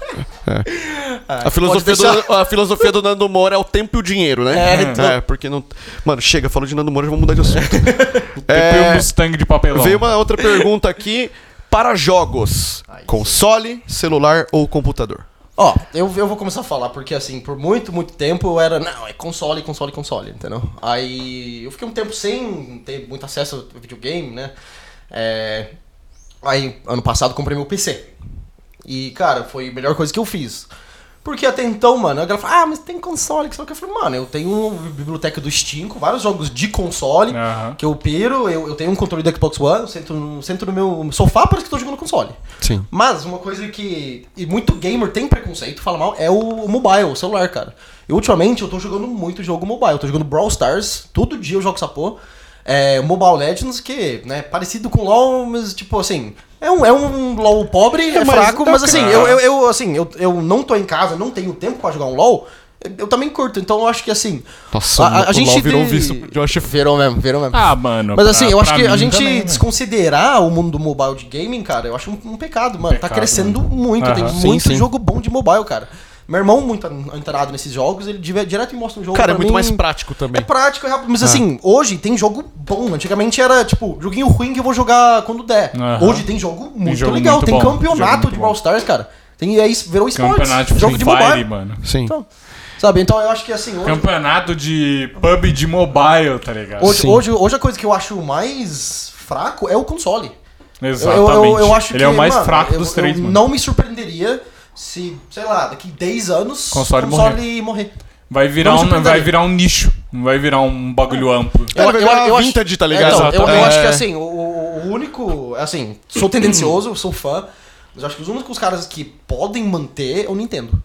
Speaker 1: A filosofia,
Speaker 2: Pode
Speaker 1: do, a filosofia do Nando Moura é o tempo e o dinheiro, né?
Speaker 2: É, então.
Speaker 1: porque não... Mano, chega, falou de Nando Moura, já vou mudar de assunto.
Speaker 3: Depois
Speaker 1: É,
Speaker 3: o um Mustang de papelão.
Speaker 1: Veio uma outra pergunta aqui, para jogos, console, celular ou computador?
Speaker 2: Ó, eu, eu vou começar a falar, porque assim, por muito, muito tempo eu era, não, é console, console, console, entendeu? Aí eu fiquei um tempo sem ter muito acesso a videogame, né? É, Aí, ano passado, comprei meu PC. E, cara, foi a melhor coisa que eu fiz. Porque até então, mano, a galera fala, ah, mas tem console, que sei lá o que. Eu falei, mano, eu tenho uma biblioteca do Steam com vários jogos de console
Speaker 3: Aham.
Speaker 2: que eu piro, eu, eu tenho um controle do Xbox One, eu sento, no- sento no meu sofá, parece que eu tô jogando console.
Speaker 1: Sim.
Speaker 2: Mas uma coisa que. E muito gamer tem preconceito, fala mal, é o, o mobile, o celular, cara. Eu, ultimamente eu tô jogando muito jogo mobile. Eu tô jogando Brawl Stars, todo dia eu jogo essa porra. É, Mobile Legends, que né, é parecido com LoL, mas tipo assim. É um, é um LoL pobre, é,
Speaker 1: mas-
Speaker 2: fraco,
Speaker 1: tá,
Speaker 2: mas assim,
Speaker 3: cara.
Speaker 2: eu, eu, eu, assim eu, eu não tô em casa, não tenho tempo pra jogar um LoL. Eu também curto, então eu acho que assim.
Speaker 1: Nossa, o LoL virou um visto.
Speaker 2: Eu acho... Virou mesmo, virou mesmo.
Speaker 3: Ah, mano.
Speaker 2: Mas
Speaker 3: pra-
Speaker 2: assim, eu acho
Speaker 3: pra
Speaker 2: que a
Speaker 3: mim
Speaker 2: gente
Speaker 3: também, né?
Speaker 2: desconsiderar o mundo do mobile de gaming, cara, eu acho um, um pecado, mano. tá
Speaker 3: Pecado,
Speaker 2: crescendo
Speaker 3: mano.
Speaker 2: muito, tem
Speaker 3: Aham.
Speaker 1: Sim,
Speaker 2: muito
Speaker 1: sim.
Speaker 2: jogo bom de mobile, cara. Meu irmão, muito an- antenado nesses jogos, ele dive- direto me mostra um jogo
Speaker 1: Cara, é
Speaker 2: pra
Speaker 1: muito
Speaker 2: mim.
Speaker 1: mais prático também.
Speaker 2: É prático, é
Speaker 3: Ah.
Speaker 2: rápido. Mas assim, hoje tem jogo bom. Antigamente era, tipo, joguinho ruim que eu vou jogar quando der.
Speaker 3: Aham.
Speaker 2: Hoje tem jogo muito
Speaker 3: jogo
Speaker 2: legal.
Speaker 3: muito
Speaker 2: tem
Speaker 3: bom, jogo
Speaker 2: campeonato
Speaker 3: muito
Speaker 2: de
Speaker 3: bom.
Speaker 2: Brawl Stars, cara. Tem, é, isso, virou esporte.
Speaker 3: Campeonato de
Speaker 2: Jogo de
Speaker 3: Free Fire,
Speaker 2: mobile.
Speaker 3: mano.
Speaker 1: Sim.
Speaker 2: Então, sabe, então eu acho que assim, hoje,
Speaker 3: Campeonato de pub de mobile, tá ligado?
Speaker 2: hoje,
Speaker 1: Sim.
Speaker 2: hoje, hoje a coisa que eu acho mais fraco é o console. Eu-
Speaker 3: Exatamente.
Speaker 2: Eu, eu- eu acho
Speaker 3: Ele
Speaker 2: que,
Speaker 3: é o mais
Speaker 2: mano,
Speaker 3: fraco
Speaker 2: eu-
Speaker 3: dos três,
Speaker 2: eu
Speaker 3: mano.
Speaker 2: Não me surpreenderia se, sei lá, daqui 10 anos
Speaker 3: Console
Speaker 2: morrer.
Speaker 3: Vai, virar
Speaker 2: Não me
Speaker 3: um, vai
Speaker 2: surpreenderia.
Speaker 3: virar um nicho. Não vai virar um bagulho amplo.
Speaker 1: É, vai virar vintage, tá ligado?
Speaker 2: então, eu, eu
Speaker 1: Exatamente.
Speaker 2: acho que
Speaker 1: É.
Speaker 2: assim, o, o- o único. Assim, sou tendencioso, sou fã, mas eu acho que os únicos caras que podem manter é o Nintendo.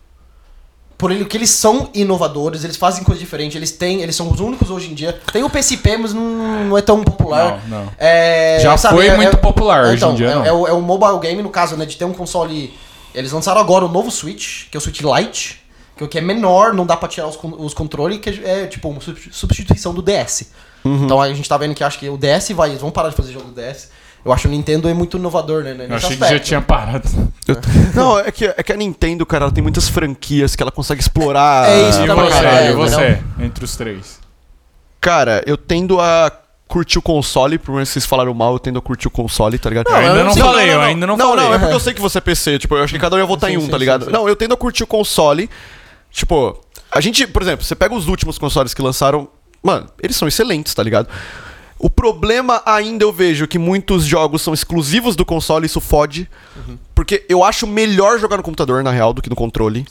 Speaker 2: por ele que eles são inovadores, eles fazem coisas diferentes, eles têm, eles são os únicos hoje em dia. Tem o PSP, mas não, não é tão popular.
Speaker 3: Não, não.
Speaker 2: É,
Speaker 3: Já foi muito popular hoje
Speaker 2: então,
Speaker 3: em dia,
Speaker 2: É,
Speaker 3: não.
Speaker 2: é o, é o mobile game, no caso, né, de ter um console... Eles lançaram agora o novo Switch, que é o Switch Lite, que é o que é menor, não dá pra tirar os, con- os controles, que é, é, tipo uma substi- substituição do DS.
Speaker 3: Uhum.
Speaker 2: Então a gente tá vendo que acho que o DS vai, eles vão parar de fazer jogo do DS. Eu acho que o Nintendo é muito inovador, né?
Speaker 3: Eu achei que já tinha parado.
Speaker 1: Não, é que, é que a Nintendo, cara, ela tem muitas franquias que ela consegue explorar.
Speaker 2: É isso,
Speaker 3: e
Speaker 2: tá
Speaker 1: pra
Speaker 2: bom,
Speaker 3: você,
Speaker 1: caralho,
Speaker 3: e
Speaker 2: não.
Speaker 1: né?
Speaker 3: você, entre os três.
Speaker 1: Cara, eu tendo a curtir o console, por mais que vocês falaram mal, eu tendo a curtir o console, tá ligado?
Speaker 3: eu ainda
Speaker 2: eu
Speaker 3: não,
Speaker 2: não sei, não,
Speaker 3: falei,
Speaker 2: não,
Speaker 3: eu
Speaker 2: não.
Speaker 3: ainda não,
Speaker 1: Não, não,
Speaker 3: falei.
Speaker 1: é porque eu sei que você é PC, tipo, eu acho que cada um ia votar em
Speaker 2: Sim,
Speaker 1: um,
Speaker 2: sim,
Speaker 1: tá ligado?
Speaker 2: sim, sim.
Speaker 1: Não, eu tendo a curtir o console, tipo, a gente, por exemplo, você pega os últimos consoles que lançaram, mano, eles são excelentes, tá ligado? O problema ainda eu vejo que muitos jogos são exclusivos do console, isso fode.
Speaker 2: Uhum.
Speaker 1: Porque eu acho melhor jogar no computador, na real, do que no controle.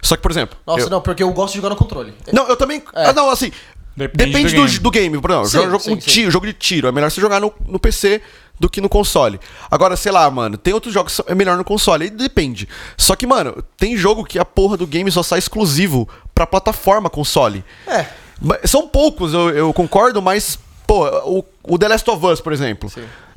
Speaker 1: Só que, por exemplo.
Speaker 2: Nossa,
Speaker 1: eu-
Speaker 2: não, porque eu gosto de jogar no controle.
Speaker 1: não, eu também.
Speaker 2: É.
Speaker 1: Ah, não, assim.
Speaker 3: Depende
Speaker 1: Depende,
Speaker 3: do
Speaker 1: do,
Speaker 3: game.
Speaker 1: do, game, por exemplo.
Speaker 2: Sim,
Speaker 1: jogo,
Speaker 2: sim,
Speaker 1: um
Speaker 2: sim.
Speaker 1: tiro, jogo de tiro. É melhor você jogar no, no PC do que no console. Agora, sei lá, mano, tem outros jogos que são- é melhor no console. Aí depende. Só que, mano, tem jogo que a porra do game só sai exclusivo pra plataforma console.
Speaker 2: É.
Speaker 1: Mas São poucos, eu, eu concordo, mas, pô, o, o The Last of Us, por exemplo.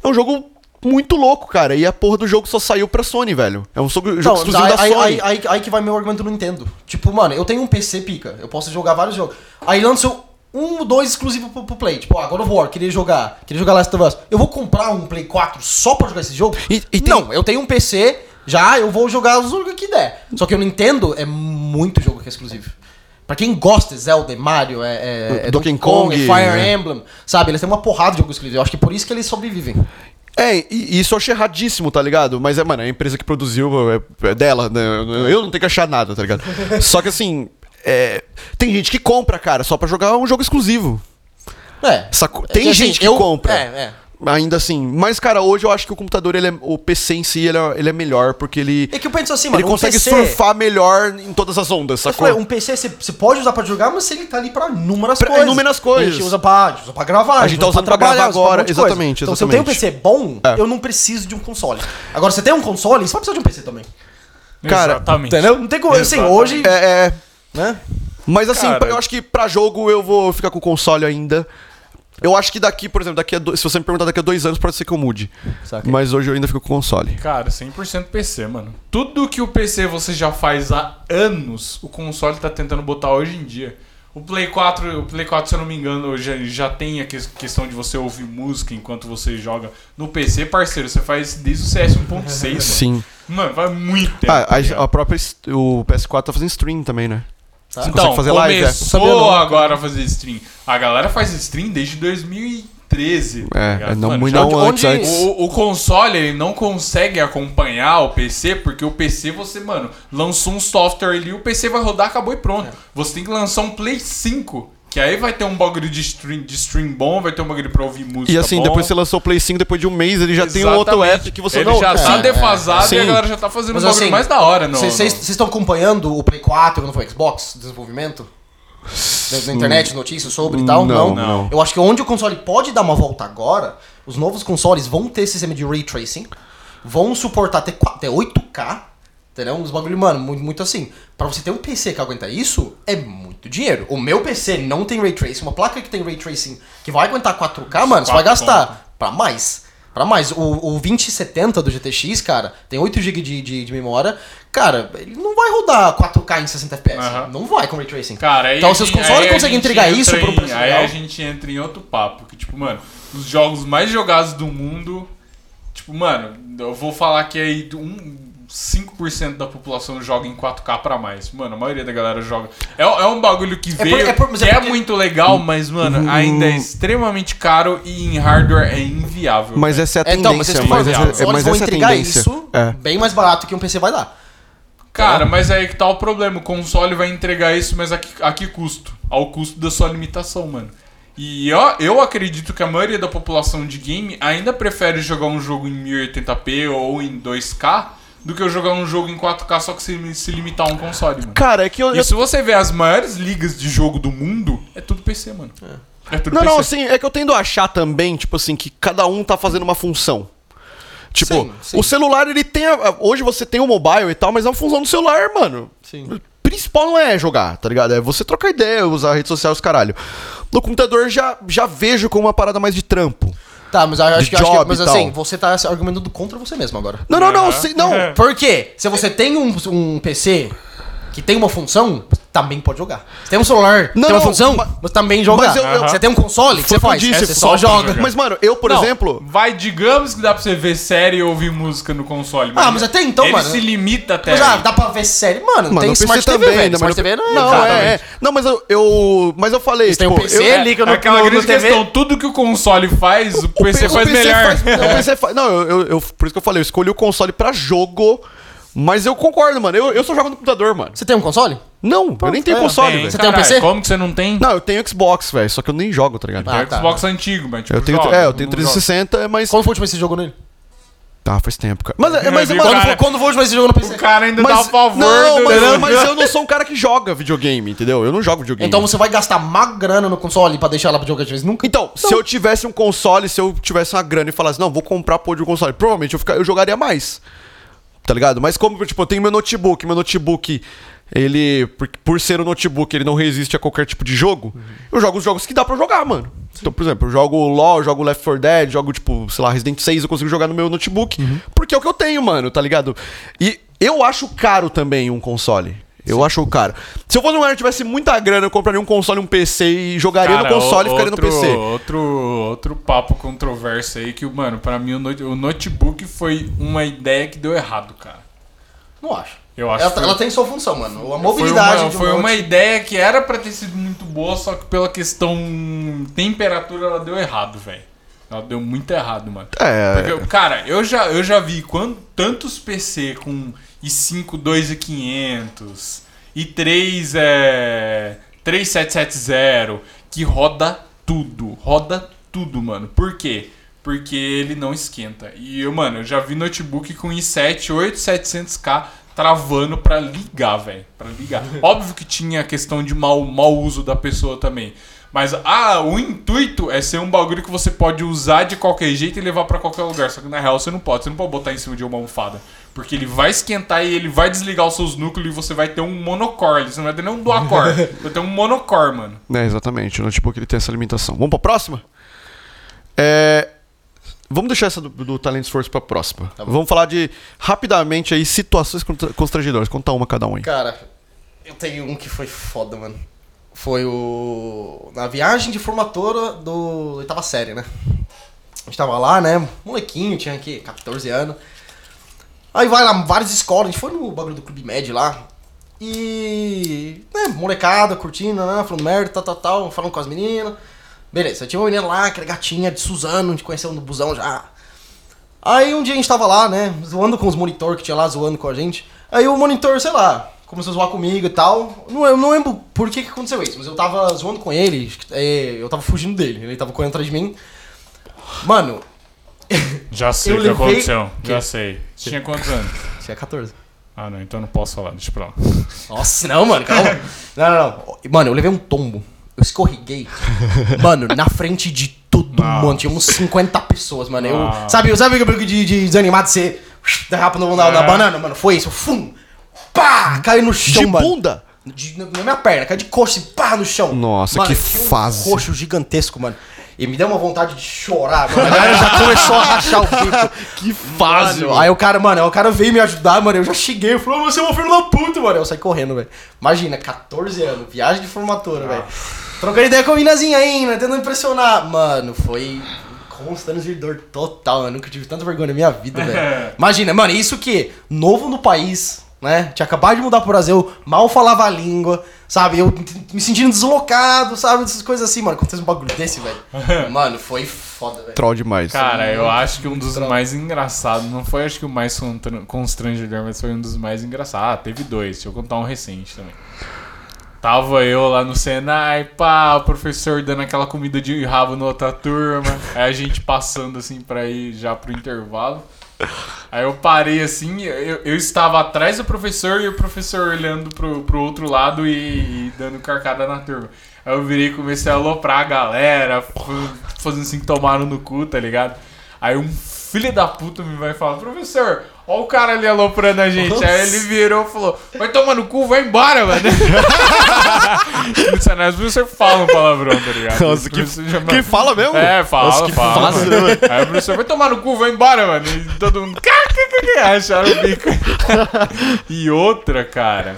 Speaker 1: É um jogo. Muito louco, cara. E a porra do jogo só saiu pra Sony, velho. É um jogo, jogo
Speaker 2: Não,
Speaker 1: exclusivo
Speaker 2: aí,
Speaker 1: da Sony.
Speaker 2: aí, aí, aí- aí que vai meu argumento no Nintendo. Tipo, mano, eu tenho um PC pica, eu posso jogar vários jogos. Aí lançou um ou dois exclusivos pro, pro Play. Tipo, ah, God of War, queria jogar, queria jogar Last of Us. Eu vou comprar um Play 4 só pra jogar esse jogo?
Speaker 1: E- e tem-
Speaker 2: Não, eu tenho um PC, já eu vou jogar os jogos que der. Só que o Nintendo é muito jogo que é exclusivo. Pra quem gosta de Zelda, é Mario, é, é, é
Speaker 1: Donkey Kong,
Speaker 2: é Fire
Speaker 1: né?
Speaker 2: Emblem, sabe? Eles têm uma porrada de jogo exclusivo. Eu acho que por isso que eles sobrevivem.
Speaker 1: É, e e isso eu achei erradíssimo, tá ligado? Mas é, mano, é a empresa que produziu é, é dela, né? Eu- Eu não tenho que achar nada, tá ligado? Só que assim, é, tem gente que compra, cara, só pra jogar um jogo exclusivo.
Speaker 2: É.
Speaker 1: Sacou?
Speaker 2: É
Speaker 1: Tem
Speaker 2: assim,
Speaker 1: gente que
Speaker 2: eu-
Speaker 1: compra.
Speaker 2: É, é.
Speaker 1: Ainda assim. Mas, cara, hoje eu acho que o computador, ele é- o PC em si, ele é, ele é melhor, porque ele.
Speaker 2: É que eu penso assim, mano.
Speaker 1: ele
Speaker 2: um
Speaker 1: consegue
Speaker 2: PC
Speaker 1: surfar melhor em todas as ondas,
Speaker 2: Eu
Speaker 1: sacou?
Speaker 2: falei, um PC você- você pode usar pra jogar, mas ele tá ali pra inúmeras
Speaker 1: Pra
Speaker 2: coisas.
Speaker 1: inúmeras coisas.
Speaker 2: A gente usa pra, a gente usa pra gravar.
Speaker 1: A gente tá
Speaker 2: usa
Speaker 1: usando pra gravar
Speaker 2: usa pra um
Speaker 1: agora,
Speaker 2: monte de coisa.
Speaker 1: exatamente,
Speaker 2: Então, se eu tenho um
Speaker 1: exatamente.
Speaker 2: PC bom,
Speaker 1: É.
Speaker 2: eu não preciso de um console. Agora, você tem um console, você vai precisar de um PC também.
Speaker 1: cara,
Speaker 3: Exatamente.
Speaker 2: é, Entendeu? Não tem como. Assim,
Speaker 3: Exatamente.
Speaker 2: hoje.
Speaker 1: É, é.
Speaker 2: Né?
Speaker 1: Mas assim,
Speaker 3: Cara.
Speaker 1: pra- eu acho que pra jogo eu vou ficar com o console ainda. Eu acho que daqui, por exemplo, daqui a do- se você me perguntar daqui a dois anos, pode ser que eu mude.
Speaker 2: Saquei.
Speaker 1: Mas hoje eu ainda fico com o console.
Speaker 3: Cara, 100% PC, mano. Tudo que o PC você já faz há anos, o console tá tentando botar hoje em dia. O Play 4, o Play 4, se eu não me engano, já, já tem a ques- questão de você ouvir música enquanto você joga. No PC, parceiro, você faz isso desde o CS 1.6, mano.
Speaker 1: Sim.
Speaker 3: Mano, vai muito tempo.
Speaker 1: Ah,
Speaker 3: tá
Speaker 1: a,
Speaker 3: ligado?
Speaker 1: a própria. est- O PS4 tá fazendo stream também, né?
Speaker 2: Tá.
Speaker 1: Você
Speaker 3: então,
Speaker 1: consegue fazer live? É.
Speaker 3: começou
Speaker 1: Sabia não.
Speaker 3: agora a fazer stream. A galera faz stream desde 2013. tá
Speaker 1: É,
Speaker 3: ligado?
Speaker 1: é, não,
Speaker 3: Mano,
Speaker 1: muito
Speaker 3: já-
Speaker 1: não antes,
Speaker 2: onde-
Speaker 1: antes.
Speaker 3: O, o console ele não consegue acompanhar o PC, porque o PC você, mano, lançou um software ali, o PC vai rodar, acabou e
Speaker 2: É.
Speaker 3: pronto. Você tem que lançar um Play 5, que aí vai ter um bagulho de stream, de stream bom, vai ter um bagulho pra ouvir música.
Speaker 1: E assim,
Speaker 3: bom.
Speaker 1: depois você lançou o Play 5, depois de um mês ele já tem um outro
Speaker 3: Exatamente.
Speaker 1: app que você
Speaker 3: ele
Speaker 1: não.
Speaker 3: já
Speaker 1: É.
Speaker 3: tá defasado e a
Speaker 1: Sim.
Speaker 3: galera já tá fazendo
Speaker 2: Mas
Speaker 3: um bagulho
Speaker 2: assim,
Speaker 3: mais da hora, não.
Speaker 2: Vocês estão acompanhando o Play 4, não foi Xbox, desenvolvimento? Na- Na internet, notícias sobre e tal?
Speaker 1: Não,
Speaker 2: Não,
Speaker 3: não.
Speaker 2: Eu acho que onde o console pode dar uma volta agora, os novos consoles vão ter sistema de ray tracing, vão suportar até, 4, até 8K, entendeu? Uns bagulho, mano, muito, muito assim. Pra você ter um PC que aguenta isso, é muito dinheiro. O meu PC não tem ray tracing, uma placa que tem ray tracing que vai aguentar 4K, mano, você vai
Speaker 3: Quatro
Speaker 2: gastar pra mais. Pra mais. O, o 2070 do GTX, cara, tem 8GB de, de, de memória. Cara, ele não vai rodar 4K em 60 FPS.
Speaker 3: Aham.
Speaker 2: Não vai com Ray Tracing.
Speaker 3: Cara, aí
Speaker 2: então,
Speaker 3: a
Speaker 2: se os
Speaker 3: gente- aí
Speaker 2: consoles
Speaker 3: a
Speaker 2: conseguem
Speaker 3: gente
Speaker 2: entregar
Speaker 3: entra
Speaker 2: isso pro
Speaker 3: em-
Speaker 2: preço
Speaker 3: Aí
Speaker 2: legal-
Speaker 3: a gente entra em outro papo, que tipo, mano, os jogos mais jogados do mundo, tipo, mano, eu vou falar que aí do- um 5% da população joga em 4K pra mais. Mano, a maioria da galera joga. É, é um bagulho que
Speaker 2: por-
Speaker 3: veio,
Speaker 2: é por- mas
Speaker 3: que
Speaker 2: é
Speaker 3: é,
Speaker 2: porque-
Speaker 3: muito legal, mas, mano, ainda é extremamente caro e em hardware é inviável.
Speaker 1: Mas
Speaker 3: velho.
Speaker 1: essa é a
Speaker 2: É, então, mas
Speaker 1: tendência.
Speaker 2: vocês estão
Speaker 1: mas
Speaker 2: falando,
Speaker 1: essa,
Speaker 2: os
Speaker 1: é,
Speaker 2: consoles
Speaker 1: mas
Speaker 2: vão
Speaker 1: essa é a
Speaker 2: entregar
Speaker 1: tendência.
Speaker 2: isso
Speaker 1: É.
Speaker 2: bem mais barato que um PC vai dar.
Speaker 3: Cara, mas aí que tá o problema. O console vai entregar isso, mas a que, a que custo? Ao custo da sua limitação, mano. E ó, eu acredito que a maioria da população de game ainda prefere jogar um jogo em 1080p ou em 2K do que eu jogar um jogo em 4K só que se, se limitar a um console, mano.
Speaker 1: Cara, é que eu. eu-
Speaker 3: E se você ver as maiores ligas de jogo do mundo, é tudo PC, mano. É, tudo
Speaker 1: Não,
Speaker 3: PC.
Speaker 1: não, assim, é que eu tendo a achar também, tipo assim, que cada um tá fazendo uma função. Tipo,
Speaker 2: Sim, sim.
Speaker 1: o celular, ele tem. a- a- hoje você tem o mobile e tal, mas é uma função do celular, mano.
Speaker 2: Sim.
Speaker 1: principal não é jogar, tá ligado? É você trocar ideia, usar rede social, os caralho. No computador já, já vejo como uma parada mais de trampo.
Speaker 2: Tá, mas eu acho que,
Speaker 1: De
Speaker 2: acho que-
Speaker 1: job
Speaker 2: mas
Speaker 1: e tal.
Speaker 2: assim, você tá argumentando contra você mesmo agora.
Speaker 1: Não, não, não, se- não.
Speaker 2: Por quê? Se você tem um, um PC que tem uma função, você também pode jogar. Você tem um celular,
Speaker 1: Não,
Speaker 2: tem uma
Speaker 1: não,
Speaker 2: função,
Speaker 1: mas-
Speaker 2: você também joga.
Speaker 1: Mas eu- eu-
Speaker 2: Você tem um console, o que você
Speaker 1: Foi o
Speaker 2: faz?
Speaker 1: que eu disse,
Speaker 2: você só
Speaker 3: só
Speaker 2: joga.
Speaker 3: joga.
Speaker 1: Mas, mano, eu, por
Speaker 3: Não,
Speaker 1: exemplo.
Speaker 3: Vai, digamos que dá pra você ver série e ouvir música no console.
Speaker 2: Ah, mas até então,
Speaker 3: ele
Speaker 2: mano.
Speaker 3: se limita até.
Speaker 2: Mas, ah,
Speaker 3: aí.
Speaker 2: dá pra ver série. Mano,
Speaker 1: Mano,
Speaker 2: tem
Speaker 1: eu pensei
Speaker 2: Smart TV,
Speaker 1: também,
Speaker 2: velho.
Speaker 1: né, mas
Speaker 2: Smart TV não é.
Speaker 1: Não, é, é.
Speaker 3: Exatamente.
Speaker 1: Não, mas eu, eu. Mas eu falei.
Speaker 2: Você tem um
Speaker 1: tipo,
Speaker 2: PC,
Speaker 1: eu-
Speaker 2: Ele liga no-
Speaker 3: aquela
Speaker 2: no- no
Speaker 3: grande
Speaker 2: TV.
Speaker 3: questão, tudo que o console faz, o,
Speaker 1: O
Speaker 3: PC
Speaker 1: P- o
Speaker 3: faz
Speaker 1: PC
Speaker 3: melhor. É.
Speaker 1: faz- não, o PC faz- não, eu, eu- eu- por isso que eu falei, eu escolhi o console pra jogo. Mas eu concordo, mano. Eu, eu só jogo no computador, mano.
Speaker 2: Você tem um console?
Speaker 1: Não, eu nem tenho console,
Speaker 3: Tem,
Speaker 1: velho.
Speaker 2: Você tem um
Speaker 3: caralho,
Speaker 2: PC?
Speaker 3: Como que você não tem?
Speaker 1: Não, eu tenho Xbox, velho. Só que eu nem jogo, tá ligado?
Speaker 2: Ah,
Speaker 3: Tem
Speaker 2: tá.
Speaker 3: Xbox antigo, mas tipo,
Speaker 1: eu tenho,
Speaker 3: joga,
Speaker 1: é, eu
Speaker 3: não
Speaker 1: tenho
Speaker 3: joga.
Speaker 1: 360, mas.
Speaker 2: Quando foi o último que você jogou nele?
Speaker 1: Tá, faz tempo, cara. Mas, é-
Speaker 3: Eu
Speaker 1: mas,
Speaker 3: vi,
Speaker 1: mano,
Speaker 2: Quando
Speaker 3: Cara,
Speaker 2: foi, quando foi o último que você jogou no
Speaker 3: O
Speaker 2: PC?
Speaker 3: cara ainda dá o
Speaker 1: mas,
Speaker 3: favor
Speaker 1: não,
Speaker 3: do-
Speaker 1: mas, mas eu não sou um cara que joga videogame, entendeu? Eu não jogo videogame.
Speaker 2: Então você vai gastar má grana no console pra deixar ela pra jogar de vez em nunca?
Speaker 1: Então, se eu tivesse um console, se eu tivesse uma grana e falasse, não, vou comprar pôr de um console, provavelmente eu, fica- eu jogaria mais. Tá ligado? Mas como, tipo, eu tenho meu notebook, meu notebook, ele, por, por ser um notebook, ele não resiste a qualquer tipo de jogo, eu jogo os jogos que dá pra eu jogar, mano. Então, por exemplo, eu jogo LoL, jogo Left 4 Dead, jogo, tipo, sei lá, Resident 6, eu consigo jogar no meu notebook,
Speaker 3: Uhum.
Speaker 1: porque é o que eu tenho, mano, tá ligado? E eu acho caro também um console. Eu acho caro. Se eu fosse um cara que tivesse muita grana, eu compraria um console, um PC e jogaria
Speaker 3: Cara,
Speaker 1: no console e
Speaker 3: o-
Speaker 1: ficaria
Speaker 3: outro,
Speaker 1: no PC.
Speaker 3: Outro, outro papo controverso aí que, mano, pra mim o, note- o notebook foi uma ideia que deu errado, cara.
Speaker 2: Não acho.
Speaker 3: Eu acho
Speaker 2: ela,
Speaker 1: tá-
Speaker 3: que-
Speaker 2: ela tem sua função, mano. A
Speaker 3: Foi
Speaker 2: mobilidade
Speaker 3: uma,
Speaker 2: de um
Speaker 3: foi uma
Speaker 2: monte-
Speaker 3: ideia que era pra ter sido muito boa, só que pela questão temperatura ela deu errado, velho. Ela deu muito errado, mano.
Speaker 1: É.
Speaker 3: Porque, cara, eu já, eu já vi quando, tantos PC com i5 2500, i3 é, 3770, que roda tudo, roda tudo, mano. Por quê? Porque ele não esquenta. E, eu, mano, eu já vi notebook com i7 8700K travando pra ligar, velho. Pra ligar. Óbvio que tinha a questão de mau, mau uso da pessoa também. Mas ah, o intuito é ser um bagulho que você pode usar de qualquer jeito e levar pra qualquer lugar. Só que na real você não pode. Você não pode botar em cima de uma almofada. Porque ele vai esquentar e ele vai desligar os seus núcleos e você vai ter um monocore. Você não vai ter nem um duacore. vai ter um monocore, mano.
Speaker 1: É, exatamente. O notebook ele tem essa limitação. Vamos pra próxima? É, Vamos deixar essa do, do talento e esforço pra próxima. Vamos falar de, rapidamente aí, situações contra- constrangedoras. Conta uma cada um aí.
Speaker 2: Cara, eu tenho um que foi foda, mano. Foi o. Na viagem de formatura do. oitava série, né? A gente tava lá, né? Molequinho, tinha aqui 14 anos. Aí vai lá, várias escolas, a gente foi no bagulho do Clube Med lá. E. né, molecada, curtindo, né? Falando merda, tal, tal, tal, falando com as meninas. Beleza, tinha uma menina lá, que era gatinha de Suzano, a gente conheceu no busão já. Aí um dia a gente tava lá, né? Zoando com os monitor que tinha lá, zoando com a gente. Aí o monitor, sei lá, começou a zoar comigo e tal. Não, eu não lembro por que, que aconteceu isso, mas eu tava zoando com ele, acho que, é, eu tava fugindo dele, ele tava correndo atrás de mim. Mano,
Speaker 3: Já sei
Speaker 2: Eu
Speaker 3: o que
Speaker 2: levei-
Speaker 3: aconteceu.
Speaker 2: Que?
Speaker 3: Já sei. Tinha quantos anos?
Speaker 2: tinha 14.
Speaker 3: Ah, não. Então não posso falar. Deixa pra lá.
Speaker 2: Nossa, não, mano, calma. Não, não, não. Mano, eu levei um tombo. Eu escorreguei. Mano, na frente de todo mundo. Tinha uns 50 pessoas, mano. Eu,
Speaker 3: Nossa.
Speaker 2: sabe, sabe aquele brinco de, de desanimado, você derrapa no na, na banana? Mano, foi isso. Fum! Pá! Caiu no chão,
Speaker 1: De
Speaker 2: mano.
Speaker 1: bunda?
Speaker 2: De, na na minha perna, caiu de coxa e pá no chão.
Speaker 1: Nossa,
Speaker 2: Mano,
Speaker 1: que
Speaker 2: tinha
Speaker 1: fase.
Speaker 2: Um coxo gigantesco, mano. E me deu uma vontade de chorar, mano. A galera já começou a rachar o bico. Que fase, mano. Aí o cara, mano, aí o cara veio me ajudar, mano. Eu já cheguei, eu falei, "Ô, você é um filho da puta, mano. Eu saí correndo, velho. Imagina, 14 anos, viagem de formatura, velho. Trocando ideia com a minazinha ainda, tentando impressionar. Mano, foi constrangedor total, mano. Nunca tive tanta vergonha na minha vida, velho. Imagina, mano, isso que novo no país, né? Tinha acabado de mudar pro Brasil, mal falava a língua, sabe? Eu t- me sentindo deslocado, sabe? Essas coisas assim, mano. Acontece um bagulho desse, velho. Mano, foi foda, velho.
Speaker 1: Troll demais.
Speaker 3: Cara, eu acho que um dos mais engraçados, não foi acho que o mais contra- constrangedor, mas foi um dos mais engraçados. Ah, teve dois, deixa eu contar um recente também. Tava eu lá no Senai, pá, o professor dando aquela comida de rabo na outra turma, aí a gente passando assim pra ir já pro intervalo. Aí eu parei assim, eu, eu estava atrás do professor e o professor olhando pro, pro outro lado e, e dando carcada na turma. Aí eu virei e comecei a aloprar a galera, f- fazendo assim que tomaram no cu, tá ligado? Aí um filho da puta me vai falar, professor, ó o cara ali aloprando a gente. Aí ele virou e falou, vai tomar no cu, vai embora, mano. Isso é, né? Os professores falam palavrão, tá ligado?
Speaker 1: Nossa, que,
Speaker 3: Os professores já-
Speaker 1: que fala mesmo?
Speaker 3: É, fala,
Speaker 1: Nossa, que
Speaker 3: fala.
Speaker 1: fácil, né,
Speaker 3: Aí o professor, vai tomar no cu, vai embora, mano. E todo mundo, "Cá, cá, cá, cá", acharam o bico. E outra, cara,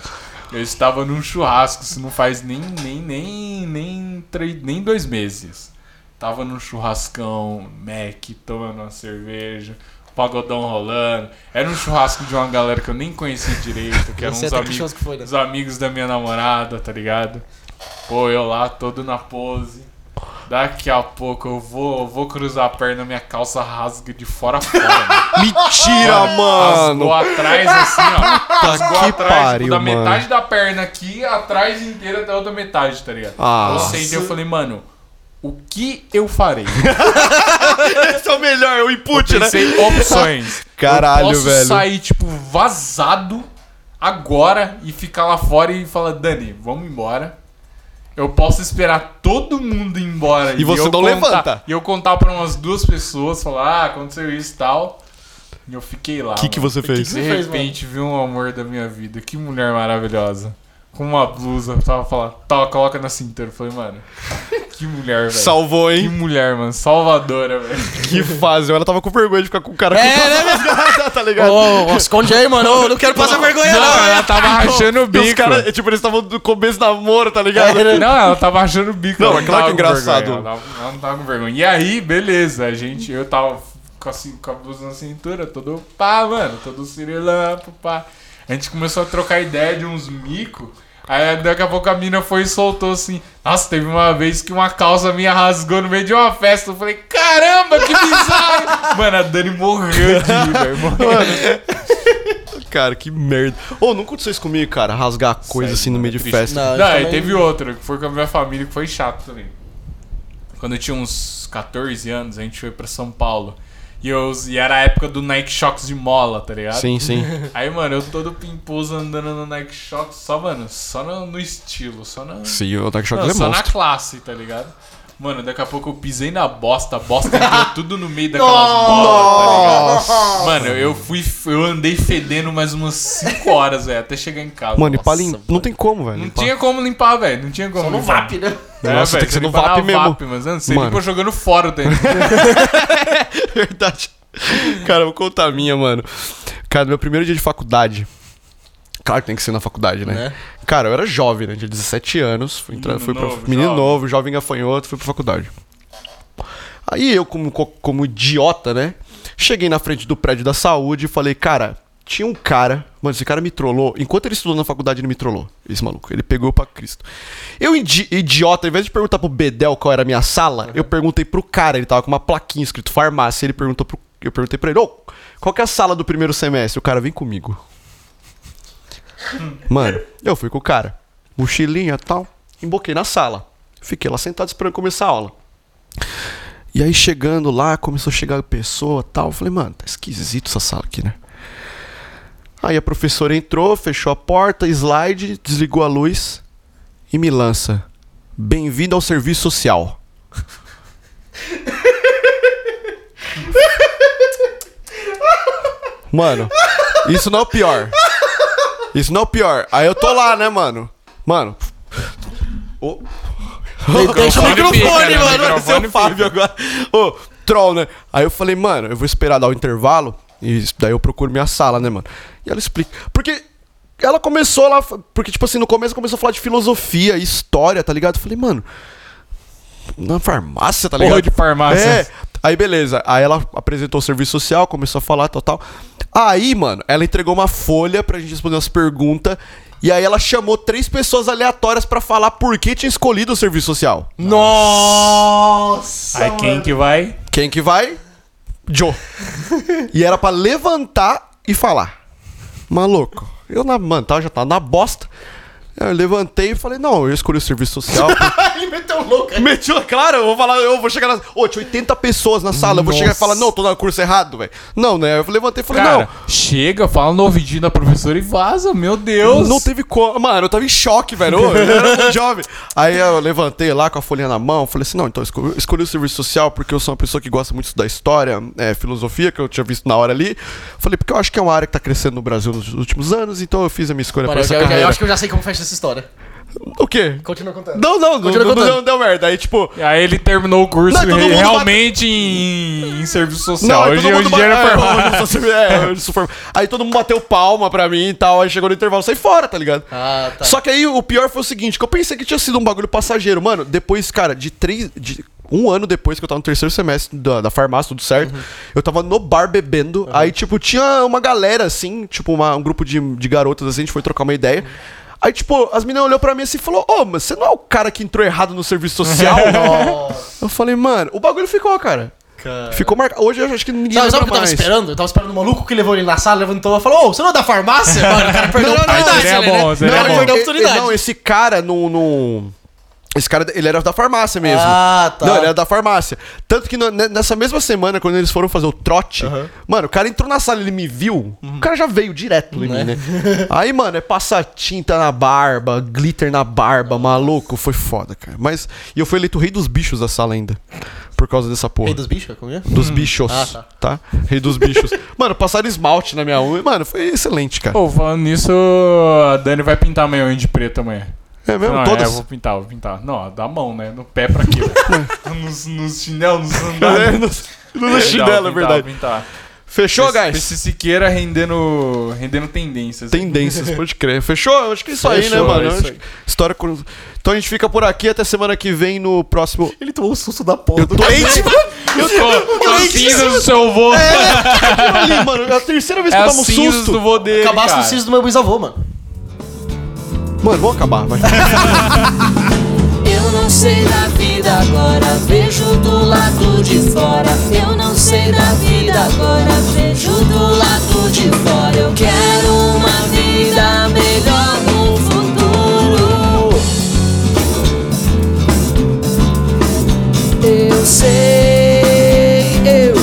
Speaker 3: eu estava num churrasco, isso não faz nem, nem, nem, nem, três, nem dois meses. Tava num churrascão, Mac, tomando uma cerveja, pagodão rolando. Era um churrasco de uma galera que eu nem conhecia direito, que eram
Speaker 2: Você
Speaker 3: uns
Speaker 2: até que
Speaker 3: amigos,
Speaker 2: churrasco que foi, né?
Speaker 3: os amigos da minha namorada, tá ligado? Pô, eu lá todo na pose. Daqui a pouco eu vou, eu vou cruzar a perna, minha calça rasga de fora a fora. mano.
Speaker 1: Mentira, mano.
Speaker 3: Rasgou atrás assim, ó. Rasgou
Speaker 1: que
Speaker 3: atrás,
Speaker 1: pariu,
Speaker 3: tipo, da
Speaker 1: mano.
Speaker 3: metade da perna aqui, atrás inteira até a outra metade, tá ligado?
Speaker 1: Ah.
Speaker 3: eu sentei e eu falei, mano, o que eu farei?
Speaker 1: Esse é o melhor, é o input,
Speaker 3: Eu pensei opções.
Speaker 1: Caralho,
Speaker 3: eu posso
Speaker 1: velho.
Speaker 3: sair, tipo, vazado agora e ficar lá fora e falar, Dani, vamos embora. Eu posso esperar todo mundo ir embora.
Speaker 1: E você
Speaker 3: eu
Speaker 1: não
Speaker 3: contar-
Speaker 1: levanta.
Speaker 3: E eu contar pra umas duas pessoas, falar, ah, aconteceu isso e tal. E eu fiquei lá.
Speaker 1: O que, que
Speaker 3: mano.
Speaker 1: você fez?
Speaker 3: De
Speaker 2: você fez,
Speaker 3: repente vi um amor da minha vida. Que mulher maravilhosa. Com uma blusa, eu tava falando, toca, coloca na cintura. Eu falei, mano, que mulher, velho.
Speaker 1: Salvou,
Speaker 3: Que
Speaker 1: hein?
Speaker 3: mulher, mano. Salvadora, velho.
Speaker 1: Que fase. Ela tava com vergonha de ficar com o cara
Speaker 2: É, né,
Speaker 1: com rasgada, tá ligado?
Speaker 2: Ô, esconde aí, mano. Ô, não quero passar vergonha,
Speaker 3: Não,
Speaker 2: não.
Speaker 3: ela tava rachando o
Speaker 1: E os
Speaker 3: bico. É.
Speaker 1: caras, tipo, eles estavam do começo do namoro, tá ligado?
Speaker 3: Não, ela tava achando o bico.
Speaker 1: Não,
Speaker 3: ela
Speaker 1: é claro
Speaker 3: tava
Speaker 1: que é
Speaker 3: com
Speaker 1: engraçado.
Speaker 3: vergonha, Ela, tava- ela não tava com vergonha. E aí, beleza, a gente, eu tava com a, cin- com a blusa na cintura, todo pá, mano, todo cirilampo, pá. A gente começou a trocar ideia de uns mico. Aí daqui a pouco a mina foi e soltou assim. Nossa, teve uma vez que uma calça minha rasgou no meio de uma festa. Eu falei, caramba, que bizarro! mano, a Dani morreu de rir, velho. morreu.
Speaker 1: Cara, que merda. Ô, não aconteceu isso comigo, cara. Rasgar coisa
Speaker 3: Sério,
Speaker 1: assim no
Speaker 3: mano,
Speaker 1: meio
Speaker 3: é
Speaker 1: de
Speaker 3: triste.
Speaker 1: festa.
Speaker 2: Não,
Speaker 3: Não,
Speaker 2: isso
Speaker 3: e
Speaker 2: também-
Speaker 3: teve outra, que foi com a minha família, que foi chato também. Quando eu tinha uns 14 anos, a gente foi pra São Paulo. E, eu, e era a época do Nike Shox de mola, tá ligado?
Speaker 1: Sim, sim.
Speaker 3: Aí, mano, eu todo pimposo andando no Nike Shox, só, mano, só no, no estilo, só na,
Speaker 1: Sim, o Dark Shock
Speaker 3: não,
Speaker 1: é
Speaker 3: só na
Speaker 1: monstro.
Speaker 3: classe, tá ligado? Mano, daqui a pouco eu pisei na bosta, a bosta entrou tudo no meio daquelas bolas, tá ligado? Mano, eu fui, eu andei fedendo mais umas 5 horas, velho, até chegar em casa.
Speaker 1: Mano, e pra
Speaker 2: Nossa,
Speaker 1: limpar. Não tem como, velho.
Speaker 3: Não
Speaker 1: É limpar.
Speaker 3: tinha como limpar, velho. Não tinha como.
Speaker 2: Só no
Speaker 3: limpar.
Speaker 2: VAP, né?
Speaker 3: É,
Speaker 1: Nossa,
Speaker 3: velho,
Speaker 1: tem que ser
Speaker 3: você
Speaker 1: no
Speaker 3: limpa na
Speaker 1: VAP mesmo.
Speaker 3: mas não, você
Speaker 1: Mano.
Speaker 3: limpa jogando fora o tênis.
Speaker 1: É Verdade. Cara, eu vou contar a minha, mano. Cara, meu primeiro dia de faculdade. Claro que tem que ser na faculdade, né?
Speaker 2: Né?
Speaker 1: Cara, eu era jovem, né? Tinha 17 anos. Fui entrar,
Speaker 3: Menino
Speaker 1: fui pra-
Speaker 3: novo,
Speaker 1: menino
Speaker 3: jovem.
Speaker 1: novo, jovem gafanhoto, fui pra faculdade. Aí eu, como, co- como idiota, né? Cheguei na frente do prédio da saúde e falei, cara, tinha um cara. Mano, esse cara me trollou. Enquanto ele estudou na faculdade, ele me trollou. Esse maluco. Ele pegou pra Cristo. Eu, idi- idiota, ao invés de perguntar pro Bedel qual era a minha sala, eu perguntei pro cara. Ele tava com uma plaquinha escrito farmácia. Ele perguntou pro. Eu perguntei pra ele, ô, qual que é a sala do primeiro semestre? O cara, vem comigo. Mano, eu fui com o cara. Mochilinha e tal. Emboquei na sala. Fiquei lá sentado esperando começar a aula. E aí chegando lá, começou a chegar pessoa e tal. Eu falei, mano, tá esquisito essa sala aqui, né? Aí a professora entrou, fechou a porta, slide, desligou a luz e me lança. Bem-vindo ao serviço social. Mano, isso não é o pior. Isso não é o pior. Aí eu tô lá, né, mano? Mano. Ô.
Speaker 2: Deixa o microfone,
Speaker 3: pica, né?
Speaker 2: mano.
Speaker 1: Apareceu
Speaker 3: microfone
Speaker 1: é o Fábio agora. Ô, troll, né? Aí eu falei, mano, eu vou esperar dar o intervalo. E daí eu procuro minha sala, né, mano? E ela explica. Porque ela começou lá. Porque, tipo assim, no começo começou a falar de filosofia, história, tá ligado? Eu falei, mano. Na farmácia, tá ligado?
Speaker 3: Porra de farmácia.
Speaker 1: É. Aí beleza. Aí ela apresentou o serviço social, começou a falar, tal, tal. Aí, mano, ela entregou uma folha pra gente responder umas perguntas. E aí ela chamou três pessoas aleatórias pra falar por que tinha escolhido o serviço social.
Speaker 2: Nossa.
Speaker 3: Aí quem que vai?
Speaker 1: Quem que vai? Joe. e era pra levantar e falar. Maluco. Eu, na, mano, tava, já tava na bosta. Eu levantei e falei, não, eu escolhi o serviço social.
Speaker 2: Ele meteu louco.
Speaker 1: Meteu, claro, eu vou falar, eu vou chegar na. Ô, tinha 80 pessoas na sala, eu vou chegar e falar, não, tô no curso errado, velho. Não, né? Eu levantei e falei,
Speaker 3: Cara, chega, fala no ouvidinho da professora e vaza, meu
Speaker 1: não.
Speaker 3: Deus.
Speaker 1: Não teve como. Mano, eu tava em choque, velho. Ô, Eu era muito jovem. Aí eu levantei lá com a folhinha na mão, falei assim: não, então eu escolhi, eu escolhi o serviço social porque eu sou uma pessoa que gosta muito da história, é, filosofia, que eu tinha visto na hora ali. Falei, porque eu acho que é uma área que tá crescendo no Brasil nos últimos anos, então eu fiz a minha escolha
Speaker 4: Mano, eu,
Speaker 1: pra essa
Speaker 4: já- eu já- eu
Speaker 1: carreira.
Speaker 4: acho que eu já sei como fecha essa história.
Speaker 1: O quê?
Speaker 4: Continua contando.
Speaker 1: Não, não, não,
Speaker 4: Continua
Speaker 1: não,
Speaker 4: contando.
Speaker 1: deu- deu merda. Aí, tipo,
Speaker 3: E Aí ele terminou o curso
Speaker 1: Não, todo
Speaker 3: re-
Speaker 1: mundo
Speaker 3: realmente em, em serviço social.
Speaker 1: aí
Speaker 3: hoje
Speaker 1: todo
Speaker 3: hoje
Speaker 1: mundo
Speaker 3: em dia era
Speaker 1: bateu-
Speaker 3: formado.
Speaker 1: é, eu sou- é, eu sou formado. Aí todo mundo bateu palma pra mim e tal. Aí chegou no intervalo, saí fora, tá ligado?
Speaker 4: Ah, tá.
Speaker 1: Só que aí o pior foi o seguinte, que eu pensei que tinha sido um bagulho passageiro. Mano, depois, cara, de três... de um ano depois que eu tava no terceiro semestre da, da farmácia, tudo certo,
Speaker 4: Uhum.
Speaker 1: eu tava no bar bebendo. Aí, tipo, tinha uma galera, assim, tipo, uma- um grupo de, de garotas, assim, a gente foi trocar uma ideia.
Speaker 4: Uhum.
Speaker 1: Aí, tipo, as meninas olhou pra mim assim e falou, ô, mas você não é o cara que entrou errado no serviço social? eu falei, mano, o bagulho ficou, cara. Ficou marcado. Hoje eu acho que ninguém
Speaker 4: Sabe, sabe o que eu
Speaker 1: lembra
Speaker 4: tava
Speaker 1: mais.
Speaker 4: esperando? Eu tava esperando o maluco que levou ele na sala, levantou e falou: Ô, você não é da farmácia? Mano, o cara perdeu a
Speaker 1: Não, não, não,
Speaker 4: oportunidade.
Speaker 3: seria
Speaker 4: ali,
Speaker 3: bom,
Speaker 4: né?
Speaker 3: seria
Speaker 4: O cara
Speaker 3: bom.
Speaker 4: perdeu a
Speaker 1: e- e-
Speaker 4: oportunidade.
Speaker 1: Não, esse cara não... não- Esse cara, ele era da farmácia mesmo.
Speaker 4: Ah, tá.
Speaker 1: Não, ele era da farmácia. Tanto que no- ne- nessa mesma semana, quando eles foram fazer o trote, mano, o cara entrou na sala, ele me viu,
Speaker 4: Uhum.
Speaker 1: o cara já veio direto em mim, né? Aí, mano, é passar tinta na barba, glitter na barba, maluco, foi foda, cara. Mas, e eu fui eleito rei dos bichos da sala ainda, por causa dessa porra.
Speaker 4: Rei dos bichos? Como é?
Speaker 1: Dos bichos,
Speaker 4: Ah,
Speaker 1: tá. Rei dos bichos. mano, passaram esmalte na minha unha. Mano, foi excelente, cara.
Speaker 3: Pô, falando nisso, a Dani vai pintar amanhã o de preto amanhã.
Speaker 1: É mesmo?
Speaker 3: não,
Speaker 1: todas.
Speaker 3: É, vou pintar, vou pintar. Não, da mão, né? No pé pra quê? nos, nos chinelos, nos
Speaker 1: É,
Speaker 3: andares.
Speaker 1: no, no chinelo, é verdade.
Speaker 3: Pintar.
Speaker 1: Fechou,
Speaker 3: Esse-
Speaker 1: guys?
Speaker 3: Esse Siqueira rendendo, rendendo tendências.
Speaker 1: Tendências, pode crer. Fechou? Acho que é isso aí, né,
Speaker 3: Fechou,
Speaker 1: mano?
Speaker 3: é isso
Speaker 1: Acho
Speaker 3: aí.
Speaker 1: que- História cru- Então a gente fica por aqui até semana que vem no próximo.
Speaker 2: Ele tomou um susto da porra. do
Speaker 1: Leite!
Speaker 3: Eu tô, tô cinzas do seu avô. É, um
Speaker 1: ali, mano. É a terceira vez que eu
Speaker 3: as
Speaker 1: tomo
Speaker 3: cinzas
Speaker 1: susto.
Speaker 3: do vô dele,
Speaker 4: Acabasse
Speaker 3: cara.
Speaker 4: o siso do meu bisavô, mano.
Speaker 1: Mano, vamos acabar, vai.
Speaker 5: Eu não sei da vida agora, vejo do lado de fora. Eu não sei da vida agora, vejo do lado de fora. Eu quero uma vida melhor no futuro. Eu sei, eu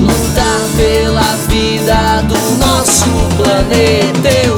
Speaker 5: lutar pela vida do nosso planeta. Eu